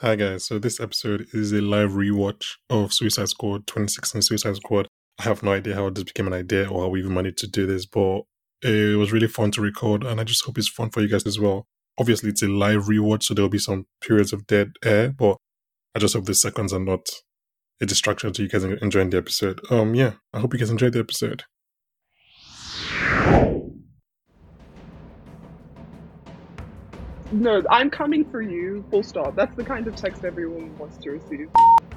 Hi guys, so this episode is a live rewatch of Suicide Squad 26 and Suicide Squad. I have no idea how this became an idea or how we even managed to do this, but it was really fun to record and I just hope it's fun for you guys as well. Obviously it's a live rewatch, so there'll be some periods of dead air, but I just hope the seconds are not a distraction to you guys enjoying the episode. Um yeah, I hope you guys enjoyed the episode. No, I'm coming for you. Full stop. That's the kind of text everyone wants to receive.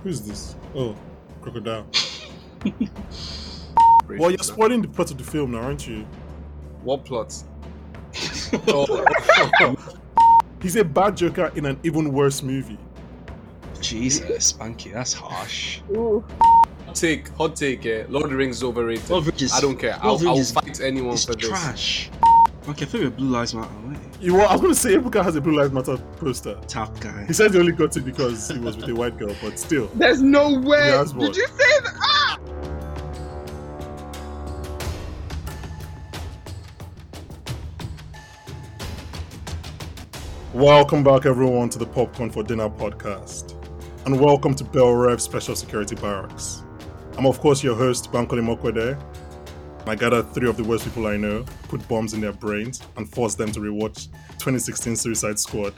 Who's this? Oh, crocodile. Well, Well, you're spoiling the plot of the film now, aren't you? What plot? Oh, He's a bad Joker in an even worse movie. Jesus, Spanky, that's harsh. Ooh. hot take, hot take. eh? Lord of the Rings is overrated. Lord of the Rings is- I don't care. Lord of I'll, the I'll Rings is- fight anyone It's for this. trash. Okay, I feel with Blue Lives Matter, right? You were, I was going to say Ebuka has a Blue Lives Matter poster. Tough guy. He says he only got it because he was with a white girl, but still. There's no way. Yeah, that's Did what- you say that? Ah! Welcome back, everyone, to the Popcorn for Dinner podcast. And welcome to Bell Rev Special Security Barracks. I'm, of course, your host, Bankole Mokwede. I gather three of the worst people I know, put bombs in their brains, and force them to rewatch 2016 Suicide Squad.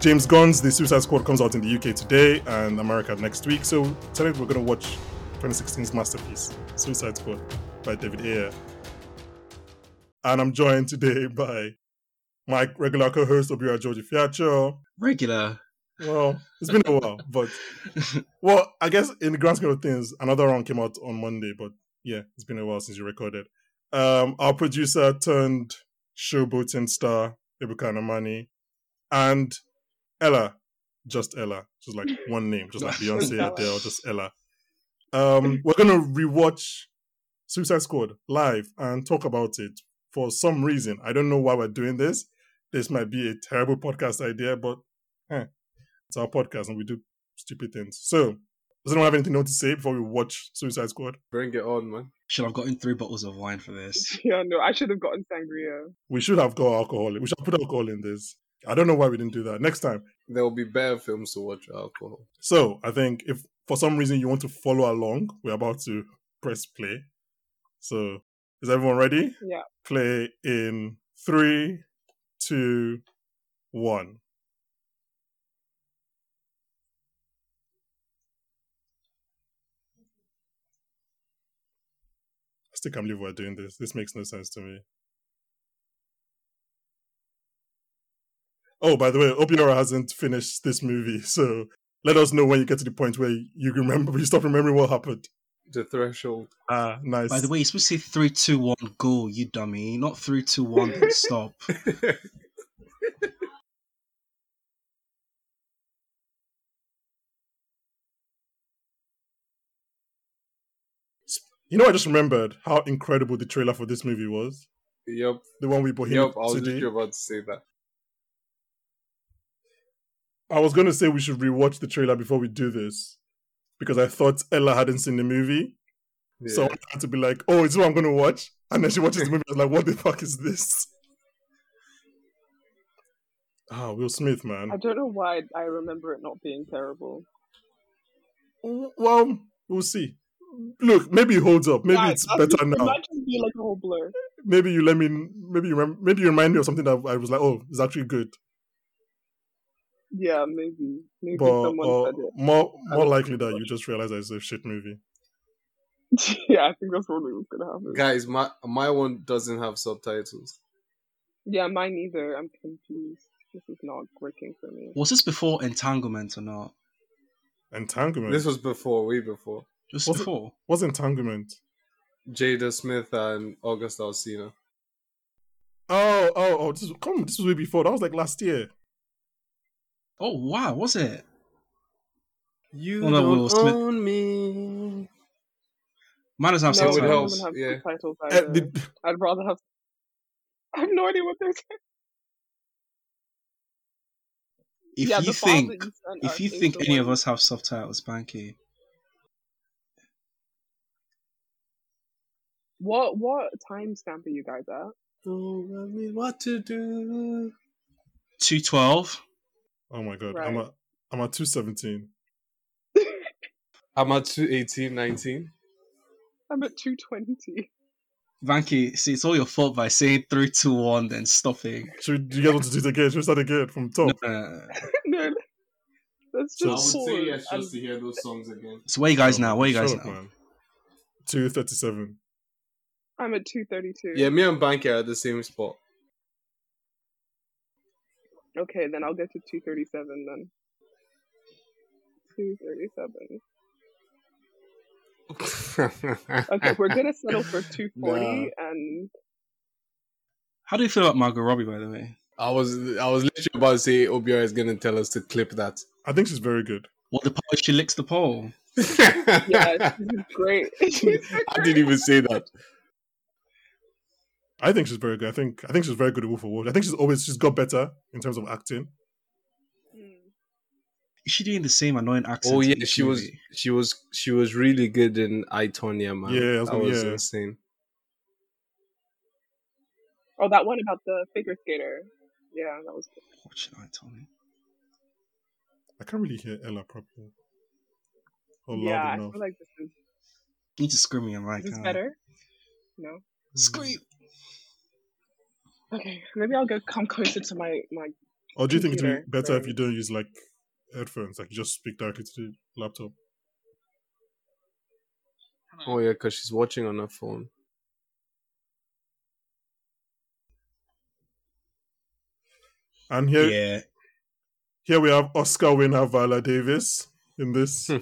James Gunn's The Suicide Squad comes out in the UK today and America next week, so tonight we're going to watch 2016's masterpiece, Suicide Squad, by David Ayer. And I'm joined today by my regular co-host Obira Georgie Fiacho. Regular. Well, it's been a while, but well, I guess in the grand scheme of things, another round came out on Monday, but yeah, it's been a while since you recorded. Um, our producer turned showboating star Ibuka Namani and Ella, just Ella, just like one name, just like Beyonce, Ella. Adele, just Ella. Um, we're gonna rewatch Suicide Squad live and talk about it for some reason. I don't know why we're doing this. This might be a terrible podcast idea, but eh, it's our podcast and we do stupid things. So, does anyone have anything else to say before we watch Suicide Squad? Bring it on, man. Should have gotten three bottles of wine for this. Yeah, no, I should have gotten sangria. We should have got alcohol. We should have put alcohol in this. I don't know why we didn't do that. Next time. There will be better films to watch with alcohol. So, I think if for some reason you want to follow along, we're about to press play. So, is everyone ready? Yeah. Play in three, two, one. I still can't believe we're doing this. This makes no sense to me. Oh, by the way, Opiora hasn't finished this movie, so let us know when you get to the point where you remember, you stop remembering what happened. The threshold. Ah, nice. By the way, you're supposed to say three, two, one, go, you dummy. Not three, two, one, then stop. You know, I just remembered how incredible the trailer for this movie was. Yep, The one with Bohemian yep. I was Rhapsody. just about to say that. I was going to say we should rewatch the trailer before we do this because I thought Ella hadn't seen the movie. Yeah. So I had to be like, oh, it's what I'm going to watch. And then she watches the movie. I was like, what the fuck is this? Ah, Will Smith, man. I don't know why I remember it not being terrible. W- Well, we'll see. Look, maybe it holds up. Maybe Why? it's That's- better It now. might just be like a whole blur. Maybe you let me. Maybe you. Rem- maybe you remind me of something that I was like, oh, it's actually good. Yeah, maybe. Maybe But someone uh, said it. more I more don't likely that you just realize that it's a shit movie. yeah, I think that's probably what's gonna happen. Guys, my my one doesn't have subtitles. Yeah, mine either. I'm confused. This is not working for me. Was this before entanglement or not? Entanglement. This was before, way before. Just Was it- before. What's entanglement? Jada Smith and August Alsina. Oh, oh, oh! This is, come. This was way before. That was like last year. Oh, wow, was it? You Well, no, don't Will Smith. own me. Mine doesn't have No, it I would subtitles. help. don't have yeah. subtitles Eh, either. the- I'd rather have. I have no idea what they're saying. If yeah, you the files that think, you sent if us you is think the any of one- us have subtitles, Spanky, What what timestamp are you guys at? Don't tell me what to do. two twelve. oh my god! Right. I'm a, I'm at 217. I'm at 218, 19. I'm at 220. Vanky, see, it's all your fault by saying three, two, one, then stopping. Uh, Should we- do you guys want to do it again? Should we start again from top? No, no, no, no. no, that's So I just would pause say yes and- just to hear those songs again. So where you guys now? Where you guys Shut up, now? man. 237. I'm at 232. Yeah, me and Banky are at the same spot. Okay, then I'll get to 237 then. 237. Okay, we're gonna settle for 240 and How do you feel about Margot Robbie, by the way? I was I was literally about to say Obiora is gonna tell us to clip that. I think she's very good. Well, the part where she licks the pole. yeah, this is great. I didn't even say that. I think she's very good. I think I think she's very good at Wolf of Wall. Street. I think she's always she's got better in terms of acting. Mm. Is she doing the same annoying accent? Oh in yeah, each she was movie? she was she was really good in I Tonya, man. Yeah, I was that gonna- was yeah. insane. Oh, that one about the figure skater. Yeah, that Oh, was. What should I tell you? I can't really hear Ella properly. Or yeah, loud I enough. feel like this is. You need to scream in your mic. Is this huh? better? No. Scream. Okay, maybe I'll go come closer to my my. or do you think it would be computer, better if right. you don't use like headphones, like you just speak directly to the laptop? Oh yeah, because she's watching on her phone. And Yeah. here here we have Oscar winner Viola Davis in this. Hmm.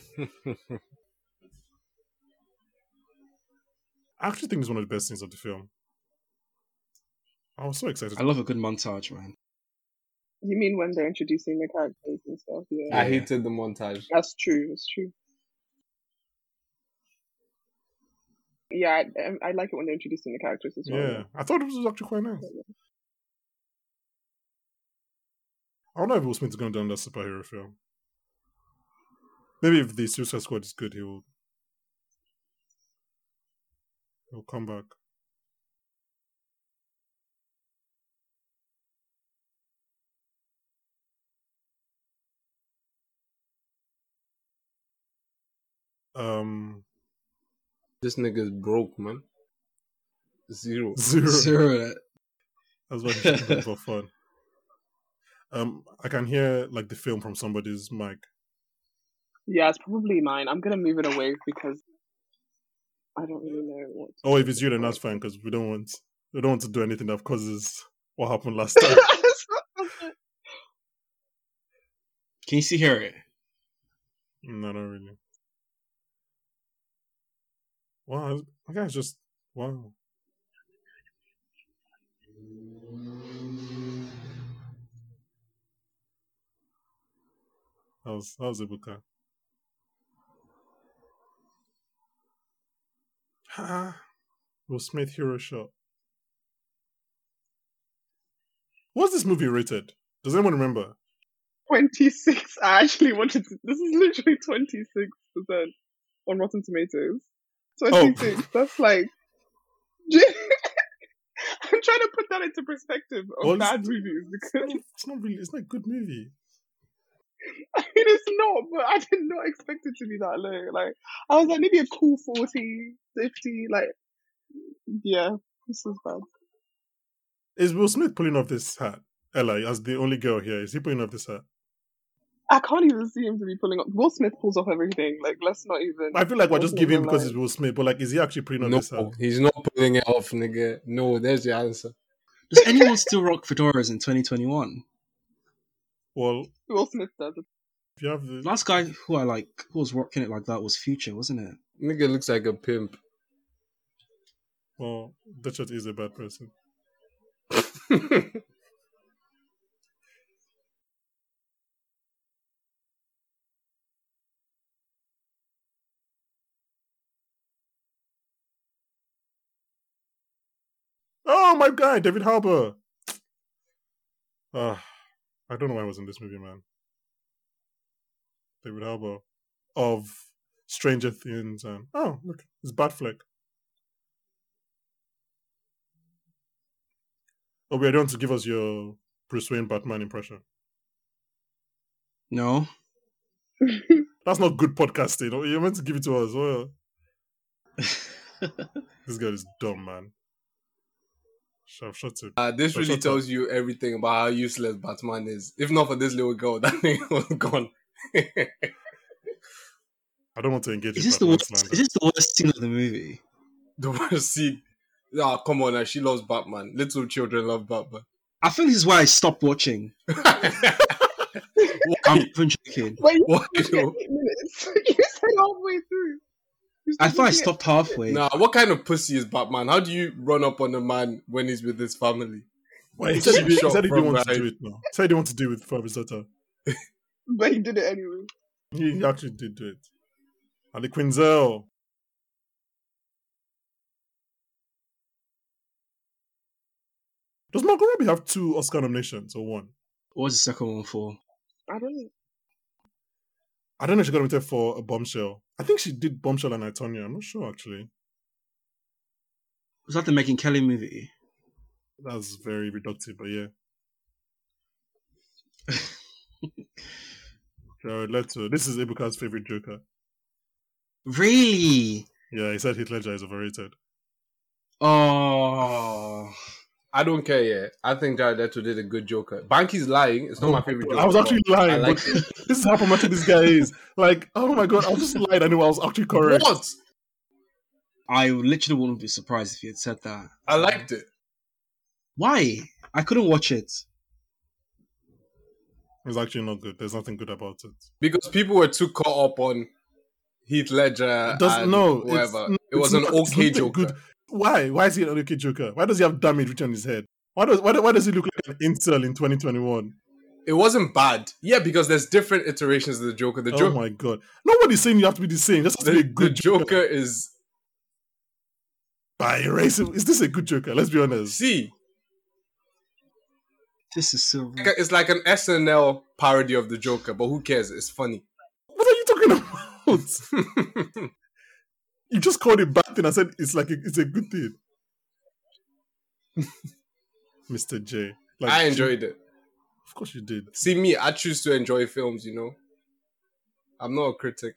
I actually think it's one of the best scenes of the film. I was so excited. I love a good montage, man. You mean when they're introducing the characters and stuff? Yeah, I hated the montage. that's true. It's true. Yeah, I, I like it when they're introducing the characters as well. Yeah, I thought it was actually quite nice. Yeah. I don't know if Will Smith is going to do another superhero film. Maybe if the Suicide Squad is good, he will. He'll come back. Um, This nigga's broke, man. Zero. zero. Zero. That's why he's doing it for fun. Um, I can hear like the film from somebody's mic. Yeah, it's probably mine. I'm gonna move it away because I don't really know what. To Oh, if it's you, then that's fine because we don't want we don't want to do anything that causes what happened last time. Can you see hear it? no, not really. Wow, I guess just wow. That was that was Ibuka. Ah, Will Smith hero shot. What's this movie rated? Does anyone remember? 26. I actually wanted to. This is literally 26 percent on Rotten Tomatoes. 26. That's like. I'm trying to put that into perspective of Well, it's- bad movies because not- it's not really. It's not a good movie. it is not. But I did not expect it to be that low. Like I was like maybe a cool 40, 50. Like yeah, this is bad. Is Will Smith pulling off this hat? Ella, as the only girl here, is he pulling off this hat? I can't even see him to be pulling up. Will Smith pulls off everything. Like let's not even. I feel like we're just Wasn't giving even because like- it's Will Smith, but like, is he actually pulling off No, this hat? he's not pulling it off, nigga. No, there's your answer. Does anyone still rock fedoras in 2021? Well, Will Smith does. it. if you have the, Last guy who I like, who was rocking it like that, was Future, wasn't it? Nigga looks like a pimp. well, Deadshot is a bad person. Oh my god, David Harbour. Ah, I don't know why I was in this movie, man. David Harbour of Stranger Things and oh look, it's Batfleck. Oh, we are going to give us your Bruce Wayne Batman impression. No. That's not good podcasting. Oh, You're meant to give it to us. Well, this guy is dumb, man. Shut, shut up. Uh, this Shut really up. tells you everything about how useless Batman is. If not for this little girl, that thing was gone. I don't want to engage in Is this the Batman worst? slander. Is this the worst scene of the movie? the worst scene. Ah, come on, now. she loves Batman. Little children love Batman. I think this is why I stopped watching. I'm Um, not even joking. Wait, you Why said though? eight minutes. You said halfway through. You I said thought I you said- stopped halfway. Nah, what kind of pussy is Batman? How do you run up on a man when he's with his family? Wait, he He said he, should did- be he shot said he didn't from want to behind. do it now. He said he didn't want to do it with Fabio's daughter. But he did it anyway. He he actually did do it. And the Quinzel. Does Margot Robbie have two Oscar nominations or one? What was the second one for? I don't. I don't know if she got nominated for a bombshell. I think she did bombshell and Itonia. I'm not sure actually. Was that the Megan Kelly movie? That's very reductive, but yeah. Jared Leto. uh, This is Ibuka's favorite Joker. Really? Yeah, he said Heath Ledger is overrated. Oh, I don't care, yeah. I think Jared Leto did a good Joker. Banky's lying. It's not my favorite Joker. Oh I was actually lying. I like but this is how problematic this guy is. Like, oh my god, I was just lying. I knew I was actually correct. What? I literally wouldn't be surprised if you had said that. I liked it. Why? I couldn't watch it. It's actually not good. There's nothing good about it. Because people were too caught up on Heath Ledger It does and no, it's- whoever. no, it was it's an not- it's okay not a Joker. good- Why? Why is he an okay Joker? Why does he have damage written on his head? Why does why, do- why does he look like an incel in 2021? It wasn't bad. Yeah, because there's different iterations of the Joker. The, oh Joker, my god! Nobody's saying you have to be the same. This has to the, be a the good Joker, Joker. is. By racism, is this a good Joker? Let's be honest. See, This is so. like- it's like an SNL parody of the Joker, but who cares? It's funny. What are you talking about? you just called it bad thing. I said it's like a, it's a good thing. Mr. J, like I enjoyed it. Of course you did. See me, I choose to enjoy films, you know. I'm not a critic.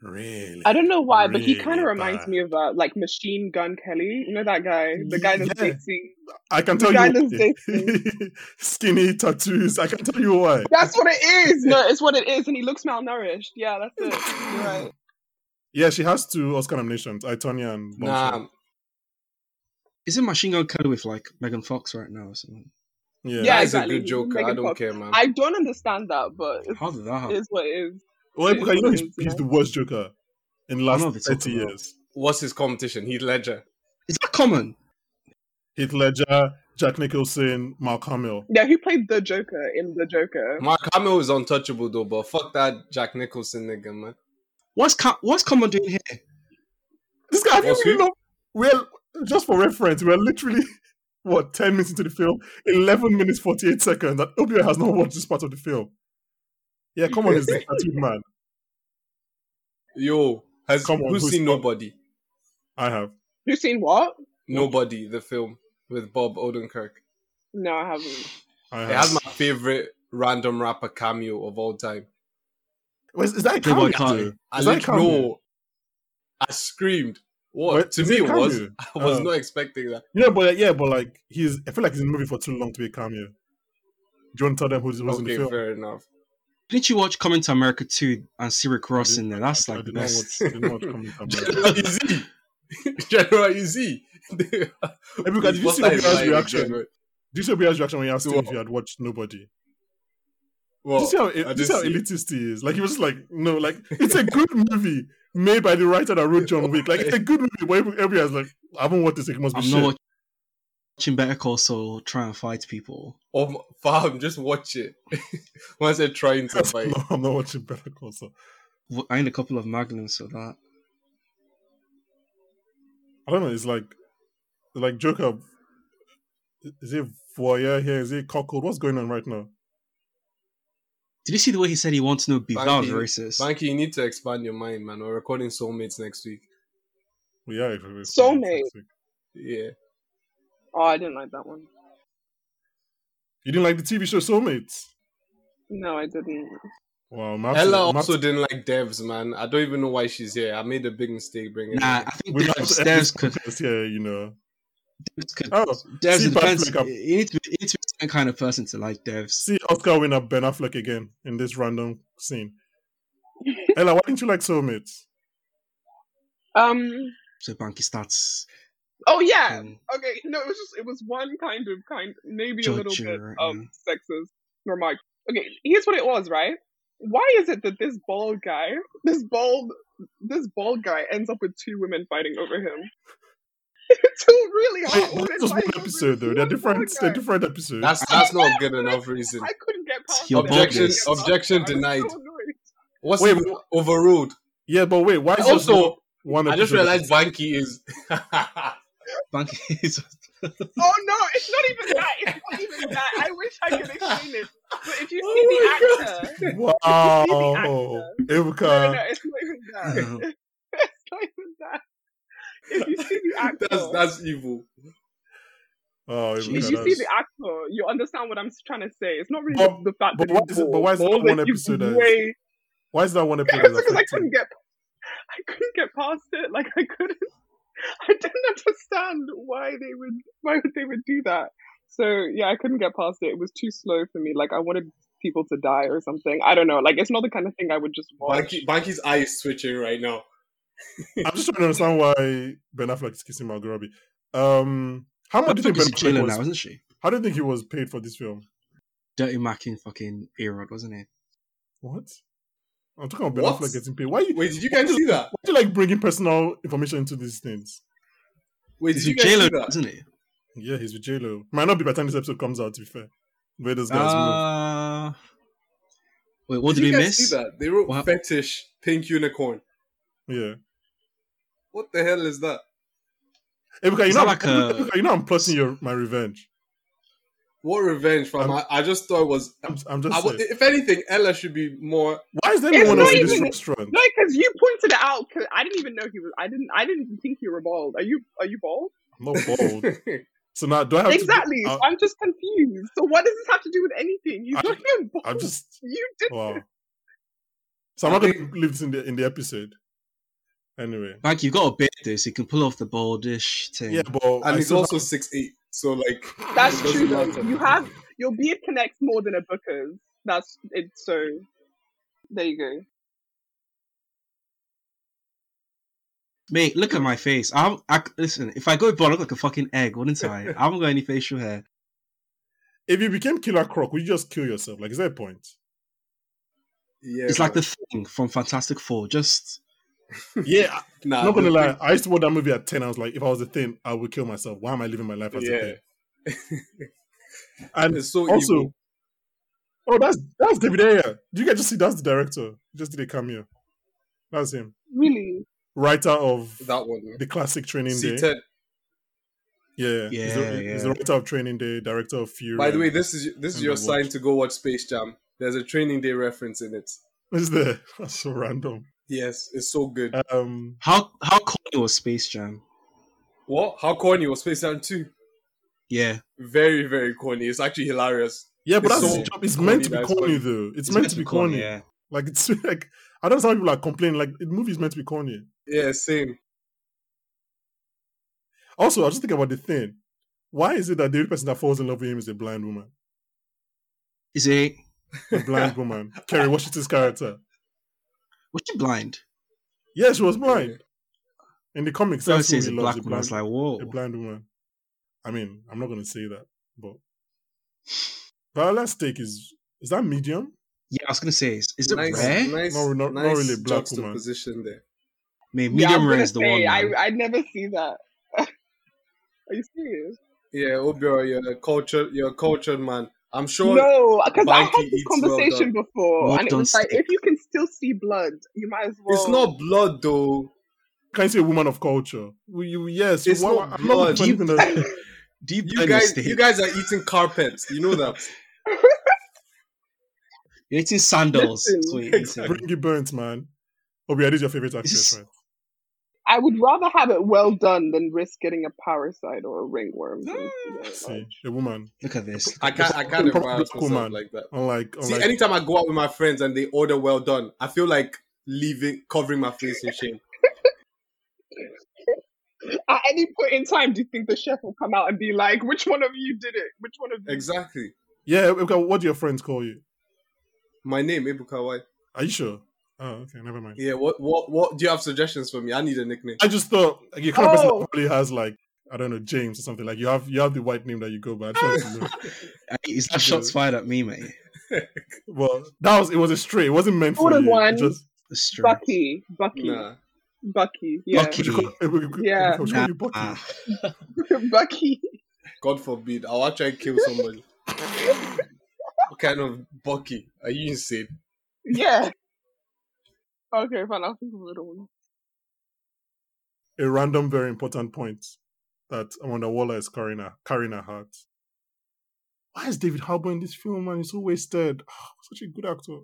Really? I don't know why, but he kind Really of reminds bad. me of uh, like Machine Gun Kelly. You know that guy, the guy that's Yeah. dating. I can The tell guy you that's why. skinny tattoos. I can tell you why. That's what it is. No, it's what it is, and he looks malnourished. Yeah, that's it. You're right. Yeah, she has two Oscar nominations. I Tonya and Bombshell. Nah, Is it Machine Gun Kelly with like Megan Fox right now or something? Yeah. Yeah. that is exactly. a good Joker. Megan I don't Fox. care, man. I don't understand that, but it's, How did that it happen? is what it is. Well, because you know he's, It is, he's yeah. the worst Joker in the I know last they talk thirty about- years. What's his competition? Heath Ledger. Is that common? Heath Ledger, Jack Nicholson, Mark Hamill. Yeah, who played the Joker in the Joker? Mark Hamill is untouchable though, but fuck that Jack Nicholson nigga, man. What's co- what's common doing here? This guy, have you Was really he? not? Well, just for reference, we're literally what ten minutes into the film, eleven minutes forty-eight seconds. That Obio has not watched this part of the film. Yeah, come on, it's the tattooed man. Yo, has Come on, who's who's- seen Nobody? I have. Who's seen what? Nobody, the film with Bob Odenkirk. No, I haven't. I It have. has my favorite random rapper cameo of all time. Wait, is that a Playboy cameo? Carti. though? I Is that a lit- cameo? no, I screamed. What Wait, to is me it it was cameo? I was Oh. not expecting that. Yeah, but yeah, but like he's. I feel like he's in the movie for too long to be a cameo. Do you want to tell them who's, who's in the Okay, film? fair enough. Didn't you watch Coming to America 2 and see Rick Ross in there? That's I like the did not best. watch. Did not watch Coming to America. General Izzy. General Izzy. Ebuka, did you What's see that Obia's line? reaction? General- Did you see Obia's reaction when he asked To him what? if he had watched Nobody? Well, do you see how, I do you see did how see it. elitist he is? Like he was just like, no, like it's a good movie made by the writer that wrote John Wick. Like it's a good movie, but Ebu- Ebuka's like, I haven't watched this. It must be I'm shit. not watch- watching Better Call Saul try and fight people. Oh, my- fam, just watch it. Once they're trying to fight. no, I'm not watching Better Call Saul. W- I need a couple of magnums for that. I don't know. It's like, like Joker. Is it voyeur here? Is it cockled? What's going on right now? Did you see the way he said he wants no beef? That was Banky, racist. Banky, you need to expand your mind, man. We're recording Soulmates next week. We are if it was- Soulmate. Yeah. Oh, I didn't like that one. You didn't like the TV show Soulmates? No, I didn't. Wow, Maps, Ella Maps- also didn't like devs, man. I don't even know why she's here. I made a big mistake bringing her. Nah, I think we have devs, to devs could, yeah, you know. devs could, Oh, devs see, it depends. um, Patrick, I'm- You need to be, you need to be a certain kind of person to like devs. see Oscar winner Ben Affleck again in this random scene. Ella, why didn't you like Soulmates? Um. So Banky starts. Oh yeah. um, Okay. No, it was just it was one kind of kind, maybe a little bit Judger, of yeah. sexist remark. Okay, here's what it was, right? Why is it that this bald guy, this bald, this bald guy ends up with two women fighting over him? two really hot Wait, women that's just fighting one over episode though. one They're bald different. They're guy. different episodes. That's that's not a good enough reason. I couldn't get past your that. Objection- boldness. objection I was so denied. annoyed. What's Wait, even overruled? yeah, but wait, why is there Also, one I just episode? realized Banky is. Banky is Oh no, it's not even that. It's not even that. I wish I could explain it. But if you see Oh the my actor, Wow, no, no, Ibuka. it's not even that. it's not even that. If you see the actor, that's that's evil. Oh, Ibuka, if you that's- see the actor, you understand what I'm trying to say. It's not really But- the fact but that why he's is it- but why is it bald, one like, you episode that is- way... why is that one episode? that's because I affecting- couldn't get, I couldn't get past it. Like I couldn't, I didn't understand why they would, why would they would do that. So yeah, I couldn't get past it. It was too slow for me. Like I wanted people to die or something. I don't know. Like it's not the kind of thing I would just watch. Banky, Banky's eye is switching right now. I'm just trying to understand why Ben Affleck is kissing Margot Robbie. Um, how much do you think Ben in jail Affleck now, was? isn't she? How do you think he was paid for this film? Dirty Mackin fucking Erod, wasn't it? What? I'm talking about Ben What? Affleck getting paid. Why you? Wait, did you guys see that? Why do you like bringing personal information into these things? Wait, did It's you with guys J-Lo, see that? isn't it? Yeah, he's with JLo. Might not be by the time this episode comes out. To be fair, where those guys move. Uh, wait, what did, you we guys miss? See that? They wrote What? fetish pink unicorn. Yeah, What the hell is that? Ebuka, you Is know, that like I'm- a- Ebuka, you know, I'm plotting your my revenge. What revenge from? I'm- I, I just thought it was. I'm, I'm just I wa- saying. if anything, Ella should be more. why is there It's anyone else not in this even- restaurant? No, because you pointed it out. 'cause I didn't even know he was. I didn't. I didn't think you were bald. Are you? Are you bald? I'm not bold. so now do I have to do- Exactly. I- so I'm just confused. So what does this have to do with anything? You I- don't even bother. uh, I'm just You did. wow. So I'm not going to leave this in the in the episode. Anyway, Banky, you've got a beard though, so you can pull off the baldish thing. yeah, but and I he's still also six eight. So like, That's it doesn't true. Though. matter. You have your beard connects more than a booker's. That's it. So there you go. Mate, look at my face. I'm, I, listen, if I go bald, I look like a fucking egg, wouldn't I? I haven't got any facial hair. if you became Killer Croc, would you just kill yourself? Like, is there a point? Yeah, It's like man. the thing from Fantastic Four. Just Yeah, Nah, I'm not gonna the- lie. I used to watch that movie at ten. I was like, if I was a thing, I would kill myself. Why am I living my life as a Yeah, thing? And it's so also, evil. oh, that's that's David Ayer. You guys just see that's the director. He just did a cameo. That's him, Really. writer of That one. the classic Training C Day. ten. Yeah, he's, Yeah, the, he's the yeah. writer of Training Day, director of Fury. By the way, this is this is And your the sign watch. to go watch Space Jam. There's a training day reference in it. is there? That's so random. Yes, it's so good. Um, how how corny was Space Jam? what? How corny was Space Jam two? Yeah, Very very corny. It's actually hilarious. yeah, but It's that's so his job. It's corny, meant to be that's corny, funny. though. It's, meant, to be corny. Yeah, Like it's like I don't know how people are complaining. Like the movie is meant to be corny. Yeah, same. Also, I was just thinking about the thing. Why is it that the only person that falls in love with him is a blind woman? is it? A blind woman. Kerry Washington's character. Was she blind? Yeah, she was blind. In the comics, So that's it's who he a loves, a black man. I blind, was like, oh. whoa. a blind woman. I mean, I'm not going to say that, but Viola's take is is that medium? Yeah, I was gonna say, is, is it nice, rare? Nice, No, not- not nice really black woman. juxtaposition there. Mate, yeah, medium I'm rare gonna is the say, one. man. I I never see that. Are you serious? Yeah, Obio, you're a cultured, you're a cultured man. I'm sure. no, because I Mikey had this eats well conversation before, Well and it done, was like, stick. if you can still see blood, you might as well. It's not blood though. Can you say a woman of culture? Well, you, yes, It's why- not I'm not blood. defending her. Deep You guys, you guys are eating carpets. You know that. are eating sandals. Listen, That's what you're eating. exactly. Bring it burnt, man. Obi, this is your favorite actress, It's- right? I would rather have it well done than risk getting a parasite or a ringworm. Ah, So, you know, See, like- a woman. Look at this. I can't. I can't Proper embarrass cool myself man. like that. Unlike, Oh See, unlike anytime I go out with my friends and they order well done, I feel like leaving, covering my face in shame. At any point in time, do you think the chef will come out and be like, "Which one of you did it? Which one of you?" Exactly. yeah. Ebuka, What do your friends call you? My name, Ibuka White. Are you sure? Oh, okay. Never mind. Yeah. What? What? What? Do you have suggestions for me? I need a nickname. I just thought like, your kind of person Oh. probably has like I don't know James or something like you have you have the white name that you go by. I just wanted to know. Hey, Is that shots fired at me, mate? well, that was it was a stray. It wasn't meant for Would've you. It won. Just, It's true. Bucky, Bucky, Nah. Bucky, yeah, Bucky. would you call, would you- Yeah. would you call you Bucky? Ah. Bucky. God forbid. I'll actually kill somebody. what kind of Bucky? Are you insane? Yeah. Okay, fine. I'll think of another one. a random very important point that Amanda Waller is carrying her, carrying her heart. Why is David Harbour in this film, man? He's so wasted. Ah, Such a good actor.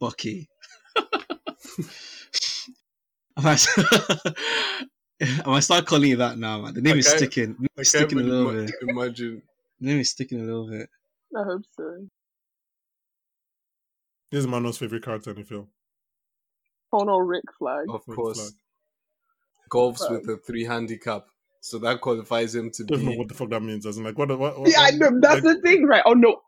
Bucky. Am I, am I start calling you that now, man? The name is Okay. sticking. The name I is can't sticking a even little ima- bit. imagine. The name is sticking a little bit. I hope so. This is Manuel's favorite character in the film. Conor Rick flag. Of Red course, flag. golfs with a three handicap, so that qualifies him to Don't know be. what the fuck that means. As in, like, what? what, what Yeah, I know. That's like, the thing, right? Oh no,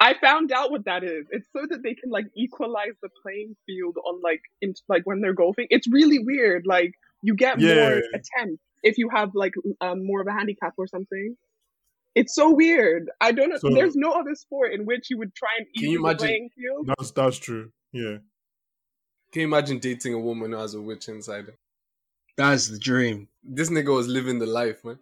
I found out what that is. It's so that they can like equalize the playing field on like in like when they're golfing. It's really weird. Like you get Yeah. more attempts if you have like um, more of a handicap or something. It's so weird. I don't know. So- There's no other sport in which you would try and Can you equal the imagine- playing field. That's that's true. Yeah, Can you imagine dating a woman who has a witch inside her? That is the dream. This nigga was living the life, man.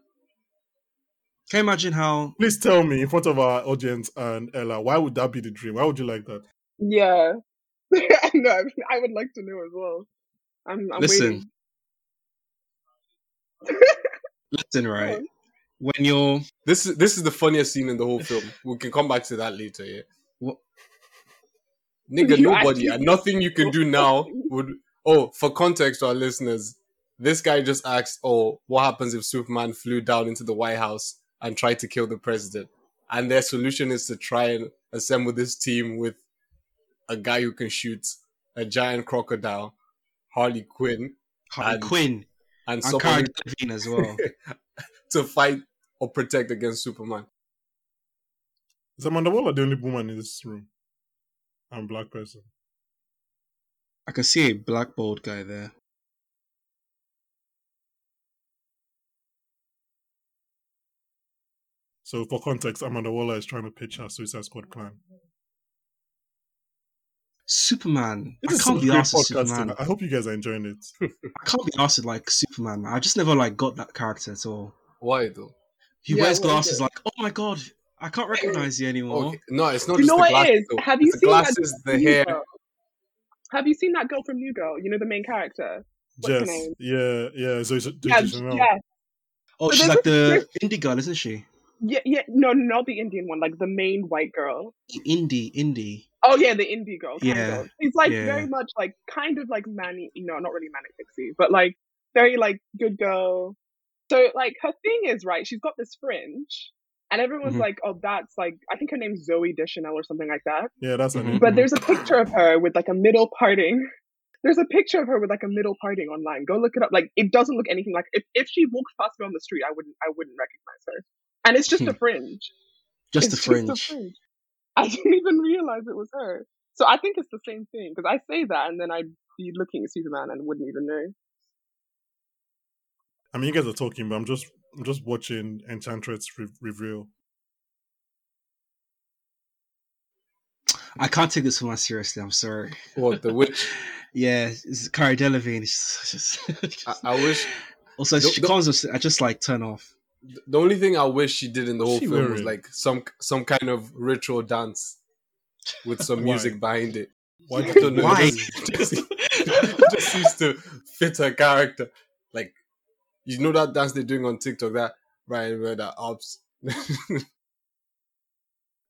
Can you imagine how please tell me in front of our audience and Ella, why would that be the dream? Why would you like that? Yeah. I know. I would like to know as well. I'm, I'm Listen. waiting. listen right when you're This is this is the funniest scene in the whole film. We can come back to that later. Yeah. What? Nigga, You nobody actually- and nothing you can do now would. Oh, for context to our listeners, this guy just asked, "Oh, what happens if Superman flew down into the White House and tried to kill the president?" And their solution is to try and assemble this team with a guy who can shoot a giant crocodile, Harley Quinn, Harley And- Quinn and and someone Cara Delevingne as well. to fight or protect against Superman. Is Amanda Waller the only woman in this room? I'm a black person. I can see a black bald guy there. So for context, Amanda Waller is trying to pitch her Suicide Squad plan. Superman. This I is can't some be great asked with podcasting. Superman. I hope you guys are enjoying it. I can't be asked with, like Superman. Man. I just never like got that character at all. Why though? He Yeah, wears what is glasses it? like, oh my god, I can't recognize you anymore. Okay. No, it's not You just know the what glasses. it is? though. Have you it's seen the that glasses, the New hair? Girl. Have you seen that girl from New Girl? You know the main character. What's her Yes. name? Yeah, yeah. So, so, Yeah, so- so- yeah, Oh, So she's there's like a- the indie girl, isn't she? yeah, yeah. No, not the Indian one. Like the main white girl. Indie, indie. Oh yeah, the indie girl. Kind Yeah, Of. She's like yeah. very much like kind of like manic. No, not really manic pixie, but like very like good girl. So like her thing is right. She's got this fringe, and everyone's Mhm. like, "Oh, that's like I think her name's Zoe Deschanel or something like that." yeah, that's her Mhm. name. Mm-hmm. But there's a picture of her with like a middle parting. There's a picture of her with like a middle parting online. Go look it up. Like it doesn't look anything like if if she walked past me on the street, I wouldn't I wouldn't recognize her. And it's just a Hmm. fringe. Just the It's fringe. fringe. I didn't even realize it was her. So I think it's the same thing because I say that and then I'd be looking at Superman and wouldn't even know. I mean, you guys are talking, but I'm just I'm just watching Enchantress re- reveal. I can't take this one seriously, I'm sorry. What the witch? Yeah, it's Cara Delevingne. It's just- it's I, just- I wish Also, Don't- she don't- comes. with- I just like turn off. the only thing I wish she did in the whole She film was wearing- like some some kind of ritual dance with some Why? music behind it. Why? I did you don't know. do Why? It this? just, it just seems to fit her character. Like you know that dance they're doing on TikTok that Ryan where that ups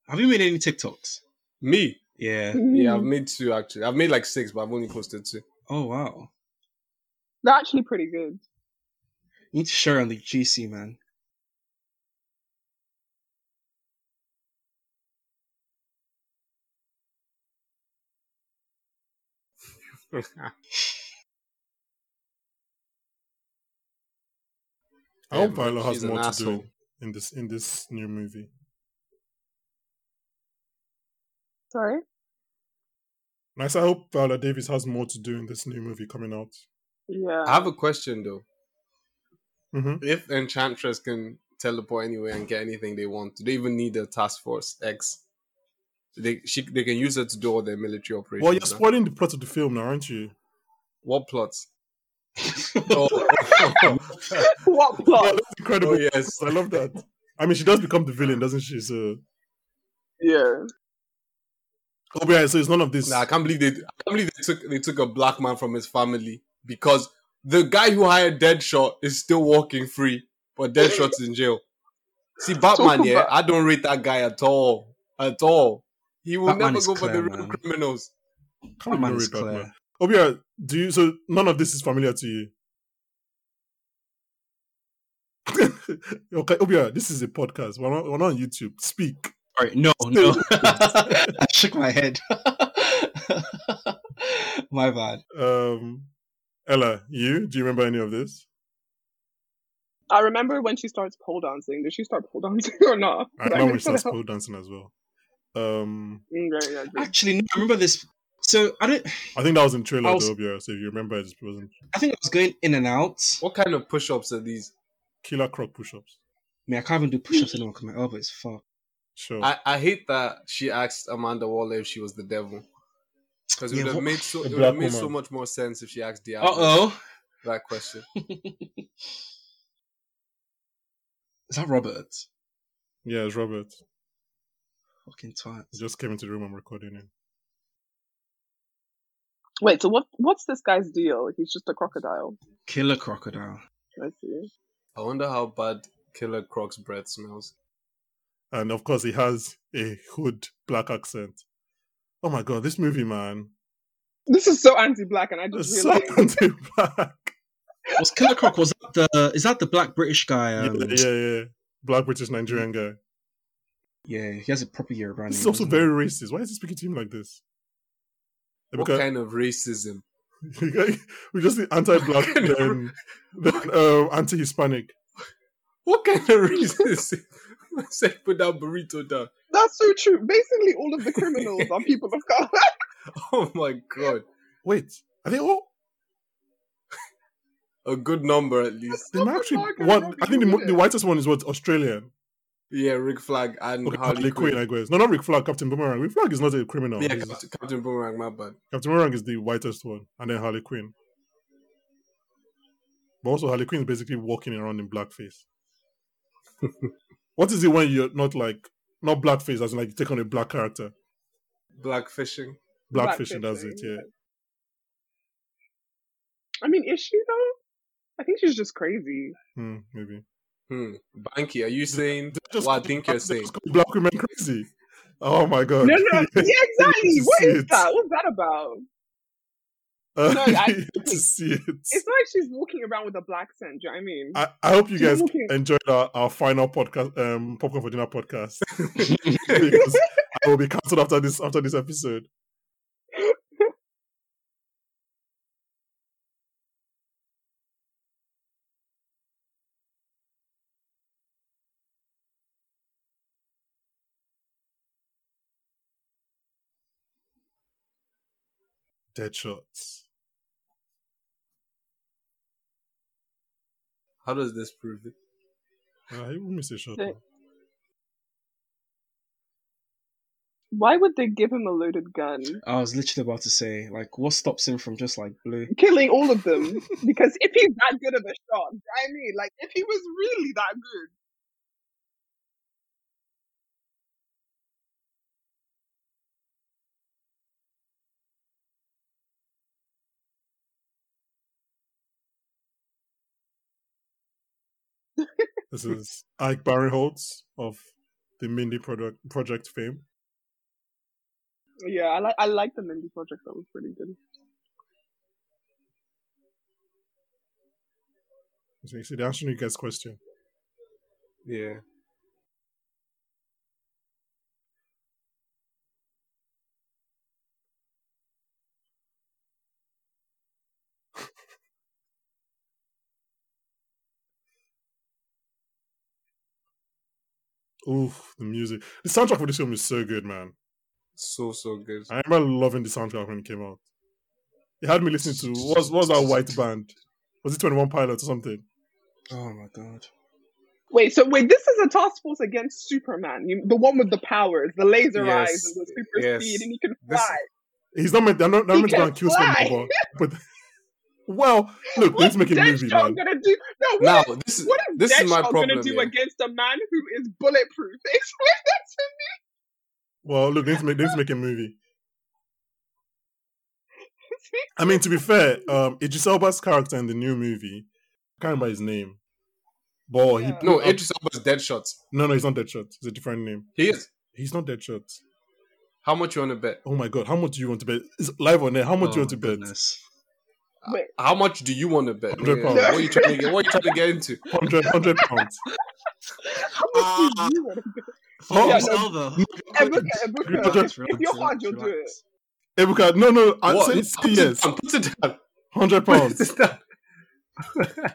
Have you made any TikToks? me. Yeah. Yeah, I've made two actually. I've made like six, but I've only posted two. Oh wow. They're actually pretty good. You need to share on the GC, man. I hope Yeah, Viola has she's an more to asshole. do in this in this new movie. Sorry. And I said, I hope Viola Davis has more to do in this new movie coming out. Yeah. I Uh-huh. have a question though. Mm-hmm. If Enchantress can teleport anywhere and get anything they want, do they even need a Task Force X? They she, they can use her to do all their military operations. Well, you're huh? spoiling the plot of the film now, aren't you? what plots? Oh, what Oh, plot? that's incredible. oh, yes, I love that. I mean, she does become the villain, doesn't she? So, yeah. oh, yeah, so it's none of this. Nah, I can't believe they. I can't believe they took they took a black man from his family because the guy who hired Deadshot is still walking free, but Deadshot's in jail. See, Batman, Talk yeah, about- I don't rate that guy at all, at all. He will Batman never is go for the clever, real man. criminals. Can't Batman even is read Batman. clear. Obia, do you so none of this is familiar to you? okay, Obia, this is a podcast. We're not, we're not on YouTube. Speak. All right, no, no. I shook my head. my bad. Um, Ella, you do you remember any of this? I remember when she starts pole dancing. Did she start pole dancing or not? I remember when she starts pole dancing as well. Um, Mm, yeah, yeah, yeah. Actually, no, I remember this. So I don't. I think that was in the trailer, I was- though, Obia. So if you remember, it wasn't I think I was going in and out. What kind of push-ups are these? Killer Croc push-ups. I mean, I can't even do push-ups anymore because my elbow is fucked. Sure. I, I hate that she asked Amanda Waller if she was the devil because it Yeah, would have what- made so A it would black have made so woman. much more sense if she asked Diablo Uh oh. that question. Is that Robert? yeah, it's Robert. Fucking twat. He just came into the room. I'm recording him. Wait, so what? What's this guy's deal? He's just a crocodile. Killer crocodile. I see. I wonder how bad Killer Croc's breath smells. and of course he has a hood black accent. Oh my god, this movie, man, This is so anti-black, and I just is so realized. anti-black. Was Killer Croc? Was that the? Is that the black British guy? Yeah, Um, yeah, yeah. Black British Nigerian guy. yeah, He has a proper Yoruba name. This is also doesn't he? very racist. Why is he speaking to him like this? What Because kind of racism? we just see anti-black, What kind of- then, then um, anti-Hispanic. What kind of racism? I said put that burrito down. That's so true. Basically, all of the criminals are people of color. Oh my god. Wait, I think oh, A good number at least. they might actually Fuck, I one. love I think the, you, mo- the yeah. whitest one is what Australian. Yeah, Rick Flag and Okay, Harley Quinn. Quinn, I guess. No, not Rick Flag. Captain Boomerang. Rick Flag is not a criminal. Yeah, He's- Captain, Captain Boomerang, my bad. Captain Boomerang is the whitest one, and then Harley Quinn. But also, Harley Quinn is basically walking around in blackface. what is it when you're not like not blackface, as in like you take on a black character? Black Fishing. Blackfishing, does it, Blackfishing, yeah. I mean, is she though? I think she's just crazy. Hmm, maybe. Hmm. Banky, are you saying They just what I call think you're black- they saying? just call black women crazy. Oh my god. No, no, yeah, exactly. What see is it. that? What's that about? Uh, no, I- you have to see it. It's like she's walking around with a black scent. Do you know what I mean? I, I hope you She's guys walking- enjoyed our, our final podcast, um, popcorn for dinner podcast, because I will be cancelled after this after this episode. Dead shots. How does this prove it? Ah, he will miss a shot. Yeah. man. Why would they give him a loaded gun? I was literally about to say, like, what stops him from just like blue? Killing all of them because if he's that good of a shot, do you know what I mean, like if he was really that good, This is Ike Barinholtz of the Mindy product, Project fame. yeah, I like I like the Mindy project. That was pretty good. So you see, they're answering you guys' question. Yeah. Oof, the music. The soundtrack for this film is so good, man. So so good. I remember loving the soundtrack when it came out. It had me listening to what's what's that white band? Was it Twenty One Pilots or something? Oh my god. Wait, so wait, this is a task force against Superman, you, the one with the powers, the laser Yes, eyes, and the super yes. speed, and he can This- fly. He's not meant. They're not, they're He not meant to go can and kill fly. somebody, but, but well, look, let's What's make a movie, man. Deathstroke gonna do? No, Now what, this is what is this is my Deathstroke problem. gonna do yeah. against a man who is bulletproof? Explain that to me. Well, look, let's make let's make a movie. I mean, to be fair, um, Idris Elba's character in the new movie, I can't remember his name, but he Yeah. No, blew up- Idris Elba's dead shot. no, no, he's not Deadshot. It's a different name. He is. He's not Deadshot. How much you want to bet? Oh my god, how much do you want to bet? It's live on there. How much do you want to Oh, bet? Oh Goodness. Wait, How much do you want to bet? Hundred Yeah. pounds. What are you trying to get? What are you trying to get into? 100, 100 pounds. how much Ah. do you want to Oh. Fuck Yeah, yourself, though. Ebuka, You're Ebuka, just- Relax, if you're hard, you'll relax, do it. relax. Ebuka, no, no, I What? say, Put say it yes. down, Put it down. 100 Put pounds. it down.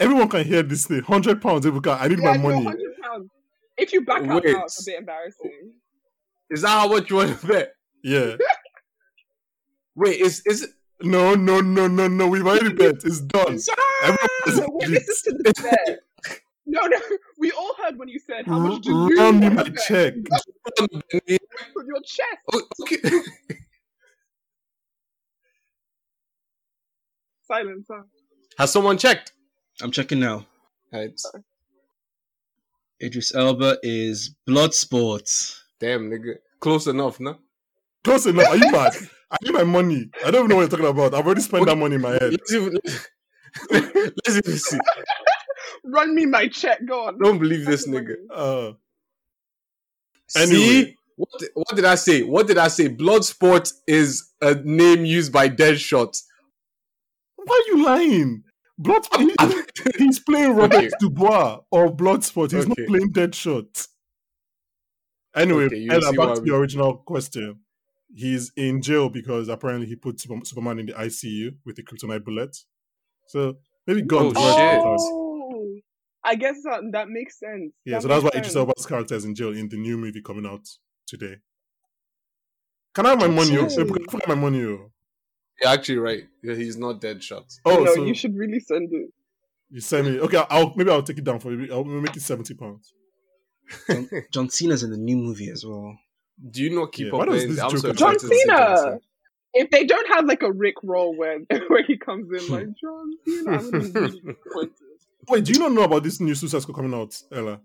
Everyone can hear this thing. 100 pounds, Ebuka. I need Yeah, my no, money. 100 pounds. If you back out Wait. now, it's a bit embarrassing. Is that how much you want to bet? Yeah. Wait, is is it? No, no, no, no, no. We've already bet. It's done. Everyone has No, wait, agreed. this is to the fair. No, no, we all heard when you said how much do you Round me want my to bet check. with your chest. Okay. Silence. huh? Has someone checked? I'm checking now. Right. Idris Elba is Bloodsport. Damn, nigga, close enough, no? Close enough. Are you mad? I need my money. I don't even know what you're talking about. I've already spent that money in my head. Let's even, let's even see. Run me my check. Go on. I don't believe this Run me nigga. money. Uh, See? Anyway. What, what did I say? What did I say? Bloodsport is a name used by Deadshot. why are you lying? Bloodsport. I'm- He's playing Robert Okay. Dubois or Bloodsport. He's Okay. not playing Deadshot. Anyway, Okay, you Ella, see back what to I your original question. He's in jail because apparently he put Super- Superman in the ICU with a kryptonite bullet. So maybe guns Oh, work shit. with us. Oh, I guess that, that makes sense. Yeah, That so that's why makes Idris sense. Elba's character is in jail in the new movie coming out today. Can I have my money? oh? Okay. Can I have my money? oh? You're actually right. Yeah, he's not Deadshot. Oh, no, so you should really send it. you send me. Okay, I'll maybe I'll take it down for you. I'll make it seventy pounds. John, John Cena's in the new movie as well. Do you not keep Yeah, why up does with this I'm so Joker- excited John to see John Cena. If they don't have like a Rick roll where where he comes in like John Cena, I'm gonna be really disappointed. Wait, do you not know about this new Suicide Squad coming out, Ella?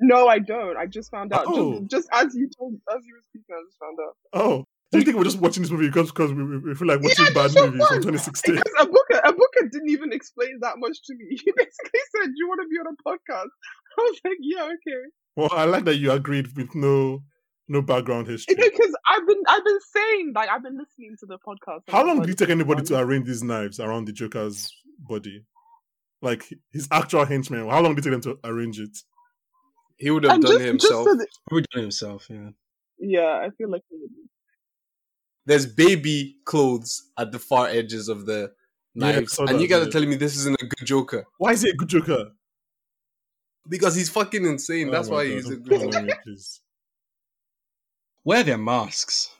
No, I don't. I just found out. Oh. Just, just as you told, as you were speaking, I just found out. Oh, do you think we're just watching this movie because because we, we we feel like Yeah, watching bad just for movies from fun. 2016? Because Abuka, Abuka didn't even explain that much to me. He basically said, "You want to be on a podcast?" I was like, "Yeah, okay." Well, I like that you agreed with no no background history. Because I've been, I've been saying, like, I've been listening to the podcast. and How I'm long like, did it take anybody to arrange these knives around the Joker's body? Like his actual henchmen. How long did it take them to arrange it? He would have And done just- it just so himself. that- Probably done it himself, yeah. yeah, I feel like. he would. There's baby clothes at the far edges of the Yeah, I knives. saw and that, you guys are yeah. telling me this isn't a good Joker. Why is he a good Joker? Because he's fucking insane. That's Oh my why God, he's a don't good come Joker. on me, please. Wear their masks.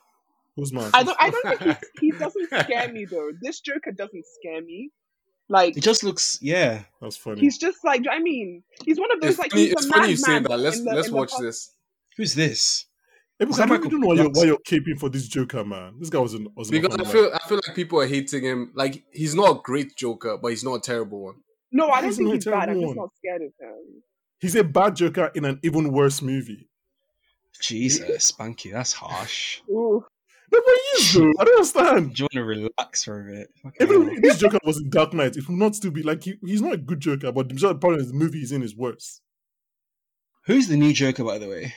Who's man? I don't. I don't think he, he doesn't scare me though. This Joker doesn't scare me. Like It just looks, yeah. That's funny. he's just like I mean, he's one of those It's like funny, he's it's a funny you say madman that. Let's in the- let's in the watch past- this. Who's this? Hey, because Is that I don't Michael even know why you're, Jackson? why you're caping for this Joker, man. This guy was an was an Because I open feel I feel like people are hating him. Like he's not a great Joker, but he's not a terrible one. No, I Why don't is think no he's bad. I'm just everyone? not scared of him. He's a bad Joker in an even worse movie. Jesus, Spanky, that's harsh. Ooh, No, but he is though. I don't understand. Do you want to relax for a bit? Fucking Even hell. if this Joker was in Dark Knight, it would not still be like he, he's not a good Joker, but the problem is the movie he's in is worse. Who's the new Joker, by the way?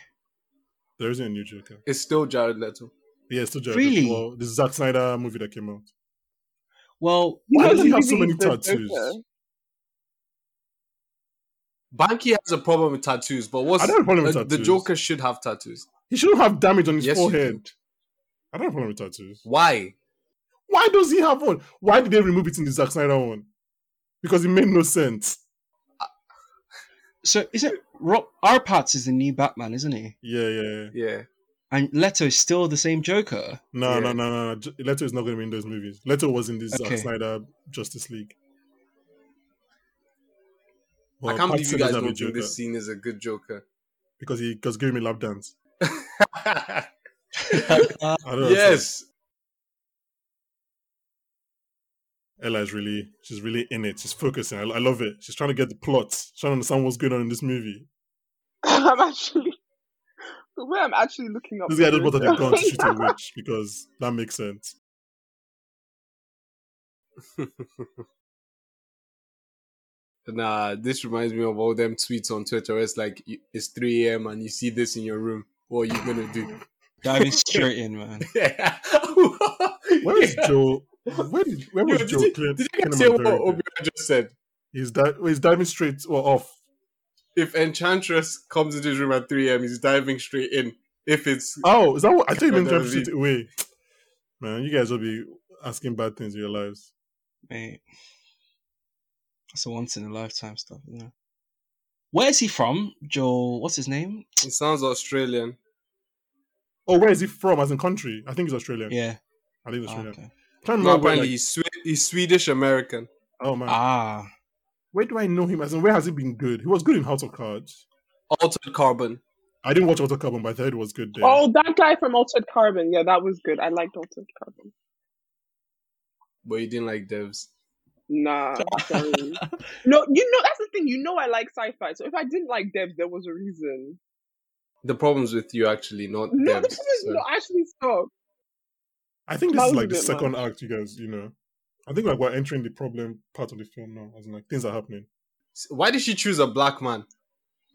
There isn't a new Joker. It's still Jared Leto. Yeah, it's still Jared. Really? Leto. Well, the Zack Snyder movie that came out. Well, You Why know does he the have so movie many The tattoos? Joker? Banky has a problem with tattoos, but what's I don't have a problem with uh, the, the tattoos. Joker should have tattoos. He shouldn't have damage on his Yes, you forehead. I don't have a problem with tattoos. Why? Why does he have one? Why did they remove it in the Zack Snyder one? Because it made no sense. So is it Rob R Potts is the new Batman, isn't he? Yeah, yeah. yeah. Yeah. And Leto is still the same Joker. No, Yeah. no, no, no, no. J- Leto is not going to be in those movies. Leto was in this Okay. Zack Snyder Justice League. I can't believe you Pattinson guys doesn't have a don't think Joker this scene is a good Joker. because he because giving me lap dance. I don't Understand. yes. Ella is really she's really in it. She's focusing. I, I love it. She's trying to get the plot. She's trying to understand what's going on in this movie. I'm actually the way I'm actually looking up. This guy just the bought out a gun to Joker- shoot a witch because that makes sense. Nah, this reminds me of all them tweets on Twitter. where It's like you- it's 3 a.m. and you see this in your room. What are you gonna do? Diving straight in, man. yeah. Where is Yeah. Joe? Where did where Yo, was did Joe? you- Clin- Did you guys Kinnaman hear what buried there? Obi just said? He's di- he's diving straight well, off. If Enchantress comes into his room at 3 a.m., he's diving straight in. If it's Oh, is that what I thought you meant Kinnaman diving straight away? Man, you guys will be asking bad things in your lives. Mate. That's a once in a lifetime stuff, isn't it? Where is he from? Joel what's his name? it sounds Australian. Oh, where is he from? As in country? I think he's Australian. Yeah. I think he's Ah, Australian. okay. Trying to remember No, where, apparently like- he's, Swe- he's Swedish American. oh man, Ah. where do I know him? As in, where has he been good? He was good in House of Cards. Altered carbon. I didn't watch Auto Carbon, but I thought it was good there. Oh, that guy from Altered Carbon. Yeah, that was good. I liked Altered Carbon. But he didn't like devs. Nah, sorry. no, you know that's the thing. You know I like sci-fi, so if I didn't like Devs, there was a reason. The problem's with you actually, not No, devs. the problem is so- no. Actually, stop. I think this That is was like a the bit second act, you guys. You know, I think like we're entering the problem part of the film now. As in, like things are happening. Why did she choose a black man?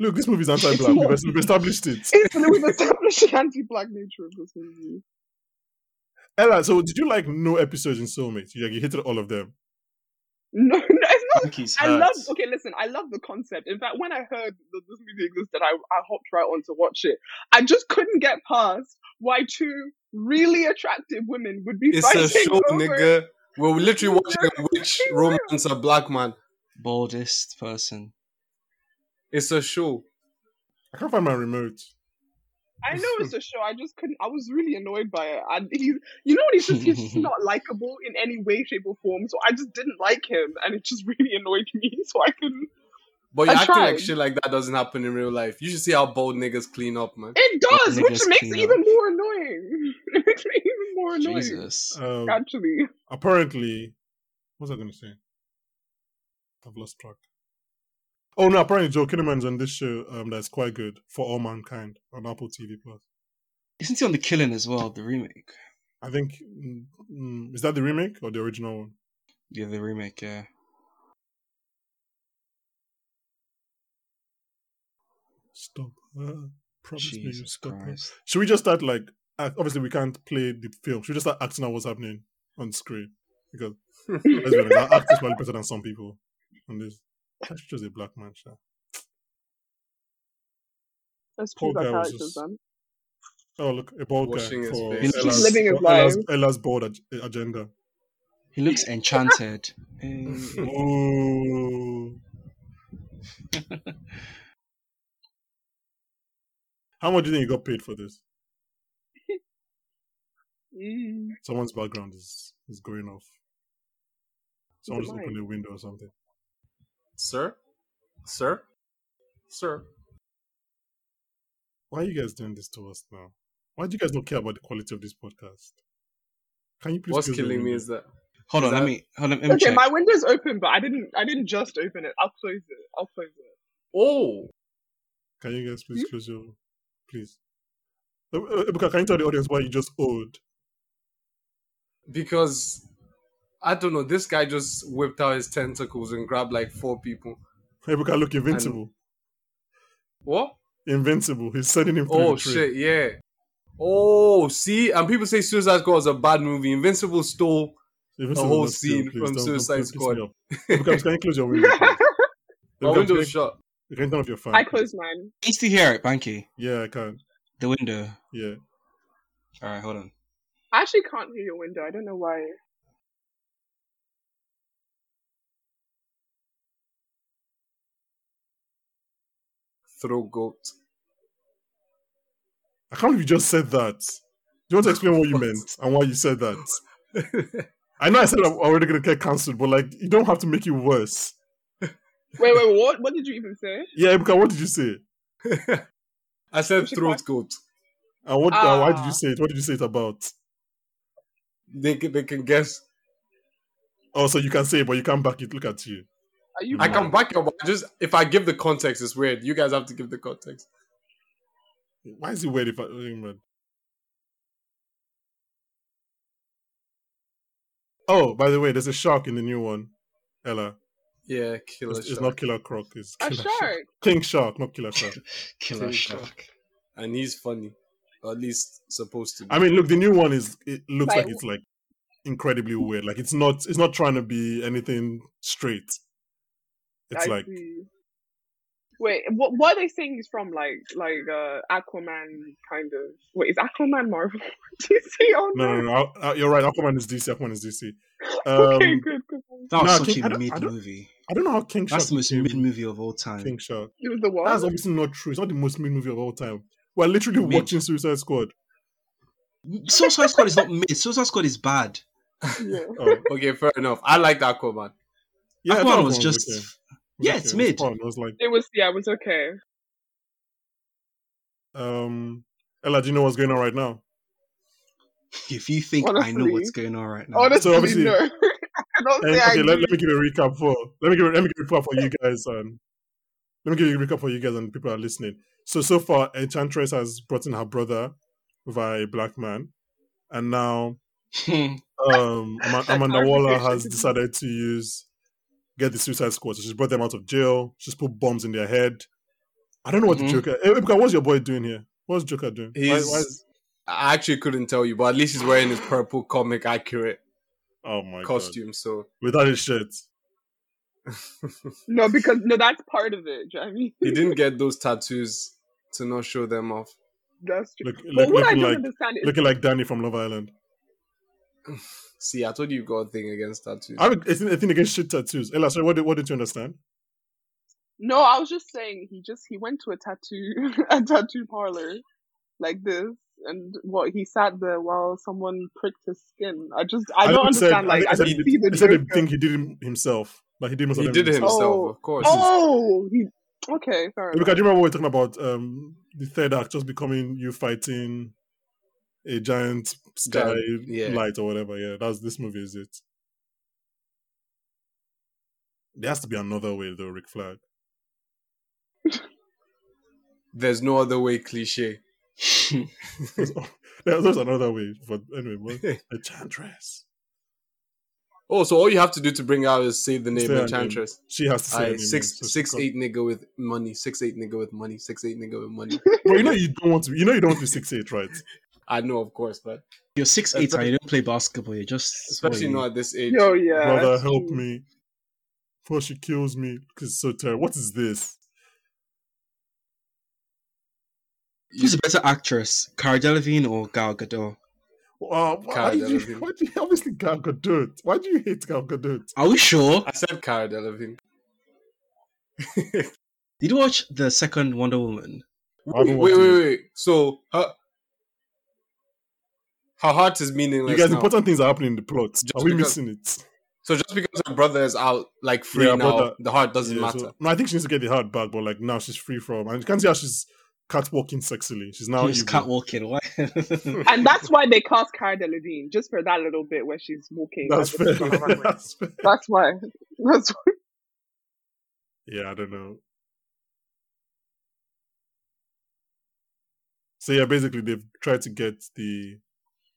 Look, this movie is anti-black. we've, we've established it. It's we've established the anti-black nature of this movie. Ella, so did you like no episodes in Soulmate? You, like, you hated all of them. No, no, it's not. Monkeys I love. Okay, listen. I love the concept. In fact, when I heard that this movie existed, I I hopped right on to watch it. I just couldn't get past why two really attractive women would be It's fighting a show, over. nigga. We're literally watching a witch romance a black man. baldest person. It's a show. I can't find my remote. I know it's a show. I just couldn't. I was really annoyed by it. And he, you know, what he's just he's just not likable in any way, shape, or form. So I just didn't like him, and it just really annoyed me. So I couldn't. But you're I acting like tried. shit like that doesn't happen in real life. You should see how bold niggas clean up, man. It does, niggas which makes clean it up. even more annoying. it makes me even more annoying. Jesus. Um, Actually, apparently, what was I going to say? I've lost track. Oh no! Apparently, Joe Kinnaman's on this show um, that's quite good for all mankind on Apple TV Plus. Isn't he on the killing as well, the remake? I think mm, mm, is that the remake or the original one? Yeah, the remake, yeah. Stop! Uh, promise me you Jesus stop. her. Christ. Should we just start like? act- Obviously, we can't play the film. Should we just start acting out what's happening on screen? Because let's be honest, our actors probably better than some people on this. I should choose a black man. Sha. let's Poor choose our guy was characters just- then. Oh look, a bald guy Washing his for face. He's just Ella's, living his for Ella's, life. Ella's board ag- agenda. He looks enchanted. Eh, Ooh. How much do you think you got paid for this? Mm. Someone's background is is going off. Someone just opened a window or something. Sir? Sir? Sir? Why are you guys doing this to us now? Why do you guys not care about the quality of this podcast? Can you please? What's close the killing me window? is that hold Is on, let that- me hold on, let me Okay, check. my window's open, but I didn't. I didn't just open it. I'll close it. I'll close it. Oh Can you guys please close your please? Uh, uh, Ebuka, can you tell the audience why you just owed? because I don't know, this guy just whipped out his tentacles and grabbed like four people. Ebuka, look invincible, What? invincible. He's sending him. through Oh the train. shit, yeah. Oh, see, and people say Suicide Squad is a bad movie. Invincible stole Even the so, whole don't steal, scene please, from don't- don't Suicide piss me Squad. off. Ebuka, can you close your window? please? my Ebuka, window can you- is shut. You can turn off your fan. I closed mine. Can you still hear it, Banky? Yeah, I can. The window. Yeah. All right, hold on. I actually can't hear your window. I don't know why. Throw goat. I can't believe you just said that. Do you want to explain what you meant and why you said that? I know I said I'm already going to get cancelled, but like, you don't have to make it worse. Wait, wait, what? What did you even say? Yeah, because what did you say? I said She throat goat. And what? and why did Ah. you say it? What did you say it about? They can, they can guess. Oh, so you can say it, but you can't back it. Look at you. Are you? I can back up. but I Just if I give the context, it's weird. You guys have to give the context. Why is it weird if I. oh, man. Oh, by the way, there's a shark in the new one, Ella. Yeah, killer. It's, it's shark. not Killer Croc. It's A killer shark. King Shark, not Killer Shark. Killer Killer shark. shark. and he's funny, or at least supposed to. Be. I mean, look, the new one is. It looks Like- like it's like incredibly weird. Like it's not. It's not trying to be anything straight. It's I like see. Wait, what? What are they saying he's from? Like, like uh, Aquaman kind of. Wait, is Aquaman Marvel? Do you see? Oh no, no. no, no. I, I, you're right. Aquaman is DC. Aquaman is DC. Um, okay, good, good. good. That was No, I such think- I a don't- mid I don't- movie. I don't know how King That's Shark the most became mid movie of all time. King Shark. It was the one. That's obviously not true. It's not the most mid movie of all time. We're literally Mid. watching Suicide Squad. Suicide Squad is not mid. Suicide Squad is bad. yeah. Oh, okay, fair enough. I like that Aquaman. yeah, I Aquaman thought it was just. okay. It yeah, it's okay. It was mid. fun. It was like, It was. Yeah, it was okay. um, Ella, do you know what's going on right now? If you think I know Honestly. what's going on right now, Honestly, obviously- no. I don't Eh, say I okay, let, do. let me give you a recap for let me give let me give a recap for you guys and let me give you a recap for you guys and people who are listening. So so far, Enchantress has brought in her brother via a black man, and now um, Ama- That Amanda Waller clarification has could be- decided to use get the Suicide Squad. So she's brought them out of jail. She's put bombs in their head. I don't know what Mhm. the Joker. Hey, Ebuka, what's your boy doing here? What's Joker doing? Why- He's. why is- I actually couldn't tell you, but at least he's wearing his purple comic accurate oh my costume. So god! Without his shirt, No, because no, that's part of it. Do you know what I mean, he didn't get those tattoos to not show them off. that's true. look, look, but what I looking don't like understand is looking like Danny from Love Island. See, I told you you got a thing against tattoos. I mean, it's I think against shit tattoos. Ella, sorry, what did, what did you understand? No, I was just saying he just he went to a tattoo a tattoo parlor like this and what he sat there while someone pricked his skin. I just I, don't think he understand like think I he said didn't he- see the he said joke. the thing he did him- himself. Like he did most of he everything did it himself, Oh. of course. Oh he okay, fair Look, I enough. do remember we were talking about um, the third act just becoming you fighting a giant sky Giant, yeah. light or whatever. Yeah, that's this movie is it. There has to be another way though, Rick Flag. There's no other way. Cliche. there's, there's always another way. But anyway, what? Enchantress. Oh, so all you have to do to bring out is say the name her name. Enchantress. She has to say her I name, six so she six can't- eight nigga with money. Six eight nigga with money. Six eight nigga with money. Well, you know you don't want to. You know you don't want to be six eight, right? I know, of course, but you're six eight and Especially- you don't play basketball. You're just especially what not at this age. Yo yeah. Brother, that's help true. me. Before she kills me, because it's so terrible. What is this? you- Who's a better actress, Cara Delevingne or Gal Gadot? Wow, Uh, why Cara do you, Delevingne. why do you obviously Gal Gadot? Why do you hate Gal Gadot? Are we sure? I said Cara Delevingne. Did you watch the second Wonder Woman? I haven't Wait, watched wait, it. wait, wait. So her her heart is you meaningless guys, now. important things are happening in the plot. Just are we because- missing it? So just because her brother is out like free Yeah, now, brother. the heart doesn't Yeah, matter. so- no, I think she needs to get the heart back, but like now she's free from. And you can see how she's catwalking sexily. She's now. She was evil. catwalking. Why? And that's why they cast Cara Delevingne just for that little bit where she's walking. That's as fair. if she's on a runway. That's fair. That's why. That's why. Yeah, I don't know. So yeah, basically they've tried to get the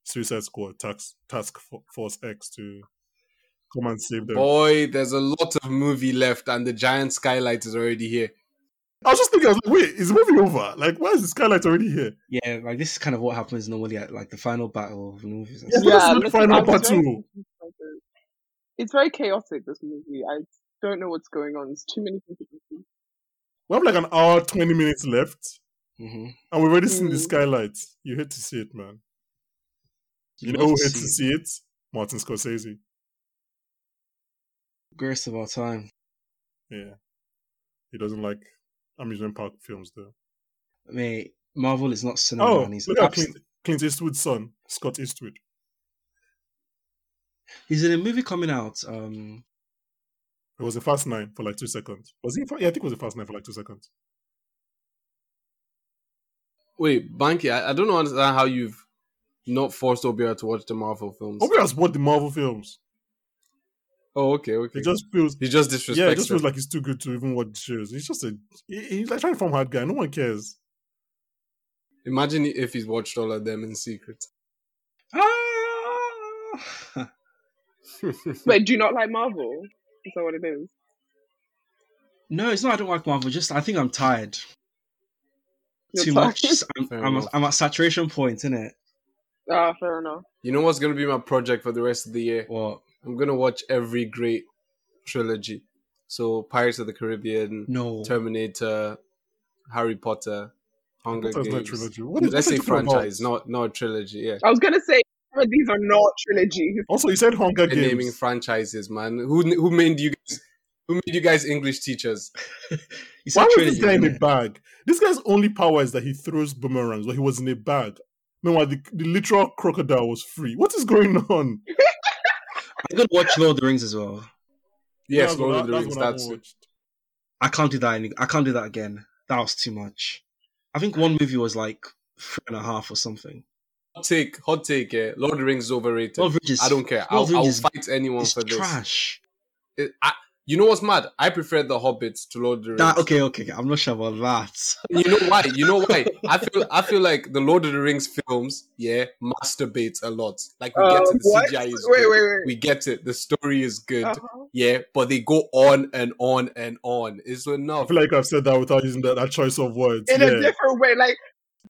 Suicide Squad tax, Task Fo- Force X to come and save them. Boy, there's a lot of movie left, and the giant skylight is already here. I was just thinking, I was like, wait, is the movie over? Like, why is the skylight already here? yeah, like this is kind of what happens normally at like the final battle of movies. And Yeah, stuff. but this is the listen, I final was very battle. confused by this. It's very chaotic. This movie. I don't know what's going on. It's too many things. to confuse. We have like an hour, 20 minutes left, Mm-hmm. and we've already seen the Mm. skylights. You hate to see it, man. You know who hates to see it? Martin Scorsese. Greatest of our time. Yeah. He doesn't like amusement park films, though. Mate, Marvel is not cinema. oh, and he's, look at abs- Clint, Clint Eastwood's son, Scott Eastwood. he's in a movie coming out. Um, It was a fast nine for like two seconds. Was he? in Fa- Yeah, I think it was a fast nine for like two seconds. Wait, Banky, I, I don't know understand how you've not forced Obia to watch the Marvel films. Obi has watched the Marvel films. Oh, okay, okay. He just feels, he just disrespects. yeah, it just them. feels like he's too good to even watch the shows. He's just a, he, he's like trying to form hard guy. No one cares. Imagine if he's watched all of them in secret. ah! Wait, do you not like Marvel? Is that what it is? no, it's not. I don't like Marvel. Just I think I'm tired. You're Too tired? much. I'm, Fair I'm, enough. I'm at saturation point, innit? Ah, fair enough. You know what's gonna be my project for the rest of the year? What? I'm gonna watch every great trilogy. So Pirates of the Caribbean, No. Terminator, Harry Potter, Hunger That's not a Games. trilogy. What is, Let's what are say you talking about? franchise, not not trilogy. Yeah, I was gonna say some of these are not trilogies. Also, he said Hunger They're Games. naming franchises, man. Who who made you guys? Who made you guys English teachers? You said Why was trilogy, this guy in a innit? bag? This guy's only power is that he throws boomerangs, but he was in a bag. Meanwhile, the, the literal crocodile was free. What is going on? I'm gonna watch Lord of the Rings as well. Yes, That's what Lord I- of the that's Rings. what I That's it. watched. I can't do that. Any- I can't do that again. That was too much. I think one movie was like three and a half or something. Hot take, hot take. Yeah, Lord of the Rings is overrated. Lord of the Rings is- I don't care. Lord of I'll, the I'll Rings is- fight anyone It's for this. trash. It- I, you know what's mad? I prefer the Hobbits to Lord of the Rings. That, okay, okay, okay, I'm not sure about that. And You know why? You know why? I feel I feel like the Lord of the Rings films, yeah, masturbate a lot. Like we get Uh, it, the what? CGI is Wait, good. wait, wait. We get it. The story is Uh. good. Uh-huh. Yeah, but they go on and on and on. It's I enough. feel like I've said that without using that, that choice of words. In yeah. a different way, like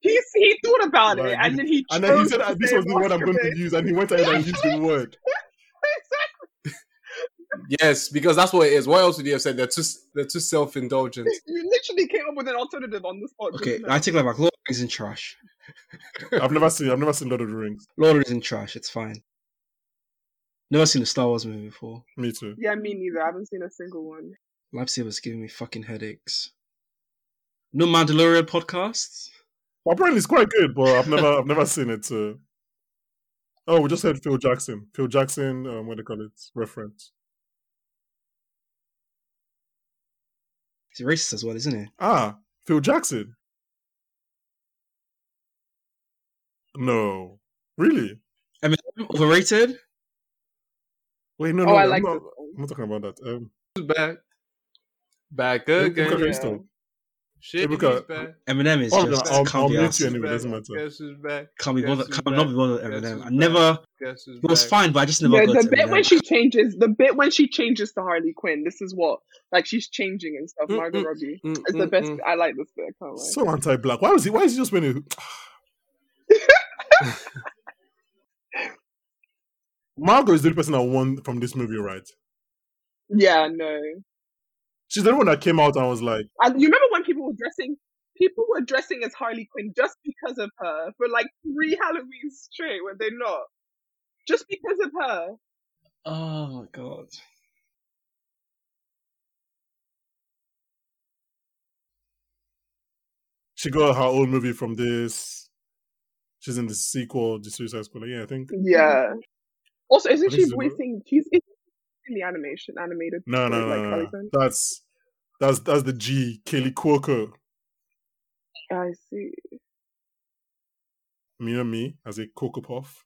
he he thought about Like, it and then he and then he chose said, to "Ah, "This say was the word I'm going to masturbate." use," and he went ahead and used the word. Yes, because that's what it is. What else would you have said? They're too they're too self indulgent. You literally came up with an alternative on the spot. Okay, just now. I take that back. Lord of the Rings is trash. I've never seen. I've never seen Lord of the Rings. Lord of the Rings is trash. It's fine. Never seen a Star Wars movie before. Me too. Yeah, me neither. I haven't seen a single one. Lifesaver's giving me fucking headaches. No Mandalorian podcast. Well, apparently, it's quite good, but I've never. I've never seen it. So. Oh, we just heard Phil Jackson. Phil Jackson. Um, what do they call it? Reference. It's racist as well, isn't it? Ah, Phil Jackson. No, really? Eminem overrated. Wait, no, Oh, no. I I'm like not, this I'm not talking about that. Um, Back, back Ebuka again. yeah. Crystal. Shit, Ebuka, he's back. Eminem is Oh, I'm just gonna- I'll- can't I'll be mute asked. you anyway, it Back. doesn't matter. Guess who's back? Can't be Guess bothered. who's Can't not back? be bothered. with Guess Eminem. who's I never. Guess who's It was back? fine, but I just never Yeah, got the to bit Eminem. when she changes, the bit when she changes to Harley Quinn. This is what, like, she's changing and stuff. Mm, Margot mm, Robbie Mm, is the mm, best. mm. I like this bit. I can't lie. So anti-black. Why was he? Why is he just wearing? a- Margot is the only person that won from this movie, right? Yeah, no. She's the only one that came out and was like, And you remember when people were dressing, people were dressing as Harley Quinn just because of her for like three Halloweens straight, were they not? Just because of her. Oh my god. she got her own movie from this. She's in the sequel, The Suicide Squad. Yeah, I think. Yeah. Also, isn't What she is the mo- voicing? She's in the animation, animated. No, no, no, like, like no, Harley no. Quinn? That's that's that's the G. Kelly Cuoco. I see. Mia me as a Coco Puff.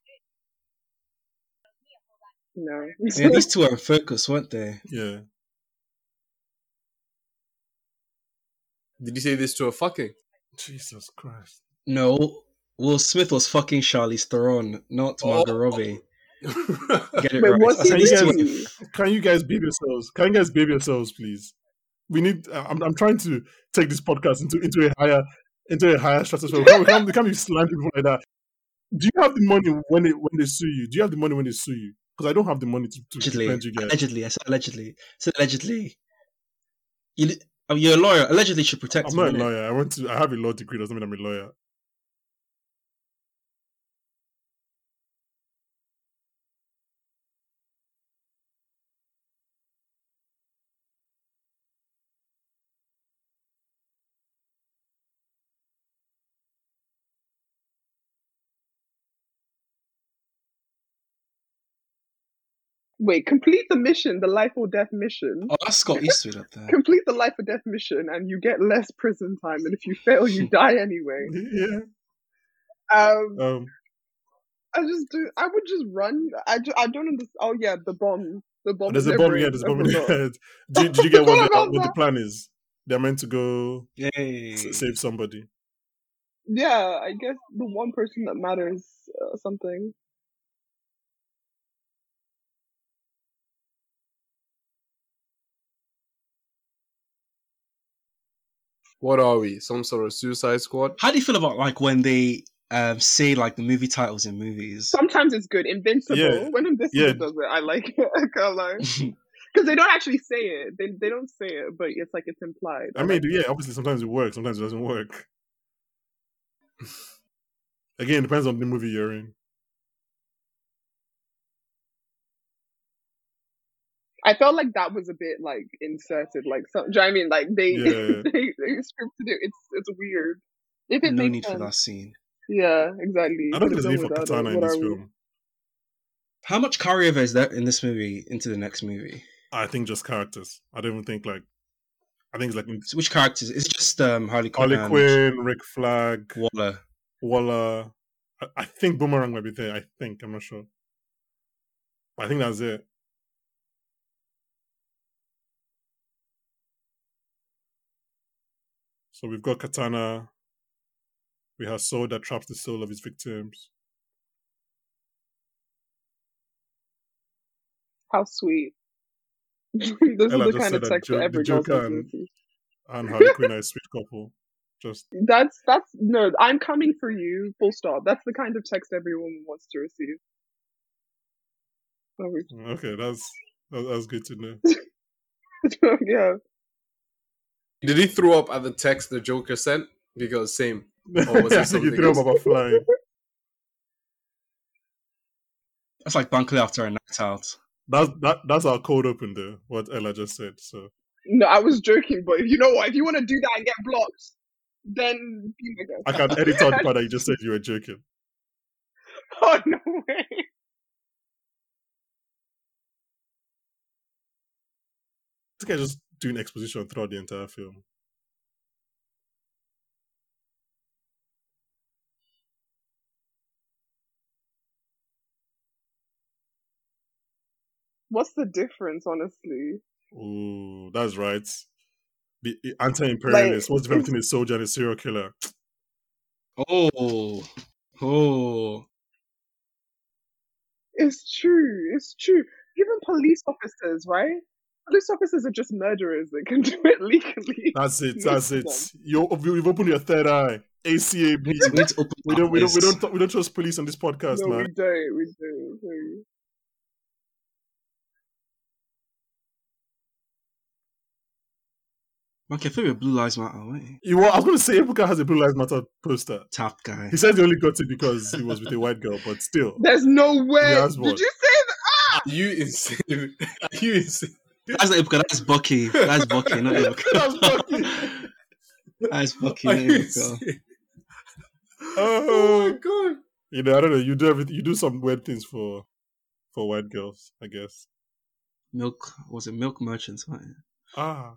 No. Yeah, these two are in focus, weren't they? Yeah. Did you say this to a fucking? Jesus Christ. No. Will Smith was fucking Charlize Theron, not Margot Oh. Robbie. Get it Wait, right. was he These two are really? in f- Can you guys behave yourselves? Can you guys behave yourselves, please? We need. I- I'm, I'm trying to take this podcast into into a higher into a higher stratosphere. We can't, we can't, we can't be slandering people like that. Do you have the money when they when they sue you? Do you have the money when they sue you? Because I don't have the money to, to allegedly. defend you guys. Allegedly, I said allegedly. I said allegedly. You, li- Oh, you're a lawyer. Allegedly, should protect. I'm him, not a innit? lawyer. I want to. I have a law degree. Doesn't mean I'm a lawyer. Wait, complete the mission, the life or death mission. Oh, that's Scott Eastwood up there. Complete the life or death mission, and you get less prison time. And if you fail, you die anyway. Yeah. Um, Um. I just do. I would just run. I, ju- I don't understand. Oh yeah, the bomb. The bomb. There's a bomb. Yeah. There's a bomb in the everywhere. head. Did, did you get what, Forgot the, about what the that. plan is? They're meant to go Yay! s- save somebody. Yeah, I guess the one person that matters uh, something. What are we? Some sort of suicide squad? How do you feel about like when they um, say like the movie titles in movies? Sometimes it's good. Invincible. Yeah, When Invincible yeah. does it, I like it. I can't lie. Because they don't actually say it. They they don't say it, but it's like it's implied. I mean, yeah. Obviously, sometimes it works. Sometimes it doesn't work. Again, it depends on the movie you're in. I felt like that was a bit like inserted. Like, so, do you know what I mean? Like they Yeah. they, they scripted it. It's it's weird. If it no makes need for sense. that scene. Yeah, exactly. I don't Could've think there's done any for Katana in without it. What this are we- film. How much carryover is there in this movie into the next movie? I think just characters. I don't even think like. I think it's like So which characters? It's just um, Harley Quinn. Harley and Quinn, Rick Flag, Waller. Waller. I, uh, I think Boomerang might be there. I think I'm not sure. I think that's it. So we've got Katana. We have Soul that traps the soul of his victims. How sweet. this is Ella the just kind said of that text Joe- that every the girl Joker sends and- me. And Harley Quinn are a sweet couple. Just That's that's no. I'm coming for you. Full stop. That's the kind of text every woman wants to receive. Oh, we- okay. That's that- that's good to know. yeah. Did he throw up at the text the Joker sent? Because same. I Or Oh, was there think you something threw him else? about flying. That's like Bunkley after a night out. That's that, that's our cold open there. What Ella just said. So No, I was joking, but you know what? If you want to do that and get blocked, then be my guest. I can edit out the part that you just said you were joking. Oh no way! This guy just doing exposition throughout the entire film. What's the difference, honestly? Oh, that's right. The the anti-imperialist. Like, What's the difference it's- between a soldier and a serial killer? Oh, oh. It's true. It's true. Even police officers, right? Police officers are just murderers that can do it legally. That's it. That's it. You you've opened your third eye. ACAB. We need to, we need to open We don't. We don't. We this. don't. talk- We don't trust police on this podcast, no, man. we don't. We don't. we Okay, I think we're Blue Lives Matter, were You were, I was going to say Ebuka has a Blue Lives Matter poster. Tap guy. He says he only got it because he was with a white girl, but still, don't. There's no way. That's Did what- you say that? You insane. you insane. That's not Ibuka, that's Bucky. That's Bucky, not Ibuka. That's Bucky. That's Bucky, Are not you Ibuka. insane? oh, Oh my god. you know, I don't know. You do everything. You do some weird things for for white girls, I guess. Milk, was it Milk Merchants, right? Ah,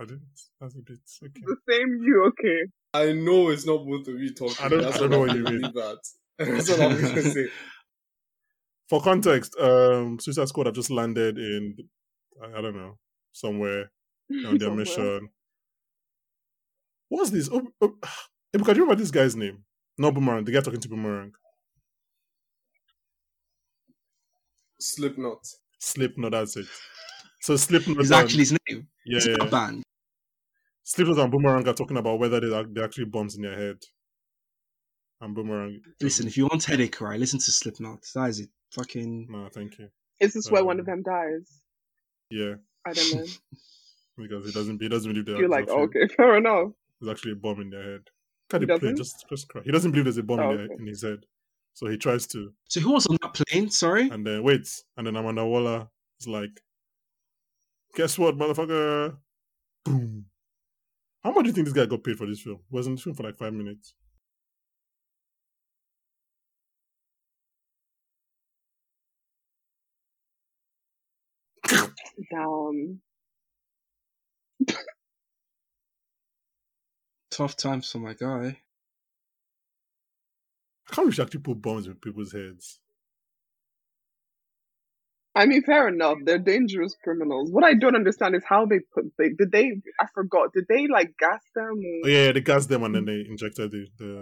I didn't. That's a bit okay. The same you, okay? I know it's not both of you talking. I don't- That's I don't what know I'm what you gonna mean. leave That. That's what I'm gonna say. For context, um, Suicide Squad have just landed in, I, I don't know, somewhere on their Somewhere. mission. What's this? Oh, oh, Ebuka, do you remember this guy's name? Not Boomerang. The guy talking to Boomerang. Slipknot. Slipknot. That's it. So Slipknot. It's and- actually his name. yeah, it's yeah. not a band. Slipknot and Boomerang are talking about whether they are, they're actually bombs in their head. And Boomerang. Listen, if you want headache, right, listen to Slipknot. That is it. Fucking. No, thank you. Is this where Um, one of them dies? Yeah. I don't know. because he doesn't he doesn't believe there You're there's like, a few- okay, fair enough. there's actually a bomb in their head. Look He at the plane, doesn't? just just cry. He doesn't believe there's a bomb Oh, in, their, okay. in his head, so he tries to. So who was on that plane? Sorry. And then waits, and then Amanda Waller is like, "Guess what, motherfucker? Boom! How much do you think this guy got paid for this film? He was in the film for like five minutes. Damn. Tough times for my guy. I can't really actually put bombs in people's heads. I mean, fair enough. They're dangerous criminals. What I don't understand is how they put. They, did they? I forgot. Did they like gas them? Oh yeah, yeah, they gassed them and then they injected the the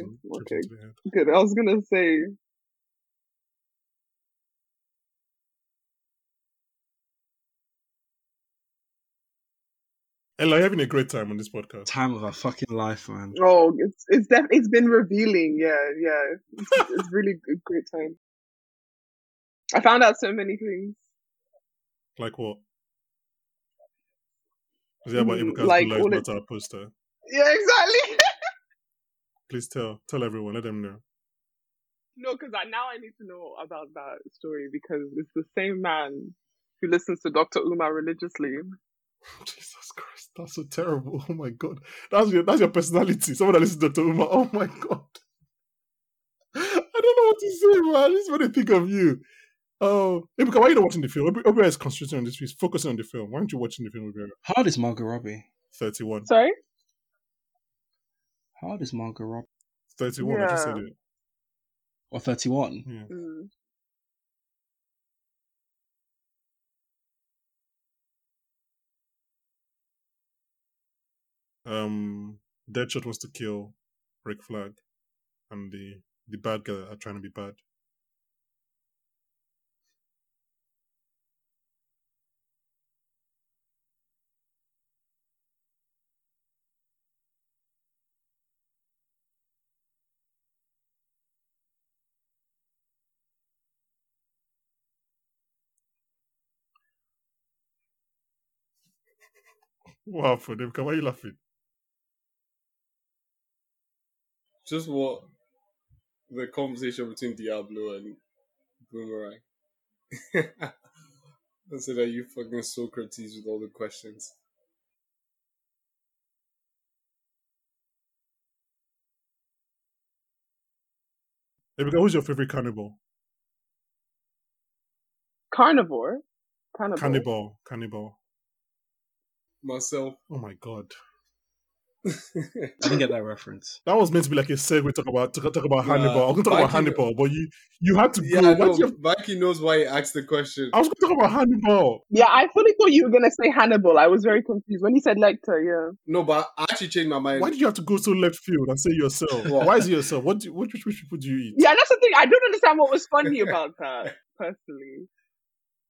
bombs and tripped Okay. into their head. Good. I was gonna say. Ella, you're having a great time on this podcast. Time of our fucking life, man. Oh, it's it's def- it's been revealing. Yeah, yeah. It's, it's really a great time. I found out so many things. Like what? Is it about Mm, Ibuka's like Blue Lives all it- Matter poster? Yeah, exactly. Please tell tell everyone, let them know. No, because I, now I need to know about that story because it's the same man who listens to Dr. Uma religiously. Jesus Christ, that's so terrible. Oh my god. That's your that's your personality. Someone that listens to Dr. Uma. Oh my god. I don't know what to say, man. This is what I think of you. Oh, Ibuka, why are you not watching the film? Obi- Obi is concentrating on this piece, focusing on the film. Why aren't you watching the film, Obi? How old is Margot Robbie? 31. Sorry? How old is Margot Robbie? 31, I just said Yeah. it. Or thirty-one? Yeah. Mm. um Deadshot wants to kill Rick Flag and the the bad guy are trying to be bad. Wow, for them, why are you laughing? Just what the conversation between Diablo and Boomerang. Consider you fucking Socrates with all the questions. Ibuka, who's your favorite cannibal? Carnivore? Cannibal. Cannibal, cannibal. Myself. Oh my god, I didn't get that reference. that was meant to be like a segue. Talk about talk, talk about Nah, Hannibal. I was gonna talk why about do you- Hannibal, but you you had to yeah, go. I Why know. do you Oh. have- Mikey knows why he asked the question. I was gonna talk about Hannibal. Yeah, I fully thought you were going to say Hannibal. I was very confused. When you said Lecter, yeah. No, but I actually changed my mind. Why did you have to go so left field and say yourself? What? Why is it yourself? What do, what which, which people do you eat? Yeah, that's the thing. I don't understand what was funny about that, personally.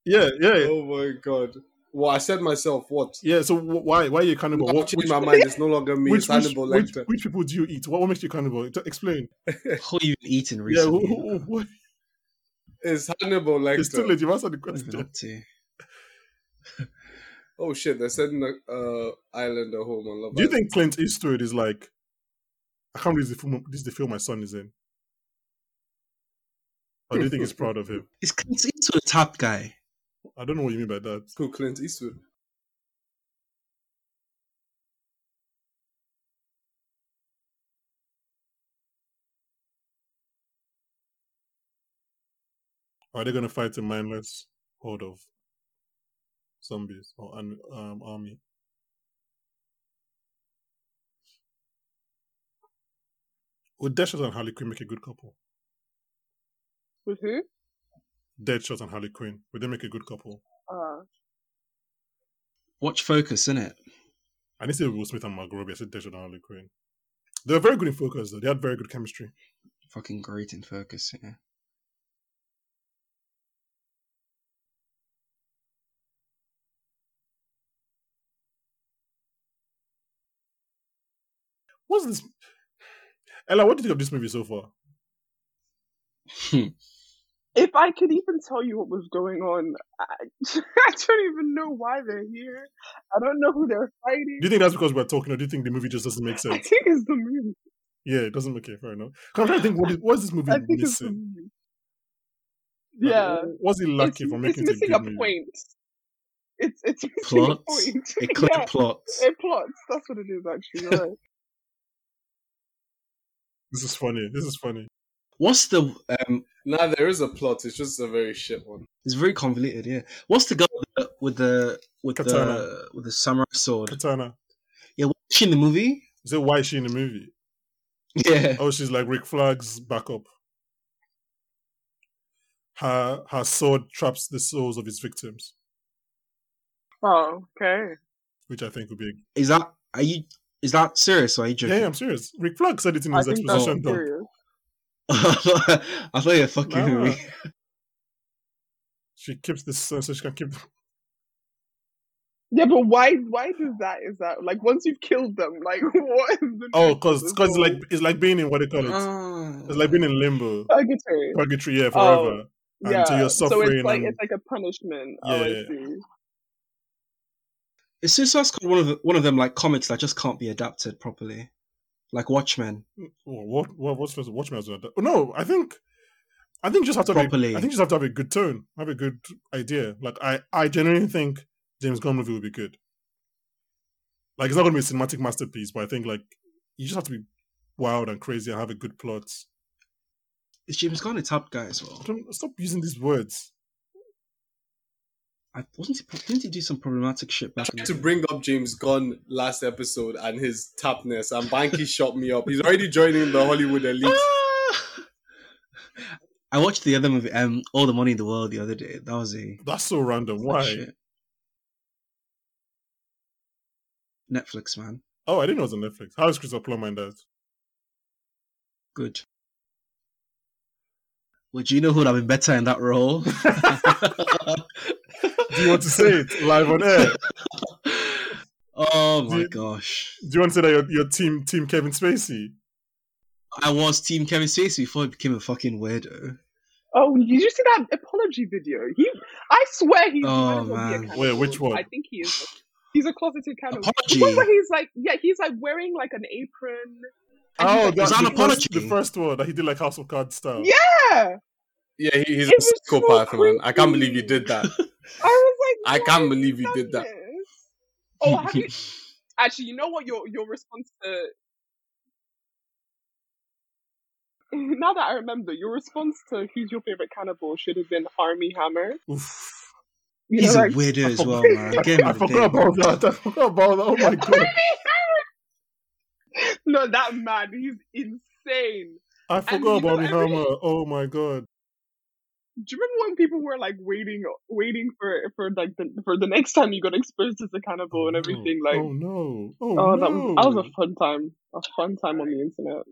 Yeah, yeah, yeah. Oh my god. Well, I said myself, what? so wh- why why are you a cannibal? I've What- changed which- my mind. It's no longer me. which, it's Hannibal which, which, Lecter. which people do you eat? What, what makes you cannibal? T- Explain. Who you been eating Yeah, recently? who, who, who, what- It's Hannibal it's too Lecter. late. You've answered the What have you been question. up to? Oh shit, they're sending a uh, Islander home on Love Do you Island. think Clint Eastwood is like? I can't believe this is the film, this is the film my son is in. Or do you think he's proud of him? Is Clint Eastwood a tap guy? I don't know what you mean by that. Who, Clint Eastwood? Are they going to fight a mindless horde of zombies or an um, army? Would Deadshot and Harley Quinn make a good couple? With who? Deadshot and Harley Quinn, would they make a good couple? Uh, Watch Focus, innit? I didn't say Will Smith and Margot Robbie. I said Deadshot and Harley Quinn. They were very good in focus, though. They had very good chemistry. Fucking great in Focus, yeah. What's this? Ella, what do you think of this movie so far? Hmm. if I could even tell you what was going on, I, I don't even know why they're here. I don't know who they're fighting. Do you think that's because we're talking, or do you think the movie just doesn't make I sense? think it's the movie. Yeah, it doesn't make it fair enough. 'Cause I'm trying to think, what is, what is this movie I think it's the missing? movie. Like, Yeah. was he lucky it's, for it's making it a missing good a movie? point. It's it's missing Plot. a point. A clear yeah, plot. it plots. That's what it is actually. You're right. This is funny. This is funny. What's the um? Nah, there is a plot. It's just a very shit one. It's very convoluted. Yeah. What's the guy with the with the with, Katana. the, with the samurai sword? Katana. Yeah, was she in the movie? Is it why is she in the movie? Yeah. Oh, she's like Rick Flag's backup. Her her sword traps the souls of its victims, Oh, okay. which I think would be. Is that are you? Is that serious? Or are you Yeah, joking? yeah, I'm serious. Rick Flag said it in I his think that's exposition. dump. serious. I thought you were fucking Nah. with me. She keeps this so she can keep. Yeah, but why? Why does that? Is that like once you've killed them? Like what is the? Oh, trick to because this because it's like whole it's like being in what they call it. Uh-huh. Ah. it's like being in limbo, purgatory. purgatory, yeah, forever. until yeah. you're so it's suffering like and- it's like a punishment. Oh, Yeah. I see. Is Suicide Squad one of the, one of them like comics that just can't be adapted properly, like Watchmen? Oh, what what what's first? Watchmen as well. Oh, no, I think. I think you just have to Have a, Properly. I think you just have to have a good tone, have a good idea. Like I, I genuinely think James Gunn movie will be good. Like it's not going to be a cinematic masterpiece, but I think like you just have to be wild and crazy and have a good plot. Is James Gunn a top guy as I well? don't, stop using these words. I wasn't. He, didn't he do some problematic shit I back? tried in to the- bring up James Gunn last episode and his tapness, and Banky shot me up. He's already joining the Hollywood elite. Ah! I watched the other movie, um, All the Money in the World, the other day. That was a That's so random. Why? shit. Netflix man, Oh, I didn't know it was on Netflix. How is Christopher Plummer in that? good. Would you know who'd have been better in that role? Do you want to say it live on air? Oh my Do you- gosh. Do you want to say that your, your team team Kevin Spacey? I was Team Kevin Spacey before I became a fucking weirdo. Oh, did you see that apology video? He, I swear, he might Oh, as well be a man. cannibal. Wait, which one? I think he is. He's a closeted cannibal. Apology? The one where he's like, yeah, he's like wearing like an apron. and he's Oh, like- Was that's that an the first, apology? the first one that he did like House of Cards style. yeah. Yeah, he, he's It a was so psychopath, man. I can't believe you creepy. did that. I was like, I why can't has believe you done did that. this? Oh, have you? Actually, you know what? Your your response to now that I remember, your response to who's your favorite cannibal should have been Army Hammer. Oof. You He's know, a like, weirdo as forgot- well, man. Get I him in the forgot day. about that. I forgot about that. Oh my god. no, that man, he's insane. I you forgot about know, the every- hammer. Oh my god. do you remember when people were like waiting waiting for for like the for the next time you got exposed as a cannibal and everything like Oh no. Oh, oh, no. that was that was a fun time a fun time on the internet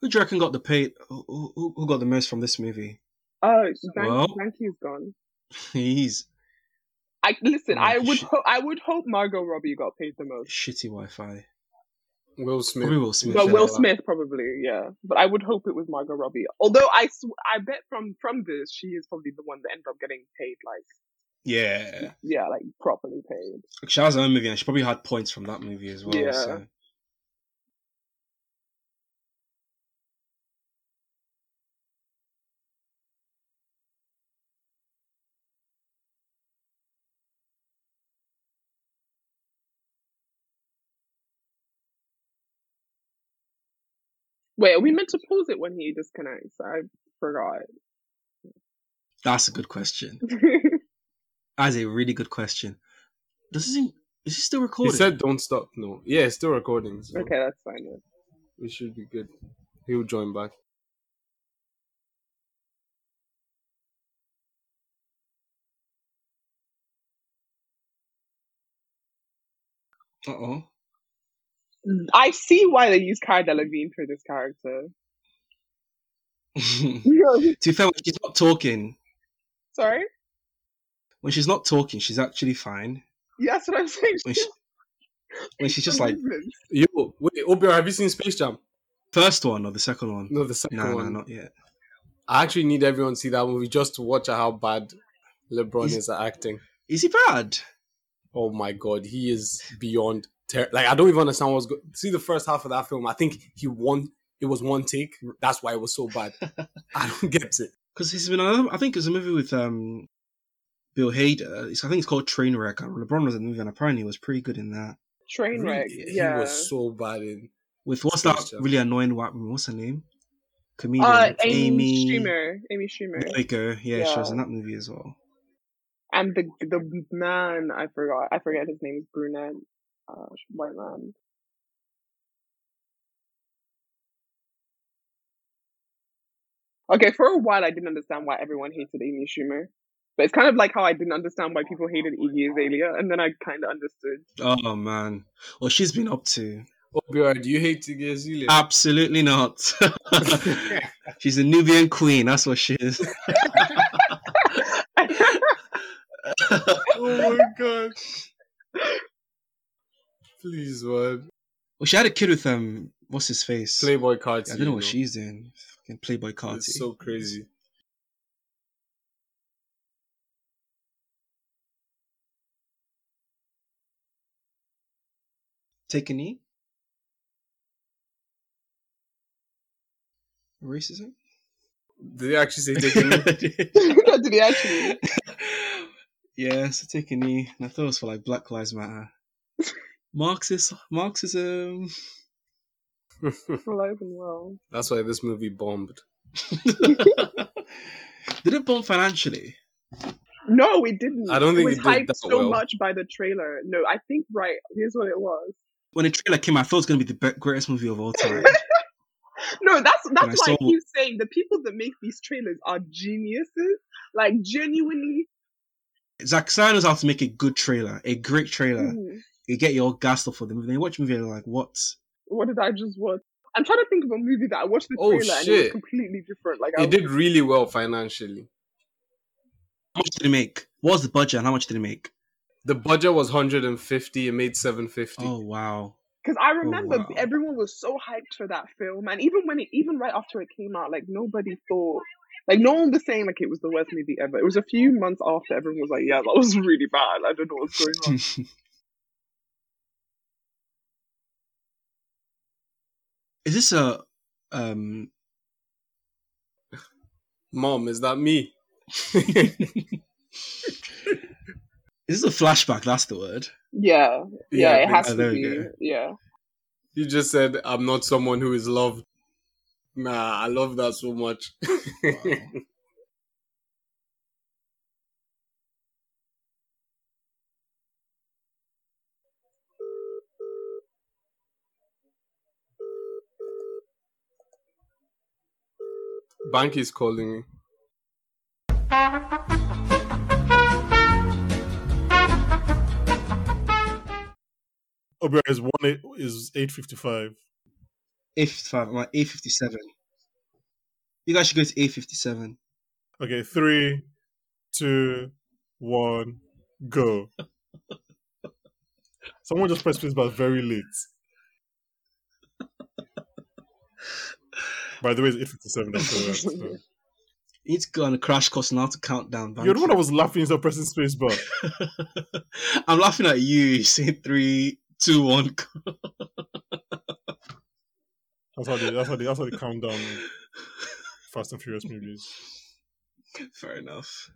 Who do you reckon got the pay? Who, who, who got the most from this movie? uh Well. Banky, has gone He's I listen Oh, I would shit. ho- I would hope Margot Robbie got paid the most shitty Wi-Fi. Will Smith. Probably Will Smith. but Yeah. Will Smith probably yeah but I would hope it was Margot Robbie although I sw- I bet from from this she is probably the one that ended up getting paid like Yeah. yeah like properly paid She has her own movie, and she probably had points from that movie as well. Yeah. So. wait are we meant to pause it when he disconnects I forgot That's a good question. That's a really good question. Does this is this still He recording? said, "Don't stop." No, yeah, it's still recording. So okay that's fine yeah. we should be good. He'll join back. "Uh oh." I see why they use Cara Delevingne for this character. Really? to be fair, when she's not talking, Sorry? when she's not talking, she's actually fine. Yeah, that's what I'm saying. When she, when she's just like movements. Yo, wait, Obio, have you seen Space Jam? First one or the second one? No, the second No, no, one. not yet. I actually need everyone to see that movie just to watch how bad LeBron He's- is at acting. Is he bad? Oh my god, he is beyond ter- like I don't even understand what's going. See the first half of that film. I think he won. It was one take. That's why it was so bad. I don't get it. Because he's been another. I think it was a movie with um, Bill Hader. It's, I think it's called Trainwreck. And LeBron was in the movie, and apparently he was pretty good in that. Train wreck. Really, yeah. He was so bad in. With what's that Space Jam. really annoying white woman? What's her name? Comedian uh, Amy, Amy. Schumer. Amy Schumer. There we go. Yeah, she was Yeah. in that movie as well. And the the man I forgot. I forget his name is brunette. Uh, white man. Okay, for a while I didn't understand why everyone hated Amy Schumer, but it's kind of like how I didn't understand why people hated Iggy Azalea, and then I kind of understood. Oh man, what she's been up to? Oh, BR, do you hate Tiggy Azalea? Absolutely not. she's a Nubian queen. That's what she is. oh my god. Please, man. Well, she had a kid with um, what's his face? Playboy cards. I don't know what she's doing. Fucking Playboy Carti. It's so crazy. Take a knee. Racism. Did they actually say taking it? Did he actually? yeah, so take a knee. And I thought it was for like Black Lives Matter. Marxist, Marxism. Alive and well. That's why this movie bombed. Did it bomb financially? No, it didn't. I don't think it was it did hyped that so well. much by the trailer. No, I think right. Here's what it was. When the trailer came, out, I thought it was going to be the be- greatest movie of all time. No, that's I that's why I saw- keep saying the people that make these trailers are geniuses. Like genuinely. Zack Snyder knows how to make a good trailer, a great trailer. Mhm. You get your gassed off for the movie. Then you watch the movie and you're like, what? What did I just watch? I'm trying to think of a movie that I watched the Oh, trailer and it was shit. completely different. Like I It did really well financially. How much did it make? What was the budget and how much did it make? The budget was 150. It made 750. Oh, wow. because I remember wow. everyone was so hyped for that film, and even when it, even right after it came out, like nobody thought. Like no one was saying like it was the worst movie ever. It was a few months after everyone was like, "Yeah, that was really bad. I don't know what's going on." Is this a um Mom, is that me? is this a flashback? That's the word. Yeah, yeah, Yeah, it has oh, to there we be. go. Yeah, You just said, I'm not someone who is loved. Nah, I love that so much. Banky is calling me. Obia is one eight, is eight fifty five. A fifty five, like A fifty seven. You guys should go to A fifty seven. Okay, three, two, one, go. Someone just pressed space bar very late. By the way, it's eight fifty seven. That's all right, so. You need to go on a crash course now to count down. You're the one that was laughing instead of pressing space bar. I'm laughing at you. You say three, two, one. go. That's how they. That's how they. That's how they calm down. Fast and Furious movies. Fair enough.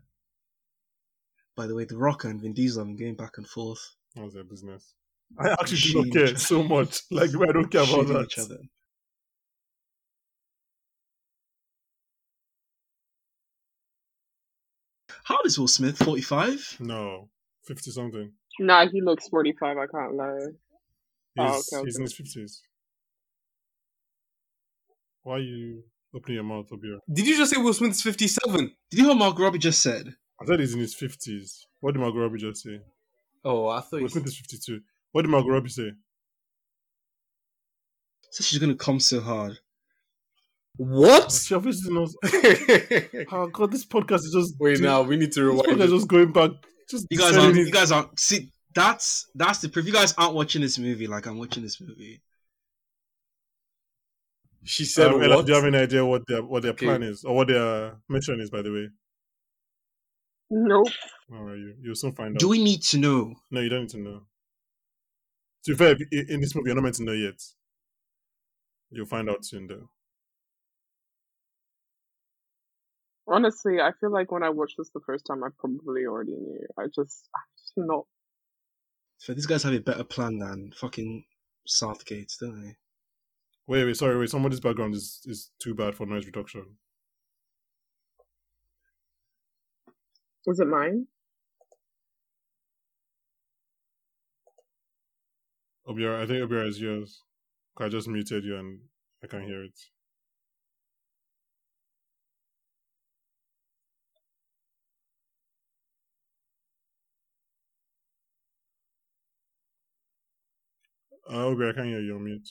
By the way, The Rock and Vin Diesel have been going back and forth, That was their business. I actually do Shame. not care so much. Like I don't care about shooting that. each other. How old is Will Smith? Forty-five. No, fifty something. nah, he looks forty-five. I can't lie. Oh, He's, okay, he's in his fifties. Why are you opening your mouth, Obia? Did you just say Will Smith's 57? Did you hear what Mark Robbie just said? I said he's in his fifties. What did Margot Robbie just say? Oh, I thought Will you Smith is fifty-two. What did Margot Robbie say? So she's gonna come so hard. What? She obviously knows. Oh God, this podcast is just. Wait, now we need This to rewind. podcast is it. just going back. Just You guys sending aren't. it- You guys aren't. See, that's that's the proof. You guys aren't watching this movie like I'm watching this movie. She said, Um, Ella, Uh, "What?" do you have any idea what their what their Okay. plan is or what their mission is? By the way, Nope. all right, you you'll soon find out. Do we need to know? No, you don't need to know. To be fair, if- i- in this movie, you're not meant to know yet. You'll find out soon, though. Honestly, I feel like when I watched this the first time, I probably already knew. I just, I'm just not. So these guys have a better plan than fucking Southgate, don't they? Wait, wait, sorry, wait. Somebody's background is is too bad for noise reduction. Was it mine? Obiara, I think Obiara is yours. 'Cause I just muted you and I can't hear it. Uh, Obiara, I can't hear you on mute.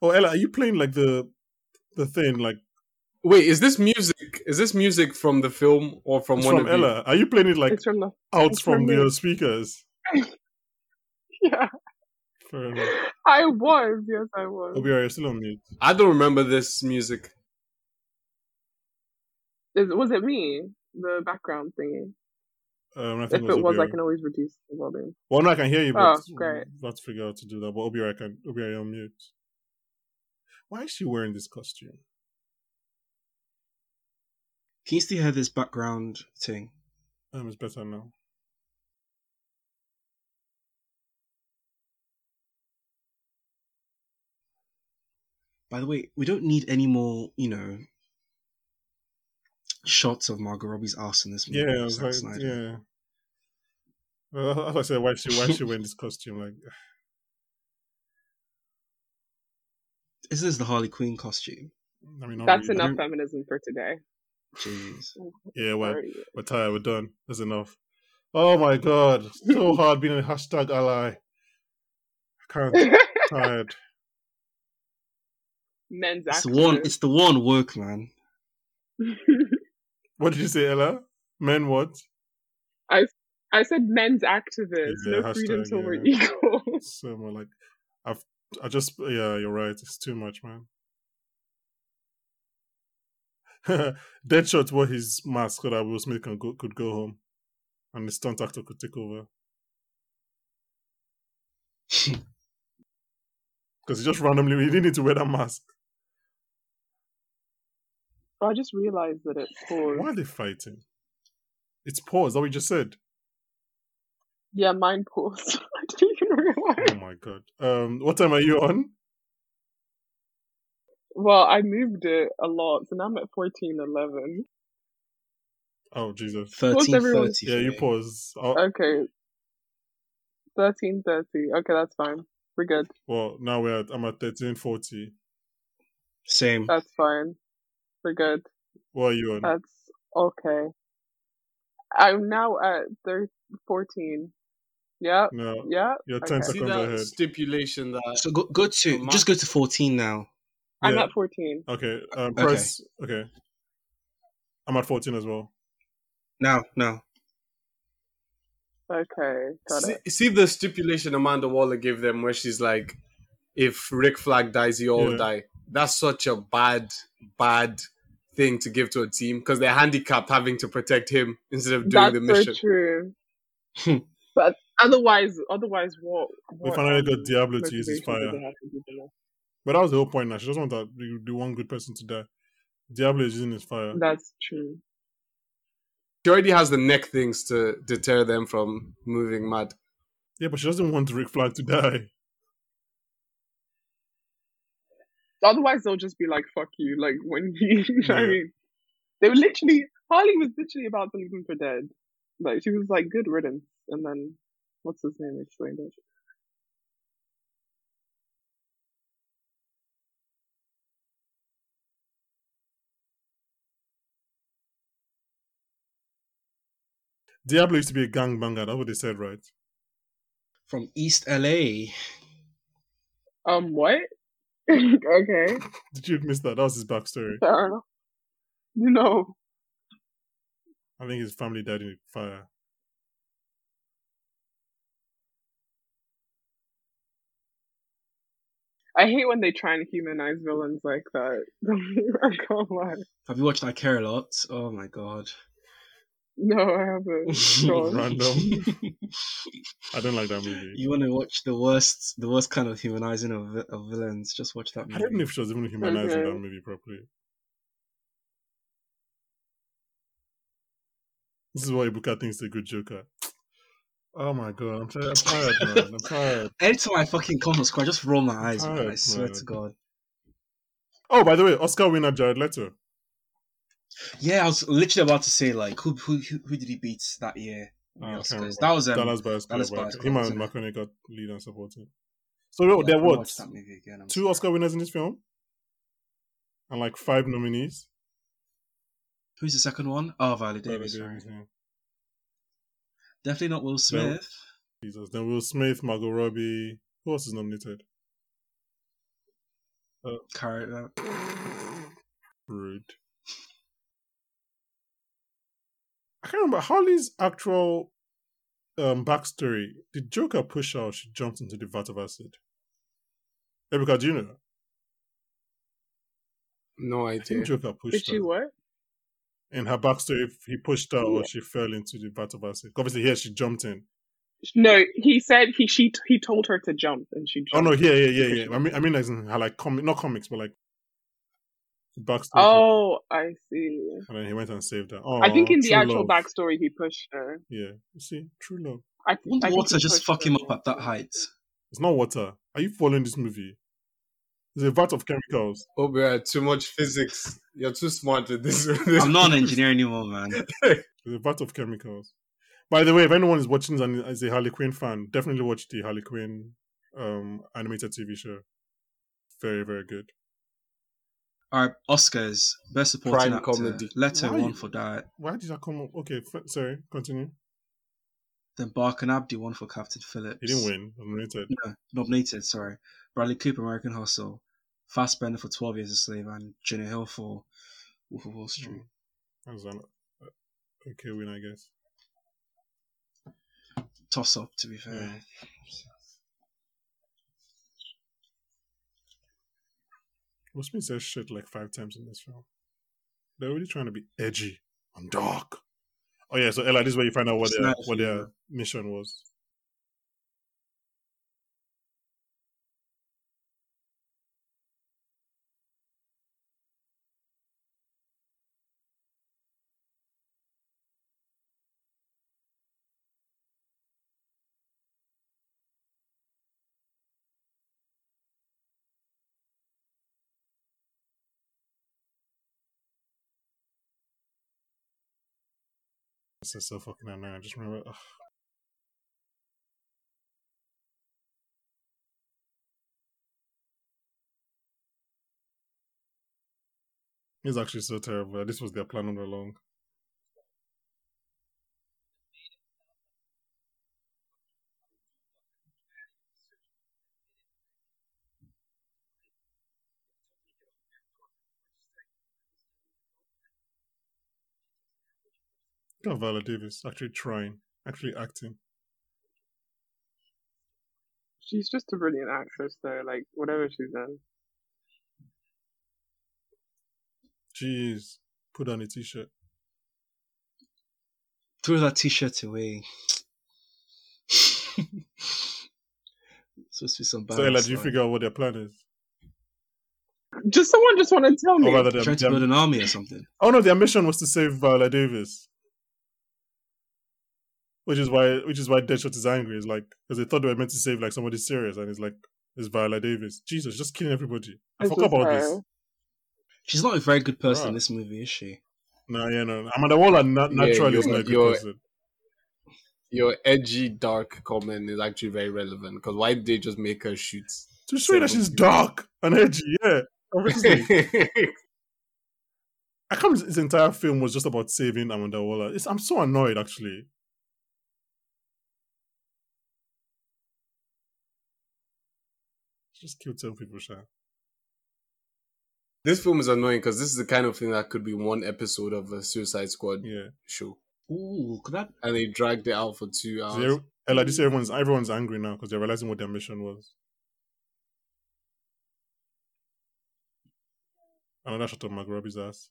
Oh, Ella, are you playing like the the thing like Wait, is this music? Is this music from the film or from it's one from of you? Ella? Are you playing it like It's from the. out It's from from the me. uh, speakers? Yeah. Fair enough. I was. Yes, I was. Obiara, you're still on mute. I don't remember this music. Is, was it me? The background thingy. Um, I think If it was, it was, I Obiora. can always reduce the volume. Well, no, I can hear you, but Oh, great. we'll have to figure out how to do that. But Obiara, can, Obiara, you're on mute. Why is she wearing this costume? Can you still hear this background thing? Um, it's better now. By the way, we don't need any more, you know, shots of Margot Robbie's ass in this movie. Yeah, I was Zack like, Snyder. yeah. Well, as I said, why is she why is she wearing this costume? Like, This is the Harley Quinn costume. I mean, not That's really. enough feminism for today. Jeez. Yeah, well, Sorry. we're tired. We're done. That's enough. Oh my god, so hard being a hashtag ally. I can't. tired. Men's It's the one. activism. It's the one work, man. What did you say, Ella? Men what? I said men's activists. Yeah, no freedom hashtag, till we're yeah. equal. So more like, I've I just yeah, you're right. It's too much, man. Deadshot wore his mask so that Will Smith can go, could go home, and the stunt actor could take over because he just randomly he didn't need to wear that mask. I just realized that it's paused. Why are they fighting? It's pause that we just said. Yeah, mine paused. I didn't even realize. Oh my god. Um, what time are you on? Well, I moved it a lot, so now I'm at fourteen eleven. Oh Jesus. Thirteen everyone- thirty. Yeah, you pause. Oh, Okay, thirteen thirty. Okay, that's fine. We're good. well, now we're at, I'm at thirteen forty. Same. That's fine. We're good. What are you on? That's okay. I'm now at thir- fourteen. Yep. no, Yep. you're ten Okay. See seconds that ahead. stipulation that So go go to Come on. just go to fourteen now. I'm Yeah. at fourteen. Okay. Um, press. Okay. I'm at 14 as well. Now now. Okay, got see, it. see the stipulation Amanda Waller gave them, where she's like, "If Rick Flag dies, you all Yeah. die." That's such a bad, bad thing to give to a team because they're handicapped having to protect him instead of That's doing the mission. so true. but otherwise, otherwise, what? We what, finally got um, Diablo to use his motivation fire. do they have to do that? But that was the whole point now. She doesn't want that the, the one good person to die. Diablo is using his fire. That's true. She already has the neck things to deter them from moving mad. Yeah, but she doesn't want Rick Flag to die. Otherwise, they'll just be like, "Fuck you!" Like when he, you know what I Yeah. mean, they were literally Harley was literally about to leave him for dead. Like she was like, "Good riddance," and then what's his name explained it. Diablo used to be a gangbanger. That's what they said, right? From East LA. Um, what? okay, Did you miss that? That was his backstory. fair enough. No, I think his family died in a fire. I hate when they try and humanize villains like that. I can't lie. Have you watched I Care a Lot? Oh my god. No, I haven't. Go on. Random. I don't like that movie. You want to watch the worst, the worst kind of humanizing of, vi- of villains? Just watch that movie. I don't know if she was even humanizing Okay. Mm-hmm. that movie properly. This is why Ibuka thinks the good Joker. Oh my god, I'm, tired. I'm tired, man. I'm tired. Anytime I fucking come to square, I just roll my eyes. Alright, man, I swear man. to God. Oh, by the way, Oscar winner Jared Leto. Um, Yeah, I was literally about to say like, who who who who did he beat that year? in the Ah, I can't Oscars? remember. That was um, Dallas Buyers Club. Dallas right? Buyers Him Club, and isn't McConaughey got lead and supporting. So there- there yeah, I were watched that movie again. I'm two sorry. Oscar winners in this film, and like five nominees. Who's the second one? Oh, Viola Viola Davis. right. Davis, yeah. Definitely not Will Smith. Jesus. Then Will Smith, Margot Robbie. Who else is nominated? Car- uh, Rude. I can't remember Harley's actual um, backstory. Did Joker push her or she jumped into the vat of acid? Erica, do you know? that? No I think idea. Joker Did pushed she her. what? In her backstory, if he pushed her or Yeah. she fell into the vat of acid. Obviously, here she jumped in. No, he said he she he told her to jump and she Oh jumped. no, yeah, yeah, yeah, yeah. I mean, I mean, as in her like comic, not comics, but like backstory. Oh, I see. And then he went and saved her. I think Aw, in the Oh, true love. actual backstory he pushed her. Yeah, you see, true love. I, th- wouldn't I think water he just pushed fuck her. him up at that height? It's not water. Are you following this movie? It's a vat of chemicals. Oh, yeah, too much physics. You're too smart with this. I'm not an engineer anymore, man. It's a vat of chemicals. By the way, if anyone is watching this and is a Harley Quinn fan, definitely watch the Harley Quinn um, animated TV show. Very, very good. All right, Oscars, best supporting Crime actor. comedy. Leto Why? won for that. Why did that come up? Okay, f- sorry, continue. Then Bark and Abdi won for Captain Phillips. He didn't win. Nominated. No, nominated. Sorry, Bradley Cooper, American Hustle, Fassbender for Twelve Years a Slave, and Jonah Hill for Wolf of Wall Street. That was an uh, okay win, I guess. Toss up, to be fair. Yeah. Will Smith says shit like five times in this film. They're really trying to be edgy and dark. Oh yeah, so Ella, this is where you find out what It's their nice, what yeah. their mission was. This is so fucking annoying. I just remember. ugh. It's actually so terrible. This was their plan all along. Look at Viola Davis actually trying, actually acting. She's just a brilliant actress, though. Like whatever she's in. Jeez, put on a t-shirt. Threw that T-shirt away. Supposed to be some bad. so Ella, do you figure out what their plan is? Just someone just want to tell me. Or rather, their, Trying to their- build an army or something. Oh no, their mission was to save Viola Davis. Which is why which is why Deadshot is angry. It's like because they thought they were meant to save like somebody serious and it's like it's Viola Davis. Jesus, just killing everybody. I This forgot was about this. her. She's not a very good person in Right. this movie, is she? No, yeah, no. Amanda Waller na- Yeah, naturally is you're- not a good you're- person. Your edgy, dark comment is actually very relevant because why did they just make her shoot? To show you that she's dark and edgy, yeah. Obviously. I can't believe this entire film was just about saving Amanda Waller. It's, I'm so annoyed actually. Just kill ten people, Sha. this film is annoying because this is the kind of thing that could be one episode of a Suicide Squad Yeah. show, Ooh, could that? and they dragged it out for two hours. So they're- Ella, this everyone's everyone's angry now because they're realizing what their mission was. Another shot of Maghrabi's ass.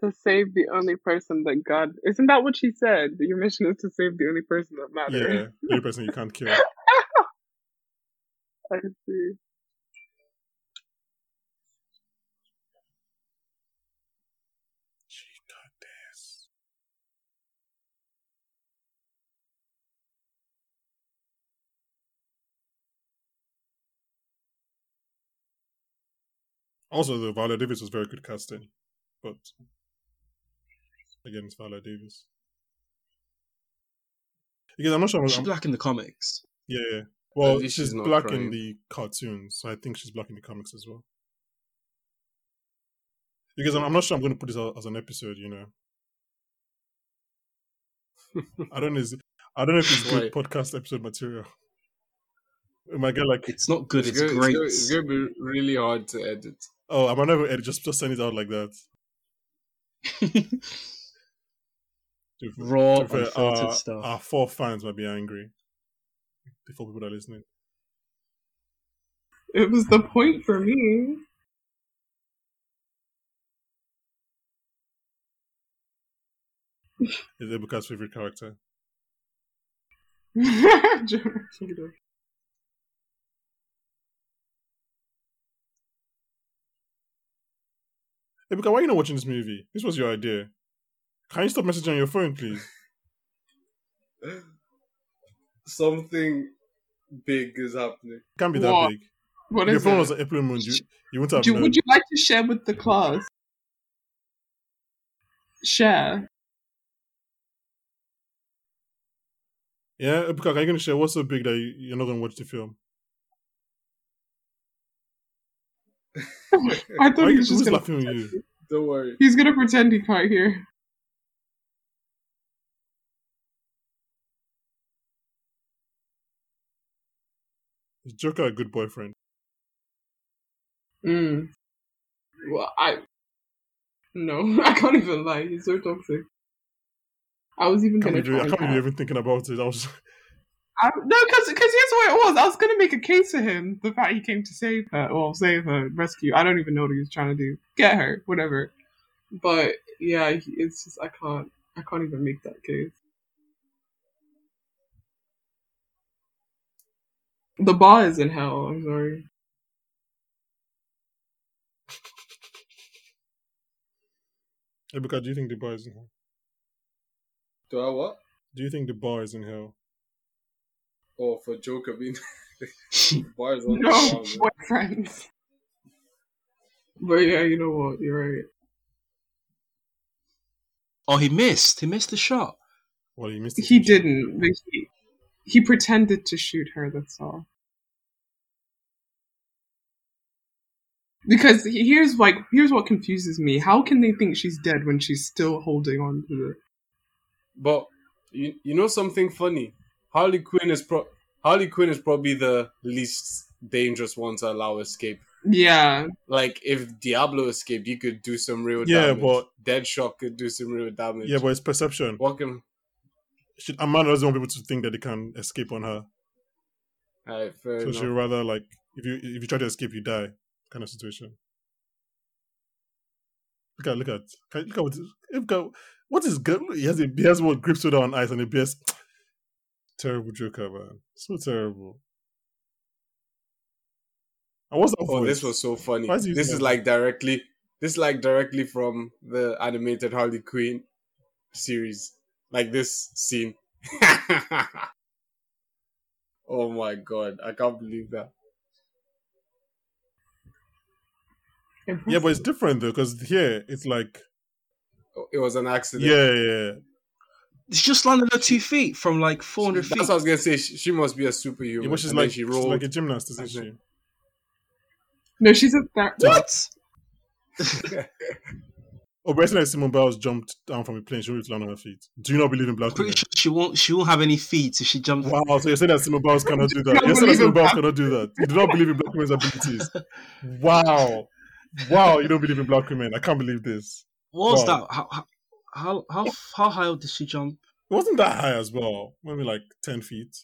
To save the only person that God isn't that what she said? Your mission is to save the only person that matters. Yeah, the only person you can't kill. I see. She got this. Also, the Viola Davis was very good casting, but again, it's Viola Davis. Because I'm not sure. She's I'm- black in the comics. yeah, yeah. Well, she's, least she's not black in crying. the cartoons, so I think she's black in the comics as well. Because I'm, I'm not sure I'm going to put this out as an episode, you know. I don't know. Is, I don't know if it's good Right. podcast episode material. It might get like, It's not good. It's, gonna- great. gonna- It's going to be really hard to edit. oh, I might never edit. Just just send it out like that. To- to Raw, be fair, unfiltered our, stuff. Our four fans might be angry. The four people that are listening. It was the point for me. Is Ebuka's favorite character? Ebuka, why are you not watching this movie? This was your idea. Can you stop messaging on your phone, please? Something big is happening. can't be that What? big. what If your is phone was it? an April Moon, you, you wouldn't have Do, known. would you like to share with the class? Share. Yeah, Ebuka, are you going to share what's so big that you, you're not going to watch the film? I Why thought are he you, was just who's gonna. laughing at you? Don't worry. He's gonna pretend he can't hear. Is Joker a good boyfriend? Mm. Well, I. No, I can't even lie. He's so toxic. I was even I can't, gonna. believe, you- Try I can't believe that. you're even thinking about it. I was, I, no, because because here's what it was. I was gonna make a case for him. The fact he came to save her, well, save her, rescue. I don't even know what he was trying to do. Get her, whatever. But yeah, he- it's just I can't. I can't even make that case. The bar is in hell. I'm sorry. Ebuka, do you think the bar is in hell? Do I what? Do you think the bar is in hell? Oh, for Joker being bars on the No ground, man. boyfriends. But yeah, you know what? You're right. oh, he missed. He missed the shot. Well, you missed it. He didn't. But he he pretended to shoot her. That's all. Because he- here's like here's what confuses me. How can they think she's dead when she's still holding on to the? But you, you know something funny? Harley Quinn is pro- Harley Quinn is probably the least dangerous one to allow escape. Yeah, Like if Diablo escaped, you could do some real Yeah, damage. but- Deadshot could do some real damage. Yeah, but it's perception. what can She, Amanda doesn't want people to think that they can escape on her. Alright, fair So enough. she'd rather, like, if you if you try to escape, you die kind of situation. Look at, look at, can- look at what, Ebuka, what is good? He has a, he has what grip soda on ice and a BS. Terrible Joker, man. So terrible. And what's that Oh, voice? this was so funny. Why is he This using is that like directly this is like directly from the animated Harley Quinn series. Like this scene. oh my god, I can't believe that. Yeah, but it's different though, because here it's like, Oh, It was an accident. yeah, yeah, It's just landed on two feet from like 400 feet. That's what I was gonna say. She, she must be a yeah. superhuman. yeah but she's and like, then she she's rolled. like a gymnast, isn't she? no, she's a that. What? Oh, but it's like Simone Biles jumped down from a plane. She would land on her feet. Do you not believe in black I'm pretty women? sure she won't. She won't have any feet if she jumps. Wow, so you're saying that Simone Biles cannot do that? not You're saying that believe in Simone Biles black- cannot do that? You do not believe in black women's abilities? Wow, wow, you don't believe in black women? I can't believe this. What was Wow. that? How, how- how how how high up did she jump? It wasn't that high as well. Maybe like ten feet.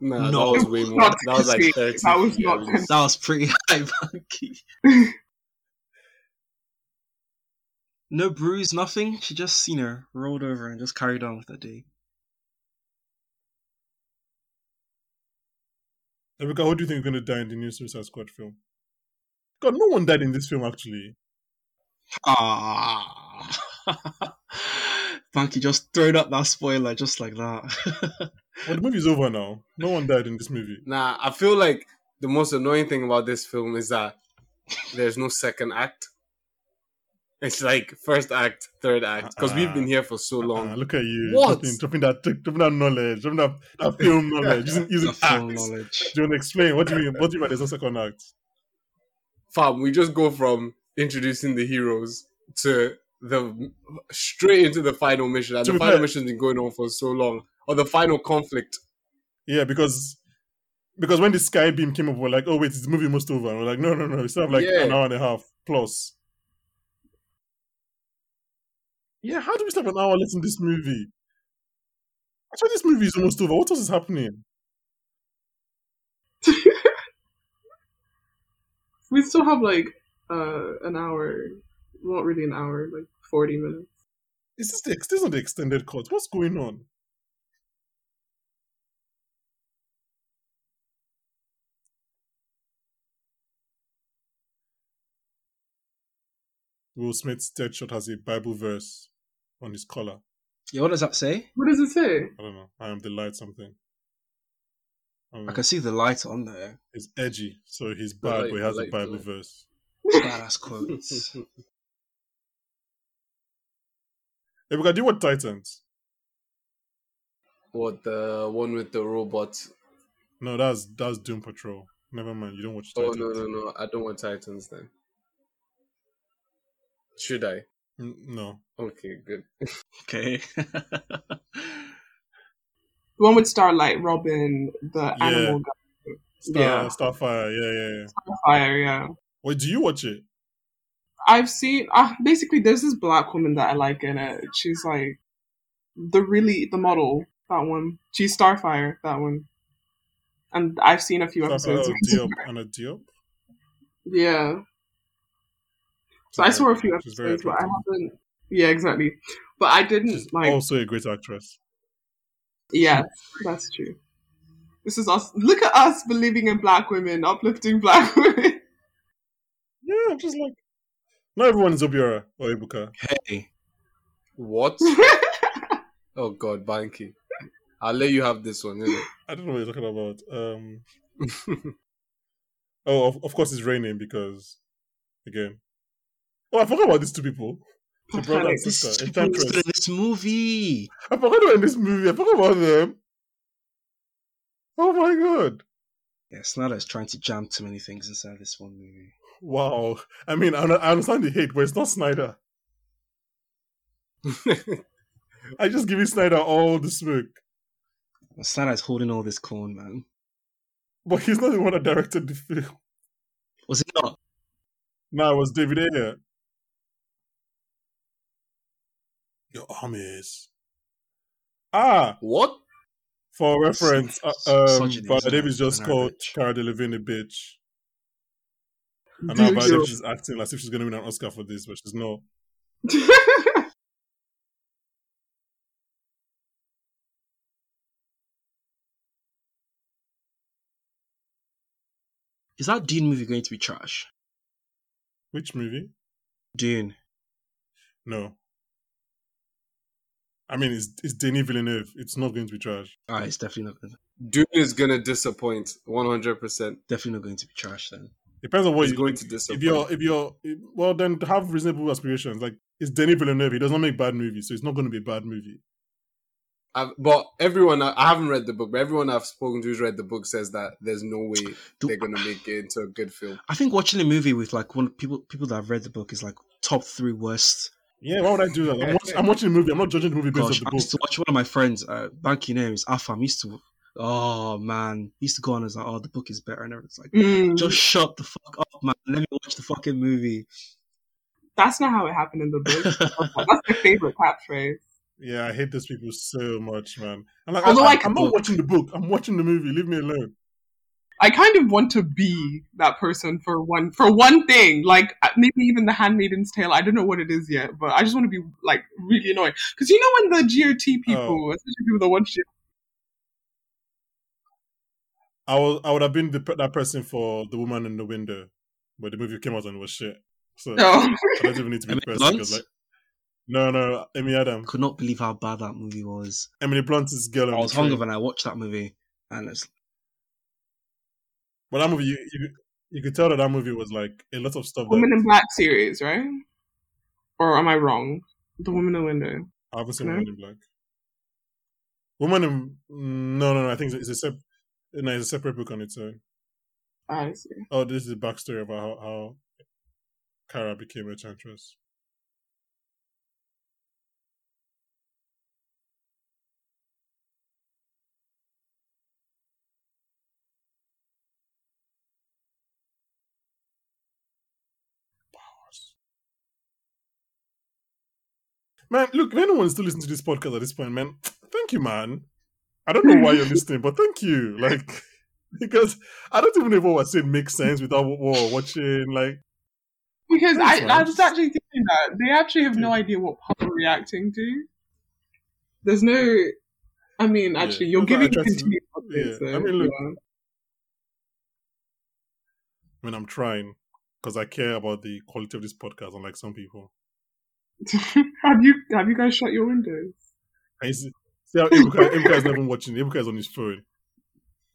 Nah, No, that was way more. not That was like 30. That was at not least. consistent. That was pretty high, Banky. no bruise, nothing. She just, you know, rolled over and just carried on with her day. Rebecca, who do you think is going to die in the new Suicide Squad film? God, no one died in this film, actually. Ah. Banky just thrown up that spoiler just like that. Well, the movie's over now. No one died in this movie. Nah, I feel like the most annoying thing about this film is that there's no second act. It's like first act, third act, because we've been here for so Ah, long. look at you. What? Dropping, dropping that, dropping that knowledge, dropping that, that film knowledge, using, using the full acts. knowledge. Do you want to explain? What do you mean? What do you mean by there's no second act? Fam, we just go from introducing the heroes to the straight into the final mission. And To the be final fair- mission's been going on for so long, or the final conflict. Yeah, because because when the sky beam came up, we we're like, oh wait, it's the movie almost over. And we're like, no, no, no, we still have like Yeah. an hour and a half plus. Yeah, how do we still have an hour left in this movie? Actually, this movie is almost over. What else is happening? We still have like uh, an hour, not really an hour, like forty minutes. Is this the ex- this is not the extended cut? What's going on? Will Smith's Deadshot has a Bible verse on his collar. Yeah, what does that say? What does it say? I don't know. I am the light something. I don't I know. can see the light on there. It's edgy, so he's bad, light- but he has the a light, Bible the light. verse. Badass quotes. Hey, we can do what Titans? What the one with the robot? No, that's that's Doom Patrol. Never mind, you don't watch Oh Titans. no no no! I don't want Titans then. Should I? N- no. Okay, good. okay. The one with Starlight, Robin, the Yeah. animal guy, Star, Yeah. Starfire, yeah, yeah, yeah. fire. Yeah, Wait, do you watch it? I've seen. Uh, basically, there's this black woman that I like in it. She's like the really the model that one. She's Starfire that one. And I've seen a few Starfire, episodes. oh, Diop, Anna Diop? yeah. So I saw a few She's very episodes, but I attractive. haven't. Yeah, exactly. But I didn't She's like. also a great actress. Yeah, that's true. This is us. Look at us believing in black women, uplifting black women. Yeah, I'm just like not everyone is Obiora or Ibuka. hey. What? Oh God, Banky! I'll let you have this one. innit? I don't know what you're talking about. Um, oh, of, of course it's raining because again. Oh, I forgot about these two people. The brother and This sister, stupid Enchantress. stood in this movie. I forgot about this movie. I forgot about them. Oh my god! Yeah, Snyder's trying to jam too many things inside this one movie. Wow. I mean, I, I understand the hate, but it's not Snyder. I just give Snyder all the smoke, And Snyder's holding all this corn, man. but he's not the one that directed the film. Was it not? No, it was David Ayer. Your arm is ah. what? For reference, uh, um, Misogyny Viola is Davis not just an called average. Cara Delevingne a bitch, and now Viola Dude, Davis is acting as if she's going to win an Oscar for this, but she's not. Is that Dune movie going to be trash? Which movie? Dune. No. I mean, it's it's Denis Villeneuve. It's not going to be trash. Ah, it's definitely not. Dune is gonna disappoint. One hundred percent. Definitely not going to be trash then. Depends on what It's you. going to If disappoint. you're if you're if- well, then have reasonable aspirations. Like it's Denis Villeneuve. He does not make bad movies, so it's not going to be a bad movie. I've, but everyone, I, I haven't read the book, but everyone I've spoken to who's read the book says that there's no way Do- they're gonna make it into a good film. I think watching a movie with like one people people that have read the book is like top three worst. Yeah, why would I do that? I'm, watch, I'm watching a movie. I'm not judging the movie based Gosh, on the I book. used to watch one of my friends, uh, Banky names Afam. Used to, oh man, he used to go on and was like, oh, the book is better, and everything's like, mm, just shut the fuck up, man. Let me watch the fucking movie. that's not how it happened in the book. That's my favorite catchphrase. Yeah, I hate those people so much, man. I'm like, Although I, I am can not look. watching the book. I'm watching the movie. Leave me alone. I kind of want to be that person for one for one thing, like uh, maybe even the Handmaiden's Tale. I don't know what it is yet, but I just want to be like really annoying because you know when the GOT people, Oh. especially people that watch it, I was, I would have been the, pe- that person for the woman in the window, but the movie came out and it was shit. So no, I don't even need to be the Emily person. 'cause, Blunt? Like, no, no, Amy Adams. Could not believe how bad that movie was. Emily Blunt is girl. on I the was train. hungry when I watched that movie, and it's But that movie, you, you, you could tell that that movie was like a lot of stuff. Woman that in Black series, right? Or am I wrong? The Woman in the Window. I haven't seen No? Woman in Black. Woman in mm, no, no, no. I think it's a sep- no, it's a separate book on its own. Ah, I see. Oh, this is the backstory about how, how Kara became a chantress. Man, look, if anyone's still listening to this podcast at this point, man, thank you, man. I don't know why you're listening, but thank you. Like, because I don't even know if what I said makes sense without what we're watching. Like, Because I, That's I right. was actually thinking that they actually have no Yeah. idea what part we're reacting to. There's no, I mean, Yeah. actually, you're That's what I giving tried to- continued yeah. updates. so, I mean, look, yeah. I mean, I'm trying because I care about the quality of this podcast, unlike some people. have you have you guys shut your windows? And you see, see how Ibuka, Ibuka is not even watching. Ibuka is on his phone.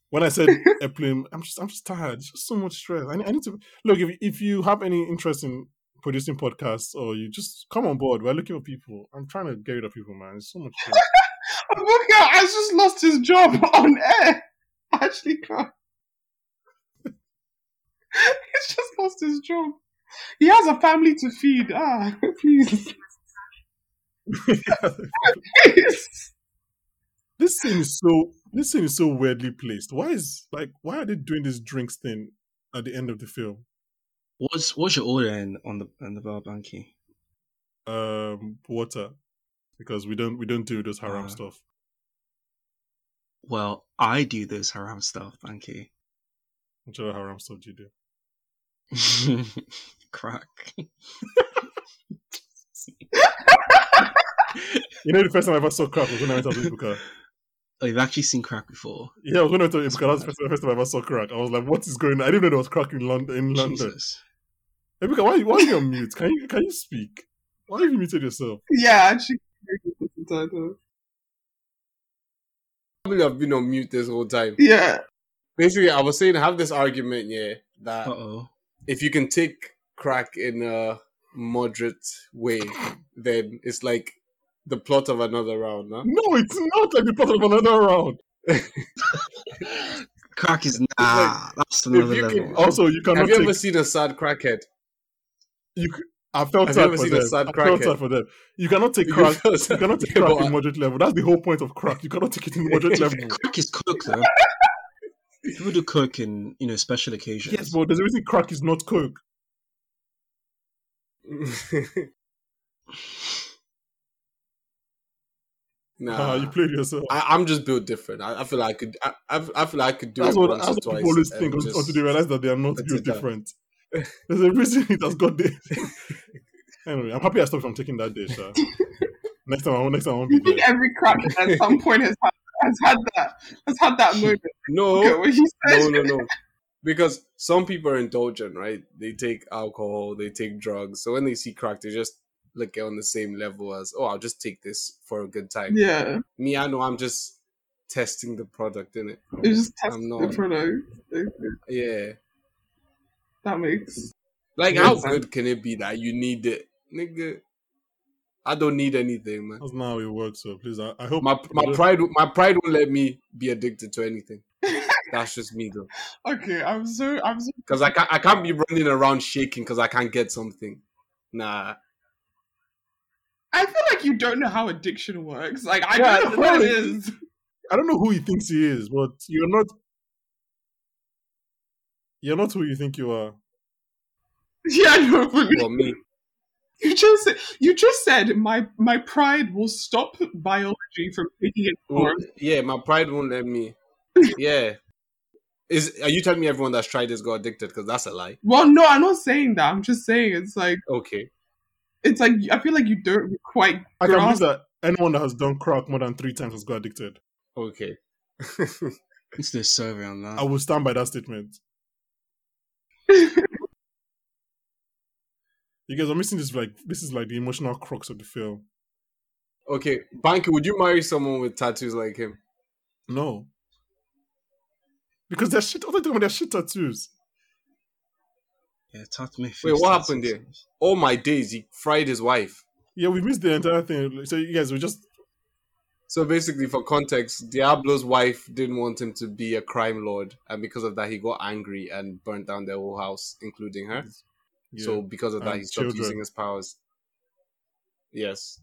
When I said airplane, I'm just I'm just tired. It's just so much stress. I, need- I need to look if if you have any interest in producing podcasts or you just come on board. We're looking for people. I'm trying to get rid of people, man. It's so much stress. Booker has just lost his job on air. Actually, can't. he's just lost his job. He has a family to feed. Ah, please, please. this scene is so this scene is so weirdly placed. Why is like why are they doing this drinks thing at the end of the film? what's what's your order in, on the on the bar banky? Um, water because we don't we don't do those haram Ah. stuff. Well, I do this haram stuff, banky. Which other haram stuff do you do? Crack. You know, the first time I ever saw crack was when I went to Ibuka. Oh, you've actually seen crack before. Yeah, I was when I went to Ibuka. That was the first, the first time I ever saw crack. I was like, "What is going? on? I didn't know there was crack in London." In London, Jesus. Ibuka, why, why are you on mute? Can you can you speak? Why have you muted yourself? Yeah, actually. listen to that. Probably have been on mute this whole time. Yeah, Basically, I was saying have this argument, yeah, that Uh oh. if you can take crack in a moderate way, then it's like the plot of another round, huh? No, it's not like the part of another round. Crack is nah. like, that's another you level. can- Also, you cannot. Have you take, ever seen a sad crackhead? you c- I felt have you sad ever for seen a them. sad I crack felt head? sad for them. You cannot take crack. You cannot take Yeah, crack but- in moderate level. That's the whole point of crack. You cannot take it in moderate level. Crack is coke though. People do coke in you know special occasions. Yes, but there's a reason crack is not coke. nah, Ah, you played yourself. I, I'm just built different. I, I feel like I could. I, I I feel like I could do that's it what, once that's or what twice. people always and think until, just- until they realize that they are not that's built it, uh. different. There's a reason it has got there. anyway, I'm happy I stopped from taking that dish. Sha. next time, I won't, next time I won't you be think there. every crackhead at some point has had, has had that has had that moment. Okay, No, what you said. no, no, no. Because some people are indulgent, right? They take alcohol, they take drugs. So when they see crack, they just look at it on the same level as, oh, I'll just take this for a good time. Yeah, Me, I know I'm just testing the product in it. it was just I'm testing the not. product. Yeah. That makes Like, Yeah, how it's- good can it be that you need it, nigga? I don't need anything, man. That's not how it works. So please, I, I hope My my pride my pride won't let me be addicted to anything. That's just me though, okay. I'm so I'm so because I can't I can't be running around shaking because I can't get something. Nah, I feel like you don't know how addiction works. Like I Yeah, don't know what it no, is. I don't know who he thinks he is, but you're not. You're not who you think you are. Yeah, no, well me, You just you just said my my pride will stop biology from taking its Well, form. yeah, my pride won't let me. Yeah. Is are you telling me everyone that's tried this got addicted? Because that's a lie. Well, no, I'm not saying that. I'm just saying it's like Okay. it's like I feel like you don't quite I can believe grasp that anyone that has done crack more than three times has got addicted. Okay. Let's do a survey on that. I will stand by that statement. You guys are missing this like this is like the emotional crux of the film. okay. Banky, would you marry someone with tattoos like him? No. Because they're shit other than they're shit tattoos. Yeah, tat- my face Wait, what tattoos. happened there? All Oh my days, he fried his wife. Yeah, we missed the entire thing. So you guys we just So basically, for context, Diablo's wife didn't want him to be a crime lord, and because of that, he got angry and burnt down their whole house, including her. yeah. So because of that, And he stopped children. using his powers. Yes,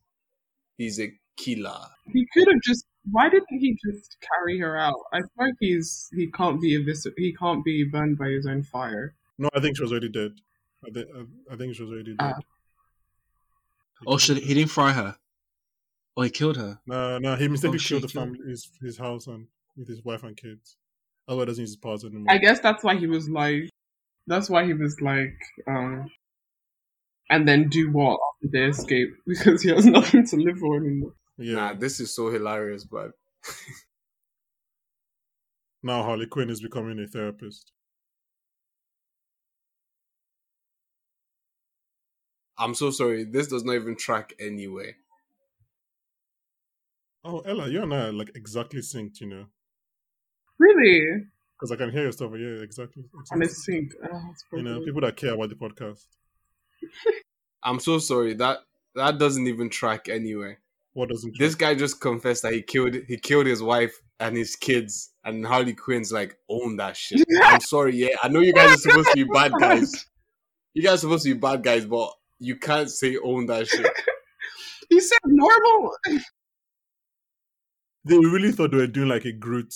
he's a killer. He could have just. Why didn't he just carry her out? I feel like he's he can't be evis- he can't be burned by his own fire. No, I think she was already dead. I, th- I think she was already dead. Ah. Oh, should he didn't fry her? Oh, he killed her. Nah, nah, he mistakenly Oh, killed the shit, yeah. family, his, his house and with his wife and kids. That's why he doesn't use his powers anymore. I guess that's why he was like. That's why he was like. um And then do what after they escape because he has nothing to live for anymore. yeah. Nah, this is so hilarious, but Now Harley Quinn is becoming a therapist. I'm so sorry. This does not even track anywhere. Oh, Ella, you and I are like exactly synced, you know. Really, Because I can hear your stuff. but Yeah, exactly. exactly. and it's synced. Oh, that's You know, probably- people that care about the podcast. I'm so sorry that that doesn't even track anywhere. What doesn't This guy just confessed that he killed he killed his wife and his kids, and Harley Quinn's like own that shit. I'm sorry, yeah, I know you guys are supposed to be bad guys. You guys are supposed to be bad guys, but you can't say own that shit. He said normal. They really thought they were doing like a Groot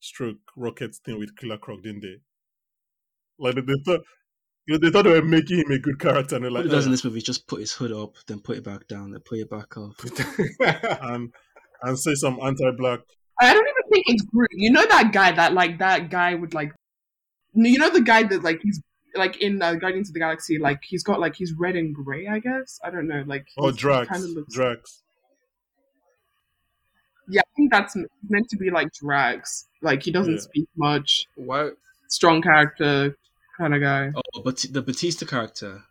stroke rocket thing with Killer Croc, didn't they? Like they thought, you know, they thought they were making him a good character, and they're What like, he does in "Eh." this movie is just put his hood up, then put it back down, then put it back up. "Uh," and and say some anti-black. I don't even think it's Groot. You know that guy that like that guy would like. You know the guy that like he's like in uh, Guardians of the Galaxy. Like he's got like he's red and gray. I guess I don't know. Like he's, Oh, Drax, kind of looks. Drax. yeah, I think that's m- meant to be like Drax. Like he doesn't Yeah. speak much. Why? Strong character kind of guy. Oh, but the Batista character.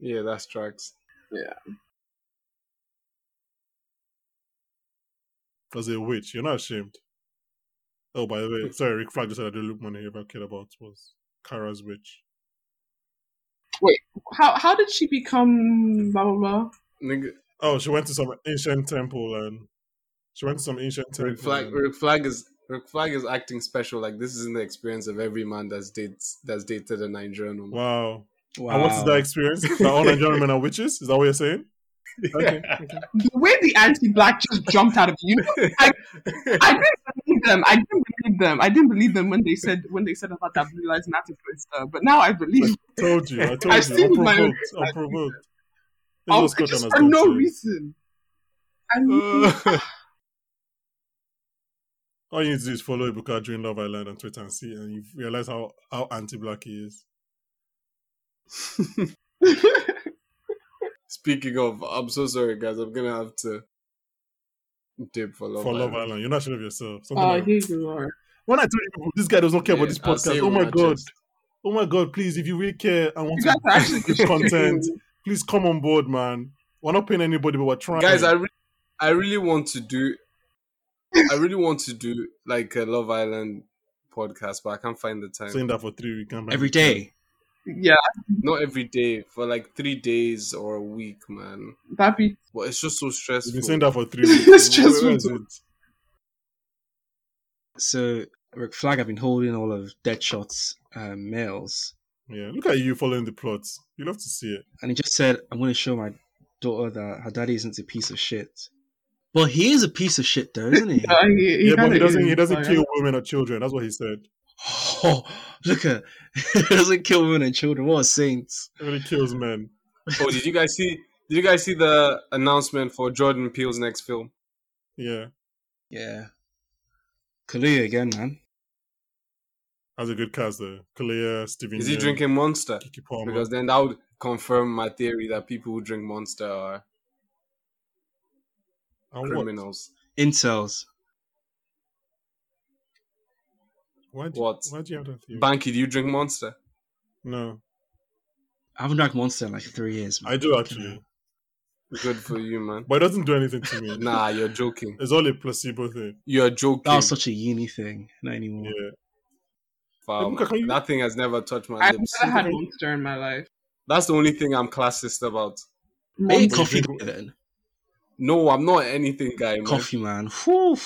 Yeah, that's tracks. as a witch. You're not ashamed. Oh, by the way, sorry, Rick Flag just said I didn't look money he ever cared about was Kara's witch. How how did she become blah blah blah? Nigga, Oh, she went to some ancient temple and she went to some ancient temple. Rick Flag, and- Rick Flag is Rick Flag is acting special. Like this isn't the experience of every man that's dates that's dated a Nigerian woman. Wow. Wow. And what is that experience? that all Nigerian men are witches? Is that what you're saying? Okay. The way the anti-black just jumped out of you. I didn't believe them. I didn't believe them. I didn't believe them when they said when they said about that blue lives matter poster. But now I believe. told you. I told I've you. seen with my own Unprovoked. eyes. Unprovoked. This Oh, was Scott just and for Azdob no saying. reason. I mean, Uh, All you need to do is follow Ibuka during Love Island on Twitter and see, and you realize how, how anti black he is. Speaking of, I'm so sorry, guys. I'm gonna have to dip for love. for Love Island. Island. You're not sure of yourself. Something oh, like here you are. When I told you people, this guy does not care Yeah, about this I'll say podcast. it Oh with my my god. chest. Oh my god, please, if you really care and want You guys to are actually good content, please come on board, man. We're not paying anybody, but we're trying. guys i re- i really want to do i really want to do like a love island podcast but i can't find the time saying that for three weeks. can't Every find it. day. Yeah, not every day for like three days or a week man that'd be. but it's just so We've stressful been saying that for three It's weeks. just Where been is too- it? So Rick Flag have been holding all of Deadshot's um, mails, Yeah, look at you following the plots. You love to see it. and he just said, "I'm going to show my daughter that her daddy isn't a piece of shit." Well, he is a piece of shit, though, isn't he? Uh, he, he yeah, but kinda he doesn't. is, He doesn't like, kill women or children. That's what he said. Oh, look at doesn't kill women and children. What a saint! He only kills men. Oh, did you guys see? Did you guys see the announcement for Jordan Peele's next film? Yeah, Yeah. Kalia again, man. has a good cast though. Kalia, Steven. Is he Yeun, drinking Monster? Kiki Palmer. Because then that would confirm my theory that people who drink Monster are And what? criminals. Incels. Why do, What? Why do you have that theory? Banky, do you drink Monster? no, I haven't drank Monster in like three years. Man. I do actually, Good for you, man. but it doesn't do anything to me. Nah, you're joking. It's all a placebo thing. You're joking. That was such a uni thing. Not anymore. Yeah, Wow, Luca, can you- That thing has never touched my I've lips. never had monster in my life. That's the only thing I'm classist about. Maybe Monster. coffee guy then. No, I'm not anything guy. Man. Coffee man. Whew.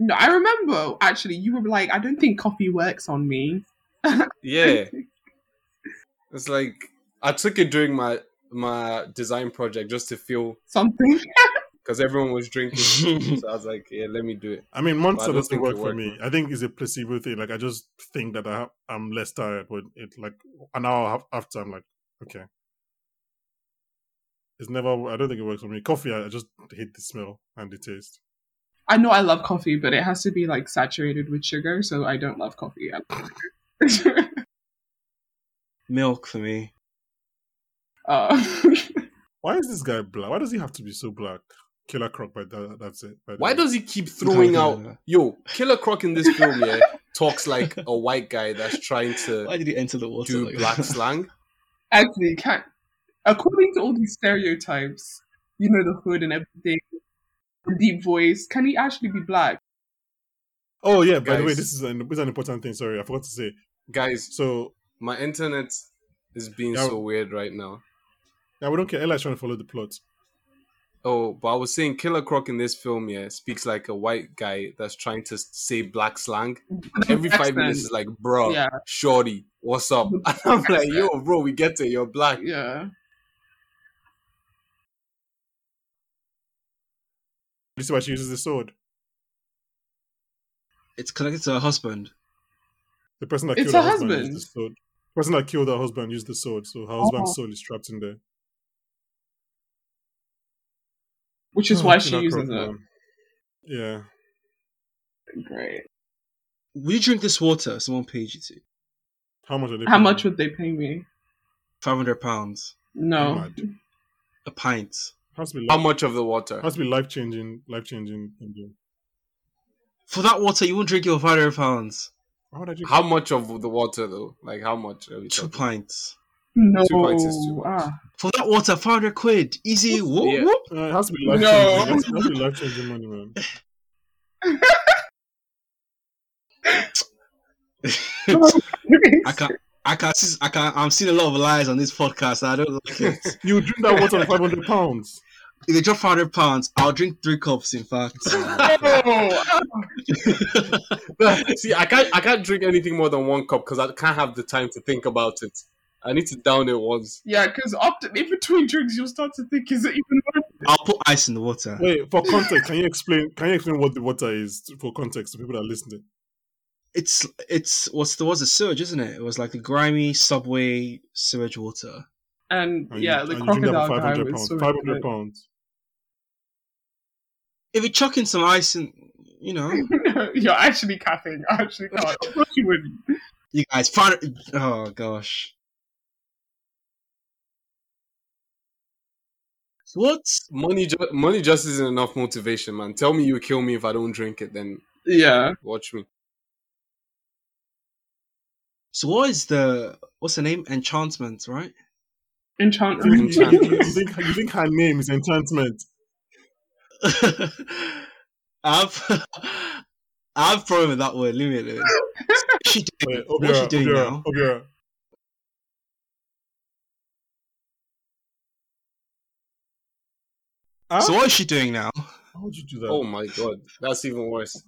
No, I remember actually. You were like, I don't think coffee works on me. Yeah. it's like I took it during my my design project just to feel Something. because everyone was drinking. so I was like, yeah, let me do it. I mean, But I Monster don't doesn't think work it for worked, me. man. I think it's a placebo thing. Like, I just think that I have, I'm less tired, but it like an hour haf- after, I'm like, okay. It's never. I don't think it works for me. Coffee, I I just hate the smell and the taste. I know I love coffee, but it has to be like saturated with sugar, so I don't love coffee. I love sugar. Milk for me. uh, Why is this guy black? Why does he have to be so black? Killer Croc, by that, that's it. by the Why way. does he keep throwing No, out? no, no. Yo, Killer Croc in this film, yeah, talks like a white guy that's trying to Why did he enter the water? do like black that? slang. actually, can according to all these stereotypes, you know, the hood and everything, the deep voice, can he actually be black? Oh yeah. By the way, Guys. this is an this is an important thing. Sorry, I forgot to say. Guys, So my internet is being Yeah. so weird right now. yeah, we don't care. Ella is trying to follow the plot. Oh, but I was saying Killer Croc in this film, yeah, speaks like a white guy that's trying to s- say black slang. Every five Accent. minutes is like, bro, Yeah. shorty, what's up? And I'm like, yo, bro, we get it, you're black. Yeah. This is why she uses the sword. It's connected to her husband. The person that It's killed her her husband, husband. used the sword. The person that killed her husband used the sword, so her husband's soul is trapped in there. Which is Oh, why she Killer uses Croc, it. man. Yeah. Great. Will you drink this water? Someone paid you to. How much are they? How paying much her? would they pay me? Five hundred pounds. No. Mad. A pint. Has to be How life, much of the water? has to be life changing, life changing. For that water, you won't drink your five hundred pounds. How would I drink? How much of the water though? Like how much? Are we Two talking? pints. No. Two pints is too much. Ah. For that water, five hundred quid. Easy. Whoop, Yeah. whoop. Uh, it has to be life No. changing. It has to be life changing money, man. I can't. I can see, I can I'm seeing a lot of lies on this podcast. and I don't like it. You would drink that water for five hundred pounds. if they drop 500 pounds, I'll drink three cups. In fact, Oh, See, I can't I can't drink anything more than one cup because I can't have the time to think about it. I need to down it once. yeah, because often in between drinks you'll start to think, is it even worth? I'll put ice in the water. Wait, for context, can you explain? Can you explain what the water is to- for context to people that are listening? It's it's what's there was a sewage, isn't it? It was like the grimy subway sewage water. And And Oh, you- yeah, and the you drink that for crocodile 500 guy was pounds. so Five hundred good. pounds. If you chuck in some ice and you know, No, You're actually capping. I actually can't. Of course you wouldn't. you guys find oh gosh. What? Money, ju- money just isn't enough motivation, man. Tell me you kill me if I don't drink it, then Yeah. watch me. So what is the what's the name? Enchantment, right? You Enchantment. think, you, think, you think- you think her name is enchantment? I've I've problem with that word. Leave me alone. She did. Wait, What's she Obiora, doing Obiora, now? Obiora. Huh? So what is she doing now? How would you do that? Oh my god, that's even worse.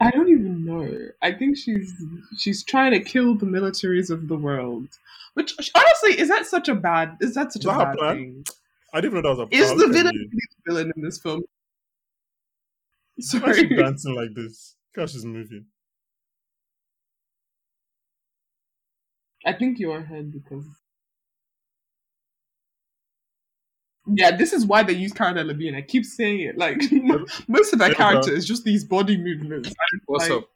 I don't even know. I think she's she's trying to kill the militaries of the world. Which honestly, is that such a bad? Is that such Is a that her bad plan? thing? I didn't even know that was a Is oh, the look at villain you. villain in this film? Why is she Sorry. dancing like this? Gosh, she's moving. I think you're ahead because. Yeah, this is why they use Cara Levine. I keep saying it. Like most of that Yeah, character is just these body movements. What's Like- up?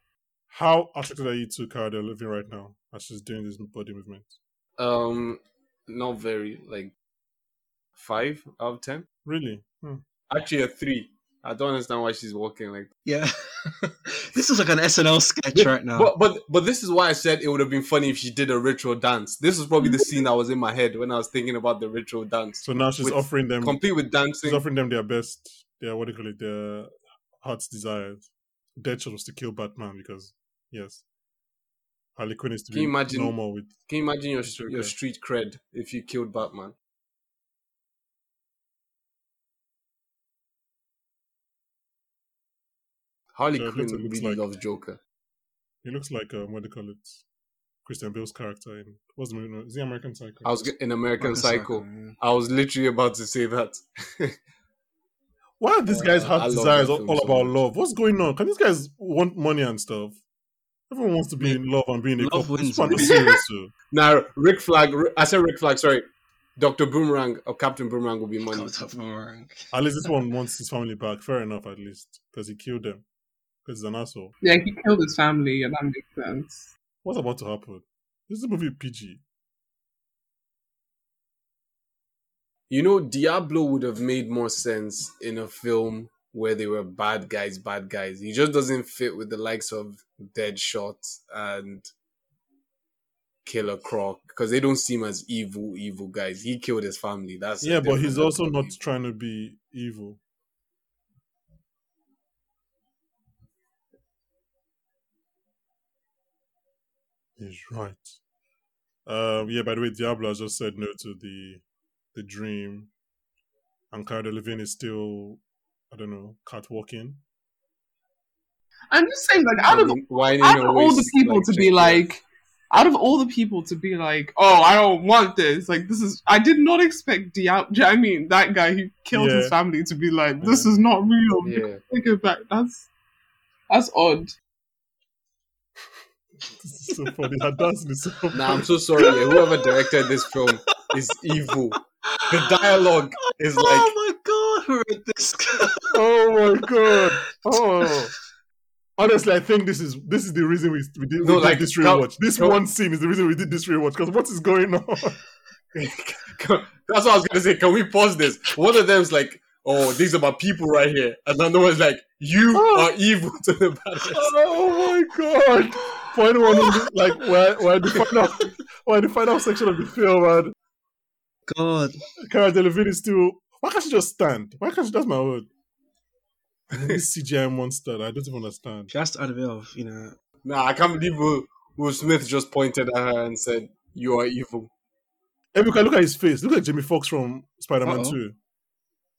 How attracted are you to Cara Delevingne right now as she's doing this body movement? Um, not very. Like five out of ten. Really? Hmm. Actually, a three. I don't understand why she's walking like. Yeah. this is like an SNL sketch right now. But but but this is why I said it would have been funny if she did a ritual dance. This was probably the scene that was in my head when I was thinking about the ritual dance, So now she's With- offering them complete with she's dancing. offering them their best, their what do you call it, their heart's desires. Deadshot was to kill Batman because yes, Harley Quinn is to Can be you imagine- normal with. Can you imagine your It's okay. your street cred if you killed Batman? Harley So it Quinn looks- it looks really like- loves Joker. He looks like um, what do you call it, Christian Bale's character in what's the movie? no, Is the American Psycho? I was g- in American Fucking Psycho. yeah. I was literally about to say that. Why are these guys' Uh, heart I love desires that all, film all so about much. love? What's going on? Can these guys want money and stuff? Everyone wants to be in love and be in a Love couple. wins, People are not man. serious, too. now, Rick Flag. I said Rick Flag. Sorry, Doctor Boomerang or Captain Boomerang will be money. Comes up from around. At least this one wants his family back. Fair enough, at least because he killed them. Because he's an asshole. Yeah, he killed his family, and that makes sense. What's about to happen? This is a movie PG. You know, Diablo would have made more sense in a film where they were bad guys, bad guys. He just doesn't fit with the likes of Deadshot and Killer Croc because they don't seem as evil, evil guys. He killed his family. That's a yeah, but different he's level also of not evil. trying to be evil. He's right. Um, yeah, by the way, Diablo has just said no to the the dream. And Cara Delevingne is still, I don't know, catwalking. I'm just saying, like out of Whining out of all always, the people like, to be check like, out of all the people to be like, oh, I don't want this. Like, this is. I did not expect Diab. do you know what I mean, that guy who killed his Yeah. family to be like, this Yeah. is not real. their- Yeah. Take it back. That's that's odd. This is so funny. That dancing is so funny. Nah, I'm so sorry. Whoever directed this film is evil. The dialogue is like, oh my god, who wrote this? Oh my god! Oh, honestly, I think this is this is the reason we we did, we No, did like, this no, rewatch. this no. one scene is the reason we did this rewatch because what is going on? that's what I was gonna say. Can we pause this? One of them's like, oh, these are my people right here, and another one's like, you are evil to the baddest. oh my god! For anyone who like, where where the final where the final section of the film and God, Cara Delevingne is still. Why can't she just stand? Why can't she? That's my word. This CGI monster, I don't even understand. she has to add a bit of, you know, Nah, I can't believe Will, Will Smith just pointed at her and said, you are evil. If you can look at his face, look at Jamie Foxx from Spider Man Uh-oh. Two,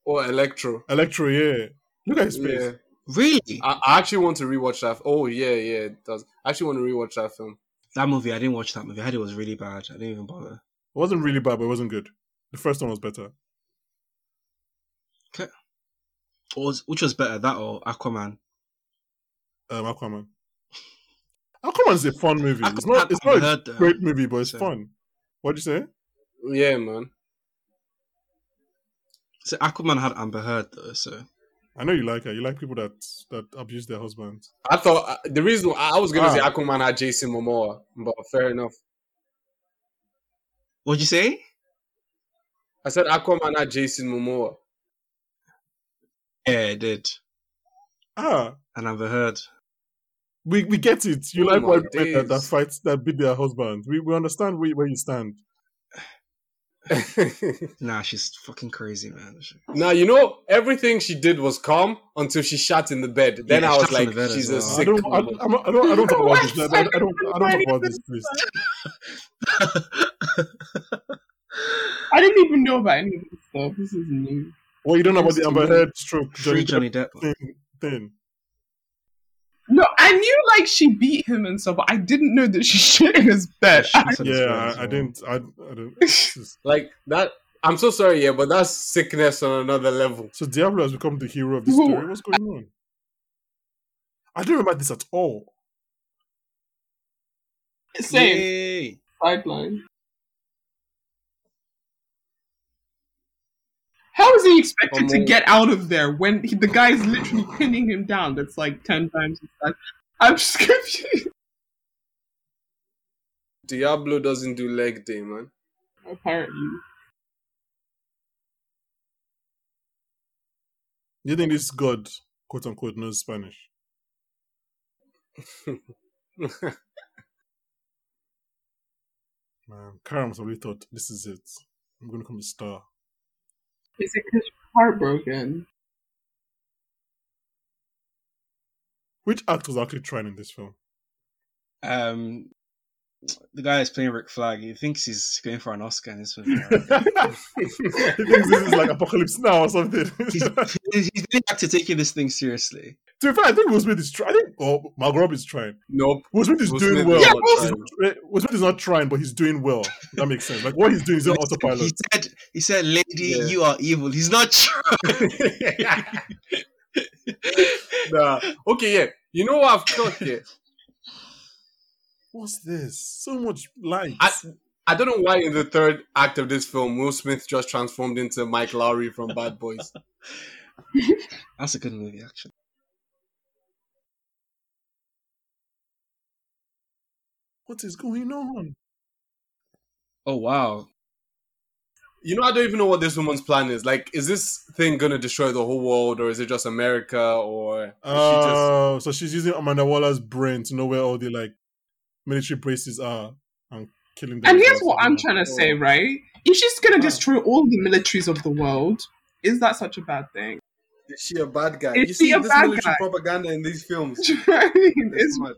Or Electro. Electro. Yeah, look at his face. Yeah, really I, I actually want to rewatch that. Oh yeah, yeah, it does. I actually want to rewatch that film. that movie. I didn't watch that movie. I heard it was really bad. I didn't even bother. It wasn't really bad, but it wasn't good. The first one was better. What was, which was better, that or Aquaman? Um, Aquaman. Aquaman is a fun movie. It's not. It's Aquaman not a heard, uh, great movie, but it's so- fun. What'd you say? Yeah, man. So Aquaman had Amber Heard though, so I know you like her. You like people that that abuse their husbands. I thought uh, the reason I, I was gonna Ah. say Aquaman had Jason Momoa, but fair enough. what'd you say? I said Aquaman had Jason Momoa. Yeah, it did. Ah, And Amber Heard. we, we get it. You Oh like my white men that, that days. fight that beat their husbands. We we understand where, where you stand. Nah, she's fucking crazy, man. She- Now you know everything she did was calm until she shat in the bed. Then Yeah, I she was shat in like, the bed as she's a well. I sick. don't. I, woman. I'm not- I don't. I don't talk about this. I don't. I don't, I don't Why? talk about this, please. I didn't even know about any of this stuff. This is new. Well, you don't know about the Amber Heard stroke Free Johnny Depp Johnny Depp. thing. thing. No, I knew like she beat him and stuff, but I didn't know that she shit in his bed. She shit in his bed Yeah, as I, I well. didn't. I, I don't. this is- Like that. I'm so sorry, yeah, but that's sickness on another level. So Diablo has become the hero of this Who? story. What's going on? I don't remember this at all. Same. Yay. sideline. How is he expected to Almost. get out of there when he, the guy is literally pinning him down? That's like ten times his size. I'm just confused. Diablo doesn't do leg day, man. Apparently, You think this god, quote unquote, knows Spanish? Man, Karam's already thought this is it. I'm gonna become a star. is it because you're heartbroken? Which act was actually trying in this film? Um, the guy that's playing Rick Flag, he thinks he's going for an Oscar in this film. he thinks this is like apocalypse now or something. he's, he's going back to taking this thing seriously. To be fair, I think Will Smith is trying. I think oh, Margot Robbie is trying. nope. Will Smith is Will doing Smith well. is Yeah, not Will trying. Eh, Will Smith is not trying, but he's doing well. That makes sense. Like what he's doing is on autopilot. He said, "He said, lady, Yeah. you are evil." He's not sure. Nah. Okay, yeah. You know what I've thought here? What's this? So much light. I, I don't know why in the third act of this film, Will Smith just transformed into Mike Lowry from Bad Boys. That's a good movie, actually. What is going on? Oh wow! You know, I don't even know what this woman's plan is. Like, is this thing going to destroy the whole world or is it just America or is she Uh, just. Oh, so she's using Amanda Waller's brain to know where all the like military bases are and killing them. And here's what I'm trying to say, right? If she's gonna destroy all the militaries of the world, is that such a bad thing? Is she a bad guy? Is you she see a this bad military guy? propaganda in these films. Do you know what I mean? It's It's, mad.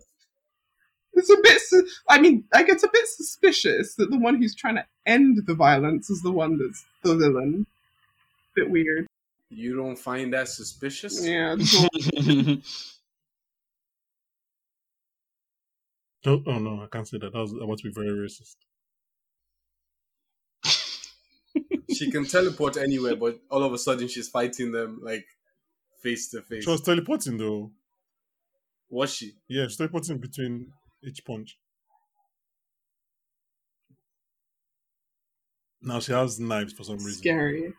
it's a bit. su- I mean, like it's a bit suspicious that the one who's trying to end the violence is the one that's the villain. Bit weird. You don't find that suspicious? Yeah. it's all- That's No, oh no, I can't say that. That was, I want to be very racist. She can teleport anywhere, but all of a sudden she's fighting them like face to face. She was teleporting though. Was she? Yeah, she's teleporting between each punch. Now she has knives for some reason. Scary.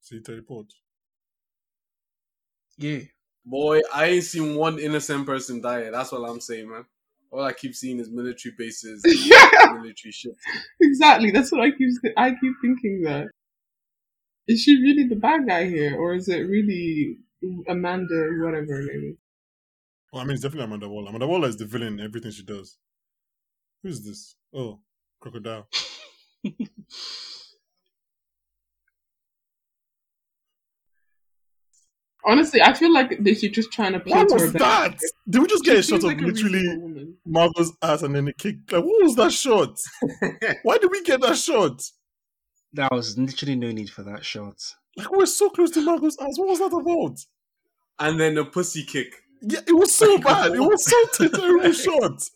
See, teleport. yeah. Boy, I ain't seen one innocent person die. That's what I'm saying, man. All I keep seeing is military bases, yeah, military ships. exactly. That's what I keep. thi- I keep thinking that. Is she really the bad guy here, or is it really Amanda, whatever her name is? Oh, I mean, it's definitely Amanda Waller. Amanda Waller is the villain in everything she does. Who's this? Oh, crocodile. Honestly, I feel like they should just trying to appeal What to her was better. that? Did we just She get a seems shot of like a literally reasonable woman. Margot's ass and then a kick? Like, what was that shot? Why did we get that shot? That was literally no need for that shot. Like, we were so close to Margot's ass. What was that about? and then a pussy kick. Yeah, it was so bad. It was so terrible shot.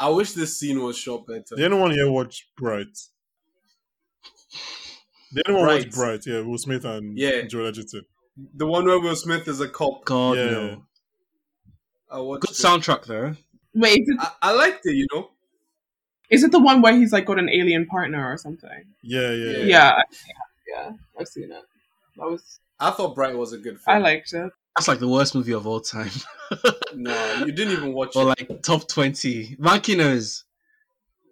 I wish this scene was shot better. Did anyone here watch Bright? Did anyone watch Bright. Bright? Yeah, Will Smith and Yeah. Joel Edgerton. The one where Will Smith is a cop. God Yeah. no. I watched Good it. soundtrack though. Wait, is it, I, I liked it, you know. is it the one where he's like got an alien partner or something? Yeah, yeah, yeah. Yeah, I've seen it. yeah, I've seen it. That was I thought Bright was a good film. I liked it. That's like the worst movie of all time, No, you didn't even watch or it. like top twenty. Makinos.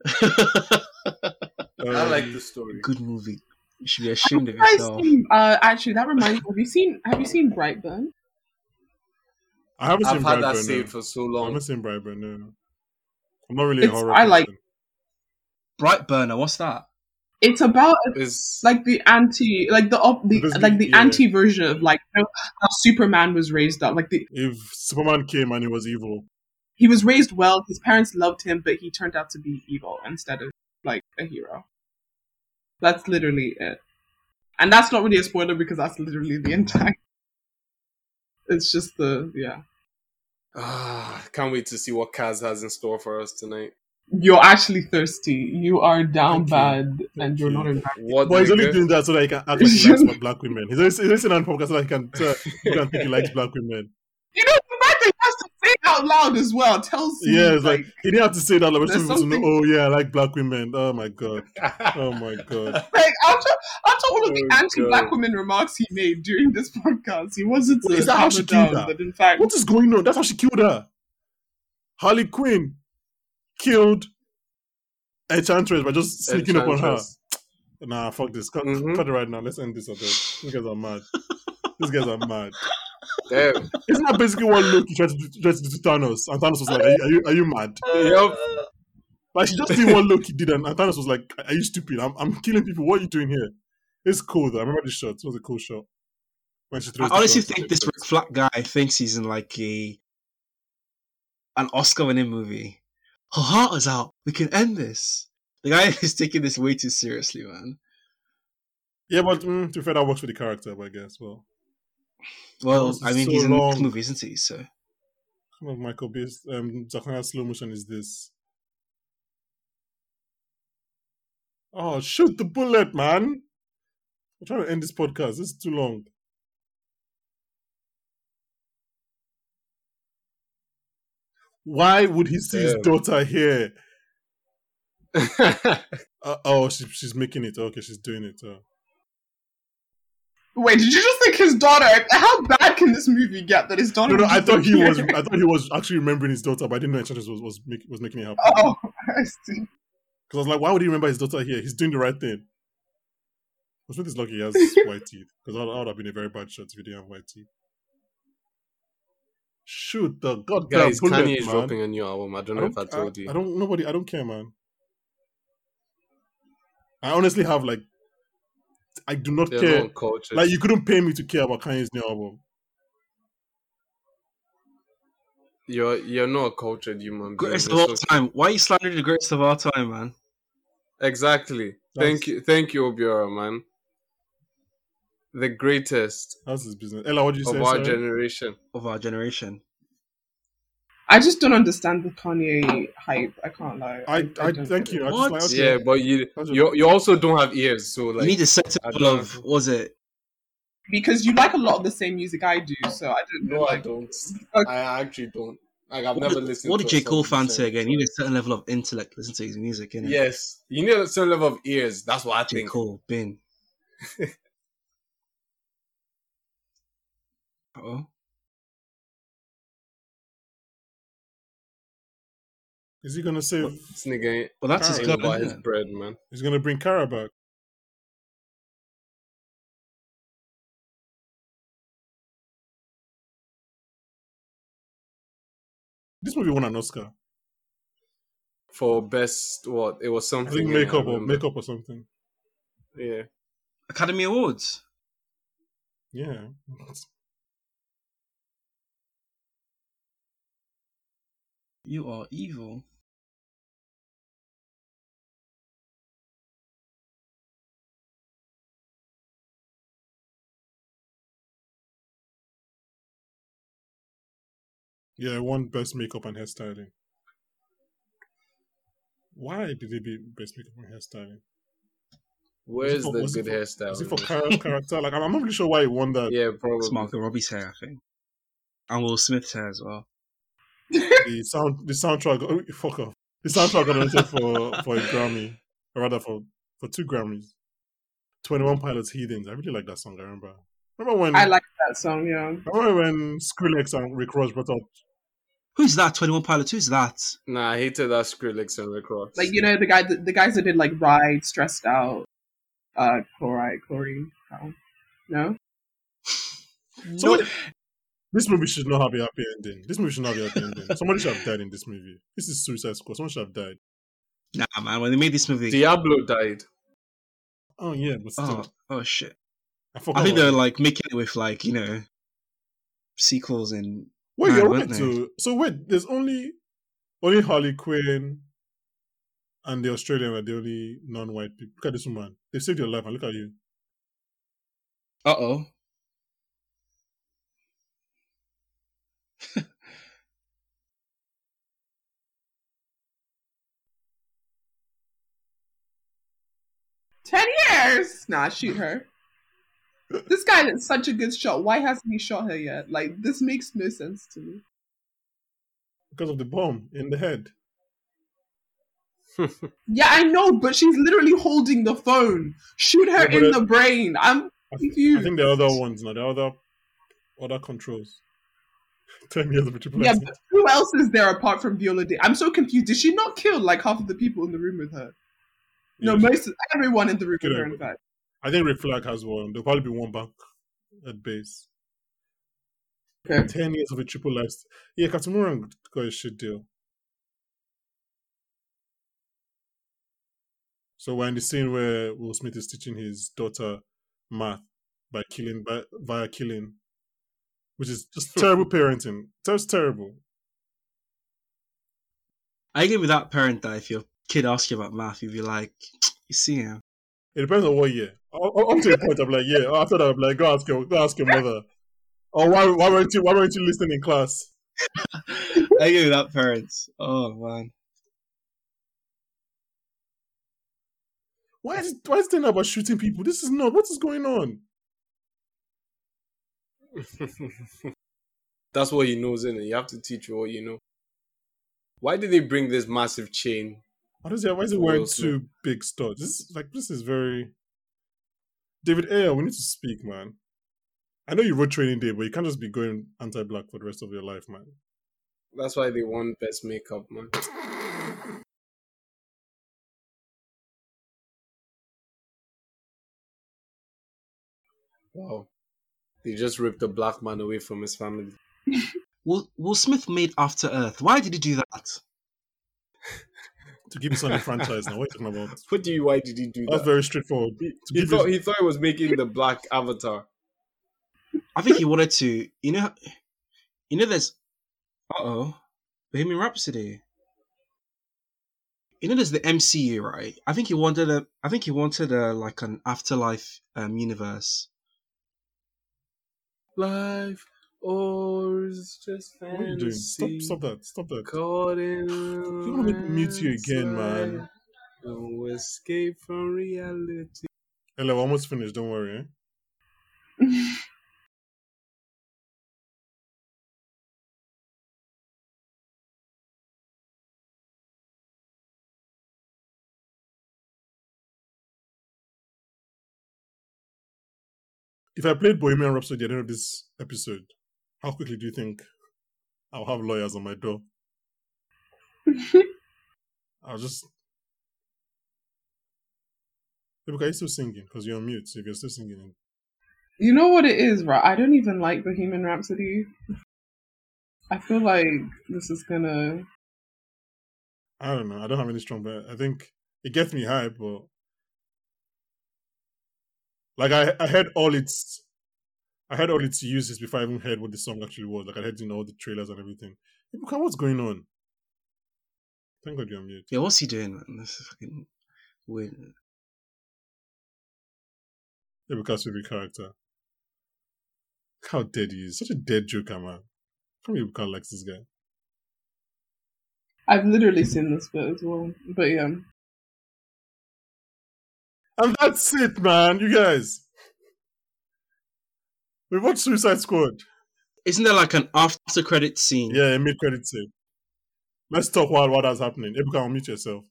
Um, I like the story. good movie. You should be ashamed of I've yourself. seen, uh, actually, that reminds me. Have you seen Have you seen Brightburn? I haven't I've seen had Bright. that Burn, saved no. for so I haven't long. seen Bright, but no. I'm not really a It's- horror. I like- person. Brightburner. What's that? It's about It's like the anti, like the op, the, Basically, like the yeah. anti version of like you know, how Superman was raised up. Like the If Superman came and he was evil, he was raised well. His parents loved him, but he turned out to be evil instead of like a hero. That's literally it, and that's not really a spoiler because that's literally the entire. It's just the yeah. ah, can't wait to see what Kaz has in store for us tonight. You're actually thirsty. You are down Thank bad, and you're not invited. What? but he's only nigga? doing that so that he can act like he likes black women. He's only, he's only saying that on podcast so that he can, tell- he can think he likes black women. You know, imagine he has to say it out loud as well. Tells me, Yeah, it's like, he didn't have to say that. Like, There's some people to know, something- oh yeah, I like black women. Oh my god. Oh my god. like, after after all of the Oh, anti-black God. women remarks he made during this podcast, he wasn't. Wait, is that how she did down, that? But in fact, What is going on? That's how she killed her. Harley Quinn killed Enchantress by just sneaking up on her. Enchantress. Nah, fuck this. Cut, Mhm. cut it right now. Let's end this up. These guys are mad. These guys are mad. Damn. Isn't that basically what Loki tried to, do- tried to do to Thanos? And Thanos was like, are you, are you, are you mad? Yup. Like, she just did what Loki did, and, and Thanos was like, are you stupid? I'm, I'm killing people. What are you doing here? It's cool, though. I remember this shot. It was a cool shot. When she I throws the honestly shot. think this Rick Flat guy thinks he's in like a an Oscar-winning movie. Her heart is out. We can end this. The guy is taking this way too seriously, man. Yeah, but mm, to be fair, that works for the character, but I guess. Well, Well, This is I mean, so he's in this long. movie, isn't he? So Come on, Michael Beast. Um, Zakana's slow motion is this. Oh, shoot the bullet, man! I'm trying to end this podcast. This is too long. Why would he see his Damn. daughter here? Uh, oh, she, she's making it. Okay, she's doing it. Uh, wait, did you just think his daughter? How bad can this movie get that his Oh, daughter? no, no, I just thought he was. appeared? I thought he was actually remembering his daughter, but I didn't know Enchantress was was, make, was making it happen. Oh, I see. Because I was like, why would he remember his daughter here? He's doing the right thing. But Smith is lucky he has white teeth. Because that that would have been a very bad shot if he didn't have white teeth. Shoot the goddamn Guys, bullet, Kanye is man. dropping a new album. I don't I know don't, if I told I- you. I don't. Nobody. I don't care, man. I honestly have like, I do not They're care. not cultured. Like you couldn't pay me to care about Kanye's new album. You're you're not a cultured human being. greatest of You're all so- time. Why are you slandering the greatest of all time, man? Exactly. That's- Thank you, thank you, Obiora, man. The greatest That's his business. Ella, what did you of say? our sorry? generation. Of our generation. I just don't understand the Kanye hype. I can't lie. I, I, don't thank get you. it. I What? just like, okay. Yeah, but you That's you you also don't have ears, so you need like a certain I level don't- of was it? Because you like a lot of the same music I do, so I don't know. no, I Like, don't. Okay. I actually don't. Like I've What never did, listened. what to did a J Cole song fan he say said. again? You need a certain level of intellect. Listen to his music, innit? Yes, you need a certain level of ears. That's what I J think. Cole, Bin. oh, Is he gonna save? This nigga ain't well, that's his Alright, club. thinking about isn't his it? bread, man. He's gonna bring Kara back. This movie won an Oscar. For best, what it was I something think yeah, I makeup or remember. makeup or something. Yeah, Academy Awards. Yeah. You are evil. Yeah, it won best makeup and hairstyling. Why did it be best makeup and hairstyling? where's for- the was it good for- hairstyle? Is it for Oh, man? Kara's character? Like, I'm, I'm not really sure why it won that. yeah, It's probably. Margot Robbie's hair, I think, and Will Smith's hair as well. The sound, the soundtrack. Oh, fuck off. The soundtrack got nominated for for a Grammy, or rather for for two Grammys. Twenty One Pilots, Heathens. I really like that song. I remember. Remember when I like that song. Yeah, Remember when Skrillex and Rick Ross brought out Who's that? Twenty One Pilots. Who's that? Nah, I hated that Skrillex and Rick Ross. like you know the guy, the, the guys that did like Ride, Stressed Out, uh, Chloride, Chlorine. That one. No, somebody, this movie should not have a happy ending. This movie should not have a happy ending. Somebody should have died in this movie. This is Suicide Squad. Someone should have died. Nah, man. When they made this movie, Diablo died. Oh yeah, but still, oh, oh shit. I forgot. I think about they're it. like making it with like you know sequels and wait, mad, you're weren't right. they? So, so wait, there's only only Harley Quinn and the Australian are the only non-white people. Look at this woman. They saved your life, and look at you. uh oh. ten years. Nah, shoot her. this guy is such a good shot. Why hasn't he shot her yet? Like this makes no sense to me. because of the bomb in the head. Yeah, I know, but she's literally holding the phone. Shoot her Yeah, but in it- the brain. I'm I, th- I confused. think the other ones, now the other other controls. Ten years of a triple yeah, S. but who else is there apart from Viola Day? I'm so confused. Did she not kill like half of the people in the room with her? No, Yeah. most everyone in the room with her, in Good. fact. I think Red Flag has one. There'll probably be one back at base. Okay. Ten years of a triple last. Yeah, Katamura got a shit deal. So we're in the scene where Will Smith is teaching his daughter math by killing by, via killing, which is just terrible parenting. That's terrible. I give me that parent that if your kid asks you about math, you'd be like, you see him. It depends on what year. Up up to a point, I'm like, yeah. After that, I'm like, go ask your, go ask your mother. Or why, why weren't you, why weren't you listening in class? I give me that parent. Oh man. Why is it, why is it about shooting people? This is not. What is going on? That's what he knows, innit? You have to teach you what you know. Why did they bring this massive chain? Why is it, why is it Will wearing Smith. two big studs? This is like this is very. David Ayer, we need to speak, man. I know you wrote Training Day, but you can't just be going anti-black for the rest of your life, man. That's why they won best makeup, man. Wow. They just ripped the black man away from his family. Will, Will Smith made After Earth. Why did he do that? To keep his son in franchise now. What are you talking about? What do you why did he do That's that? very straightforward. He, To he give thought his- he thought he was making the black avatar. I think he wanted to. You know, you know. There's, uh oh, Bohemian Rhapsody. You know, there's the MCU, right? I think he wanted a. I think he wanted a like an afterlife um, universe. Life or is just What are you doing? Stop! fantasy. Stop that! Stop that! Caught in You want me to mute you again, man? No escape from reality. Hello, we're almost finished. Don't worry. eh? If I played Bohemian Rhapsody at the end of this episode, how quickly do you think I'll have lawyers on my door? I'll just. Look, are you still singing? Because you're on mute. So if you're still singing, You know what it is, right? I don't even like Bohemian Rhapsody. I feel like this is gonna. I don't know. I don't have any strong bet. I think it gets me high, but like I, I heard all its, I heard all its uses before I even heard what the song actually was. Like I heard in all the trailers and everything. People, come, what's going on? Thank God you're on mute. Yeah, what's he doing, man? This is fucking weird. Yeah, because favorite character. How dead he is! Such a dead joker, man. How many people likes this guy? I've literally seen this bit as well, but yeah. And that's it, man. You guys, we watched Suicide Squad. Isn't there like an after credit scene? Yeah, a mid credit scene. Let's talk while while that's happening. Ebuka, unmute yourself.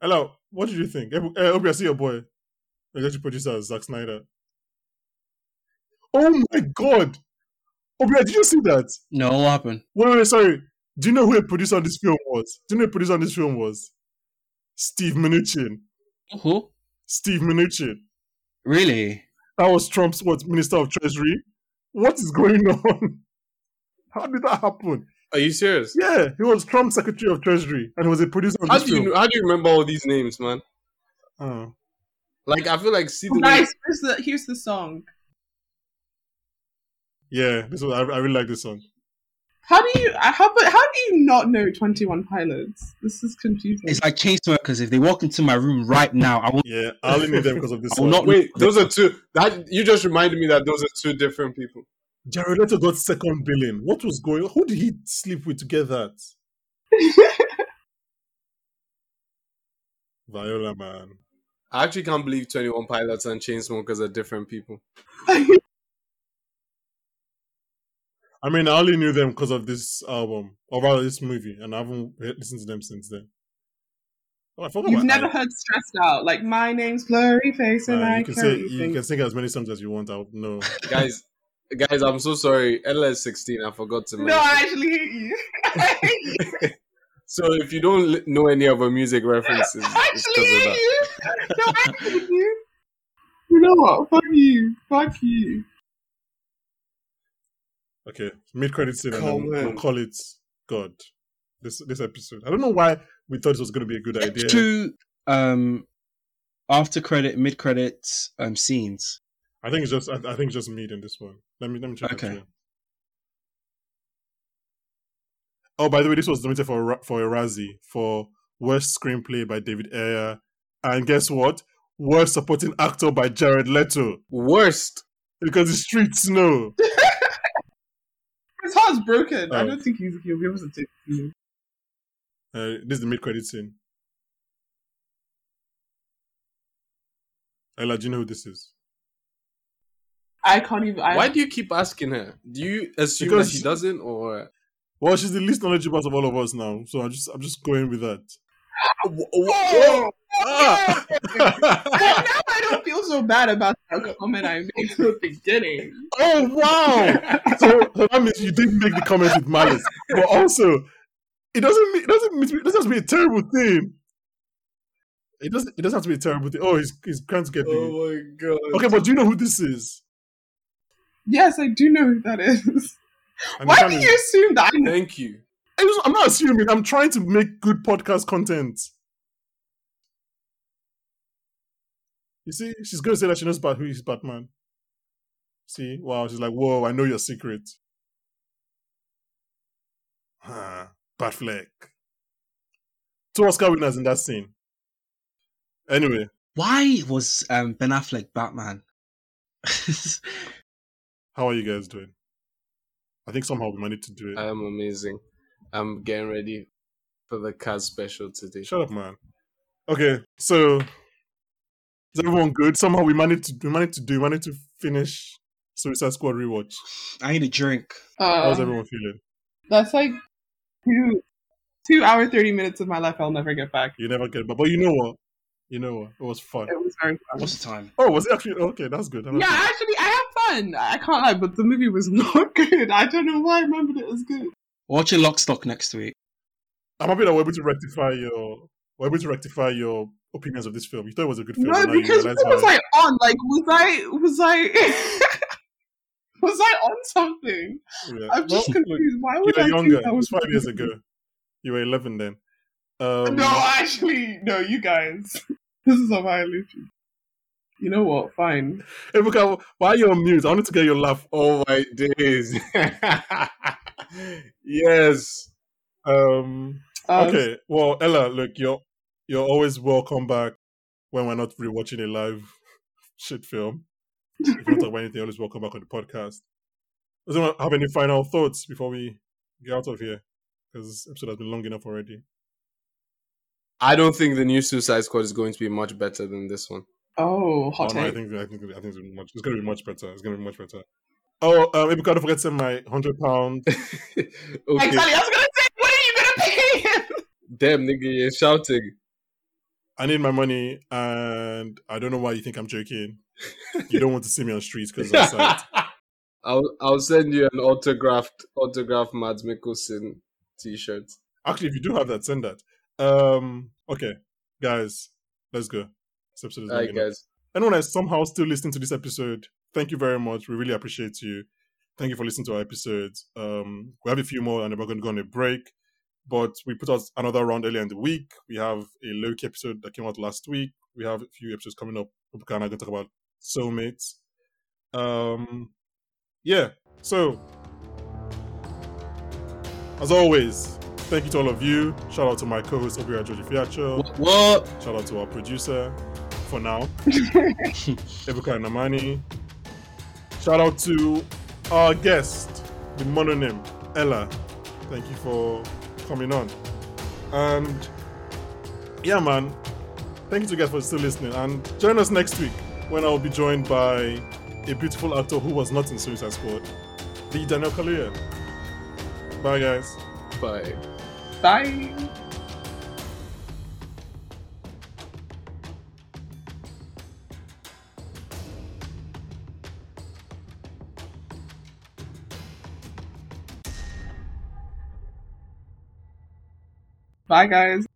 Hello, what did you think? Ebu- uh, Obi, I see your boy. Executive producer Zack Snyder. Oh my god! Obi, did you see that? No, what happened? Wait, wait, sorry. Do you know who a producer on this film was? Do you know who a producer on this film was? Steve Mnuchin. Who? Steve Mnuchin. Really? That was Trump's what Minister of Treasury. What is going on? How did that happen? Are you serious? Yeah, he was Trump's Secretary of Treasury and he was a producer on How this do you film. kn- how do you remember all these names, man? Oh. Like I feel like see Oh, the way Guys, here's the here's the song. Yeah, this was, I, I really like this song. How do you how but how do you not know Twenty One Pilots? This is confusing. It's like chain smokers. If they walk into my room right now, I will. Yeah, I only knew them because of this I will song. not- Wait, those are two. That you just reminded me that those are two different people. Jared Leto got second billing. What was going Who did he sleep with to get that? Viola, man. I actually can't believe Twenty One Pilots and Chainsmokers are different people. I mean, I only knew them because of this album, or rather this movie, and I haven't re- listened to them since then. Oh, I forgot You've about never that. heard stressed out. Like my name's Blurry Face and Uh, I you can say can't. you think. can sing as many songs as you want. I would know. guys, guys, I'm so sorry. LS sixteen, I forgot to mention. No, I actually hate you. I hate you. so if you don't li- know any of our music references, I it's actually 'cause hate of you. No, I that. hate you. You know what? Fuck you. Fuck you. Okay, mid credit scene, and then Colin. we'll call it God. This this episode. I don't know why we thought it was going to be a good idea. Two um, after credit, mid credit um, scenes. I think it's just I, I think it's just mid in this one. Let me let me check. Okay. actually. Oh, by the way, this was nominated for a Ra- for a Razzie for worst screenplay by David Ayer, and guess what? Worst supporting actor by Jared Leto Worst. because the streets know. His heart's broken. I Oh. don't think he's, he'll give us a tip. Uh, this is the mid credit scene. Ella, do you know who this is? I can't even. I, Why do you keep asking her? Do you assume Because- that she doesn't, or Well, she's the least knowledgeable of all of us now, so I'm just I'm just going with that. Oh, Ah! I- now I don't feel so bad about that comment I made from the beginning. Oh wow! so, so that means you did make the comments with malice, but also it doesn't mean, it doesn't mean, it doesn't have to be a terrible thing. It doesn't it doesn't have to be a terrible thing. Oh, he's he's trying to get the. Oh my god! okay, but do you know who this is? Yes, I do know who that is. And Why the do fan is- you assume that? I know? Thank you. I'm just- I'm not assuming. I'm trying to make good podcast content. You see, she's going to say that she knows about who is Batman. See, wow, she's like, whoa, I know your secret. Huh, Batfleck. Two Oscar winners in that scene. Anyway, Why was um, Ben Affleck Batman? how are you guys doing? I think somehow we managed to do it. I am amazing. I'm getting ready for the Kaz special today. Shut up, man. Okay, so is everyone good? Somehow we managed to we managed to do we managed to finish Suicide Squad rewatch. I need a drink. How's Uh, everyone feeling? that's like two two hour thirty minutes of my life I'll never get back. You never get but but you know what? You know what? It was fun. It was very fun. What's the time? Oh, was it actually okay? That's good. I'm Yeah, happy. actually, I had fun. I can't lie, but the movie was not good. I don't know why I remembered it as good. Watch your Lockstock next week. I'm happy that we're able to rectify your we're able to rectify your opinions of this film. You thought it was a good film. No, and now you because realize what was how- I on? Like, was I was I was I on something? yeah. I'm just Well, look, confused. Why you would were I younger. think that It was was five years ago. You were eleven then. Um, No, actually, no. You guys, this is a violation. You know what? Fine. Hey, Buka, why are you on mute? I wanted to get your laugh. Oh my days! yes. Um, Um, okay, well, Ella, look, you're you're always welcome back when we're not rewatching a live shit film. If you want to talk about anything, you're always welcome back on the podcast. Does anyone have any final thoughts before we get out of here? Because this episode has been long enough already. I don't think the new Suicide Squad is going to be much better than this one. Oh, Oh, hot no, I take. think I think I think it's, gonna be much, it's gonna be much better. It's gonna be much better. Oh, um, Ibuka, don't forget to send my hundred pound. okay. Exactly. I was gonna say, what are you gonna pay him? Damn, nigga, you're shouting. I need my money, and I don't know why you think I'm joking. You don't want to see me on streets because I'm sad. I'll I'll send you an autographed autographed Mads Mikkelsen T-shirt. Actually, if you do have that, send that. Um, okay, guys, let's go. This episode is All long right, enough. guys. Anyone that's somehow still listening to this episode, thank you very much. We really appreciate you. Thank you for listening to our episodes. Um, we have a few more, and then we're going to go on a break. But we put out another round earlier in the week. We have a Loki episode that came out last week. We have a few episodes coming up. Rubuka and I are going to talk about soulmates. Um, yeah. So, as always, thank you to all of you. Shout out to my co-host Obira Georgie Fiacho. What? what? Shout out to our producer for now, Ebuka Namani. Shout out to our guest, the mononym, Ella. Thank you for coming on. And yeah, man, Thank you to you guys for still listening and join us next week when I'll be joined by a beautiful actor who was not in Suicide Squad, the Daniel Kaluuya. Bye, guys. Bye. Bye. Bye, guys.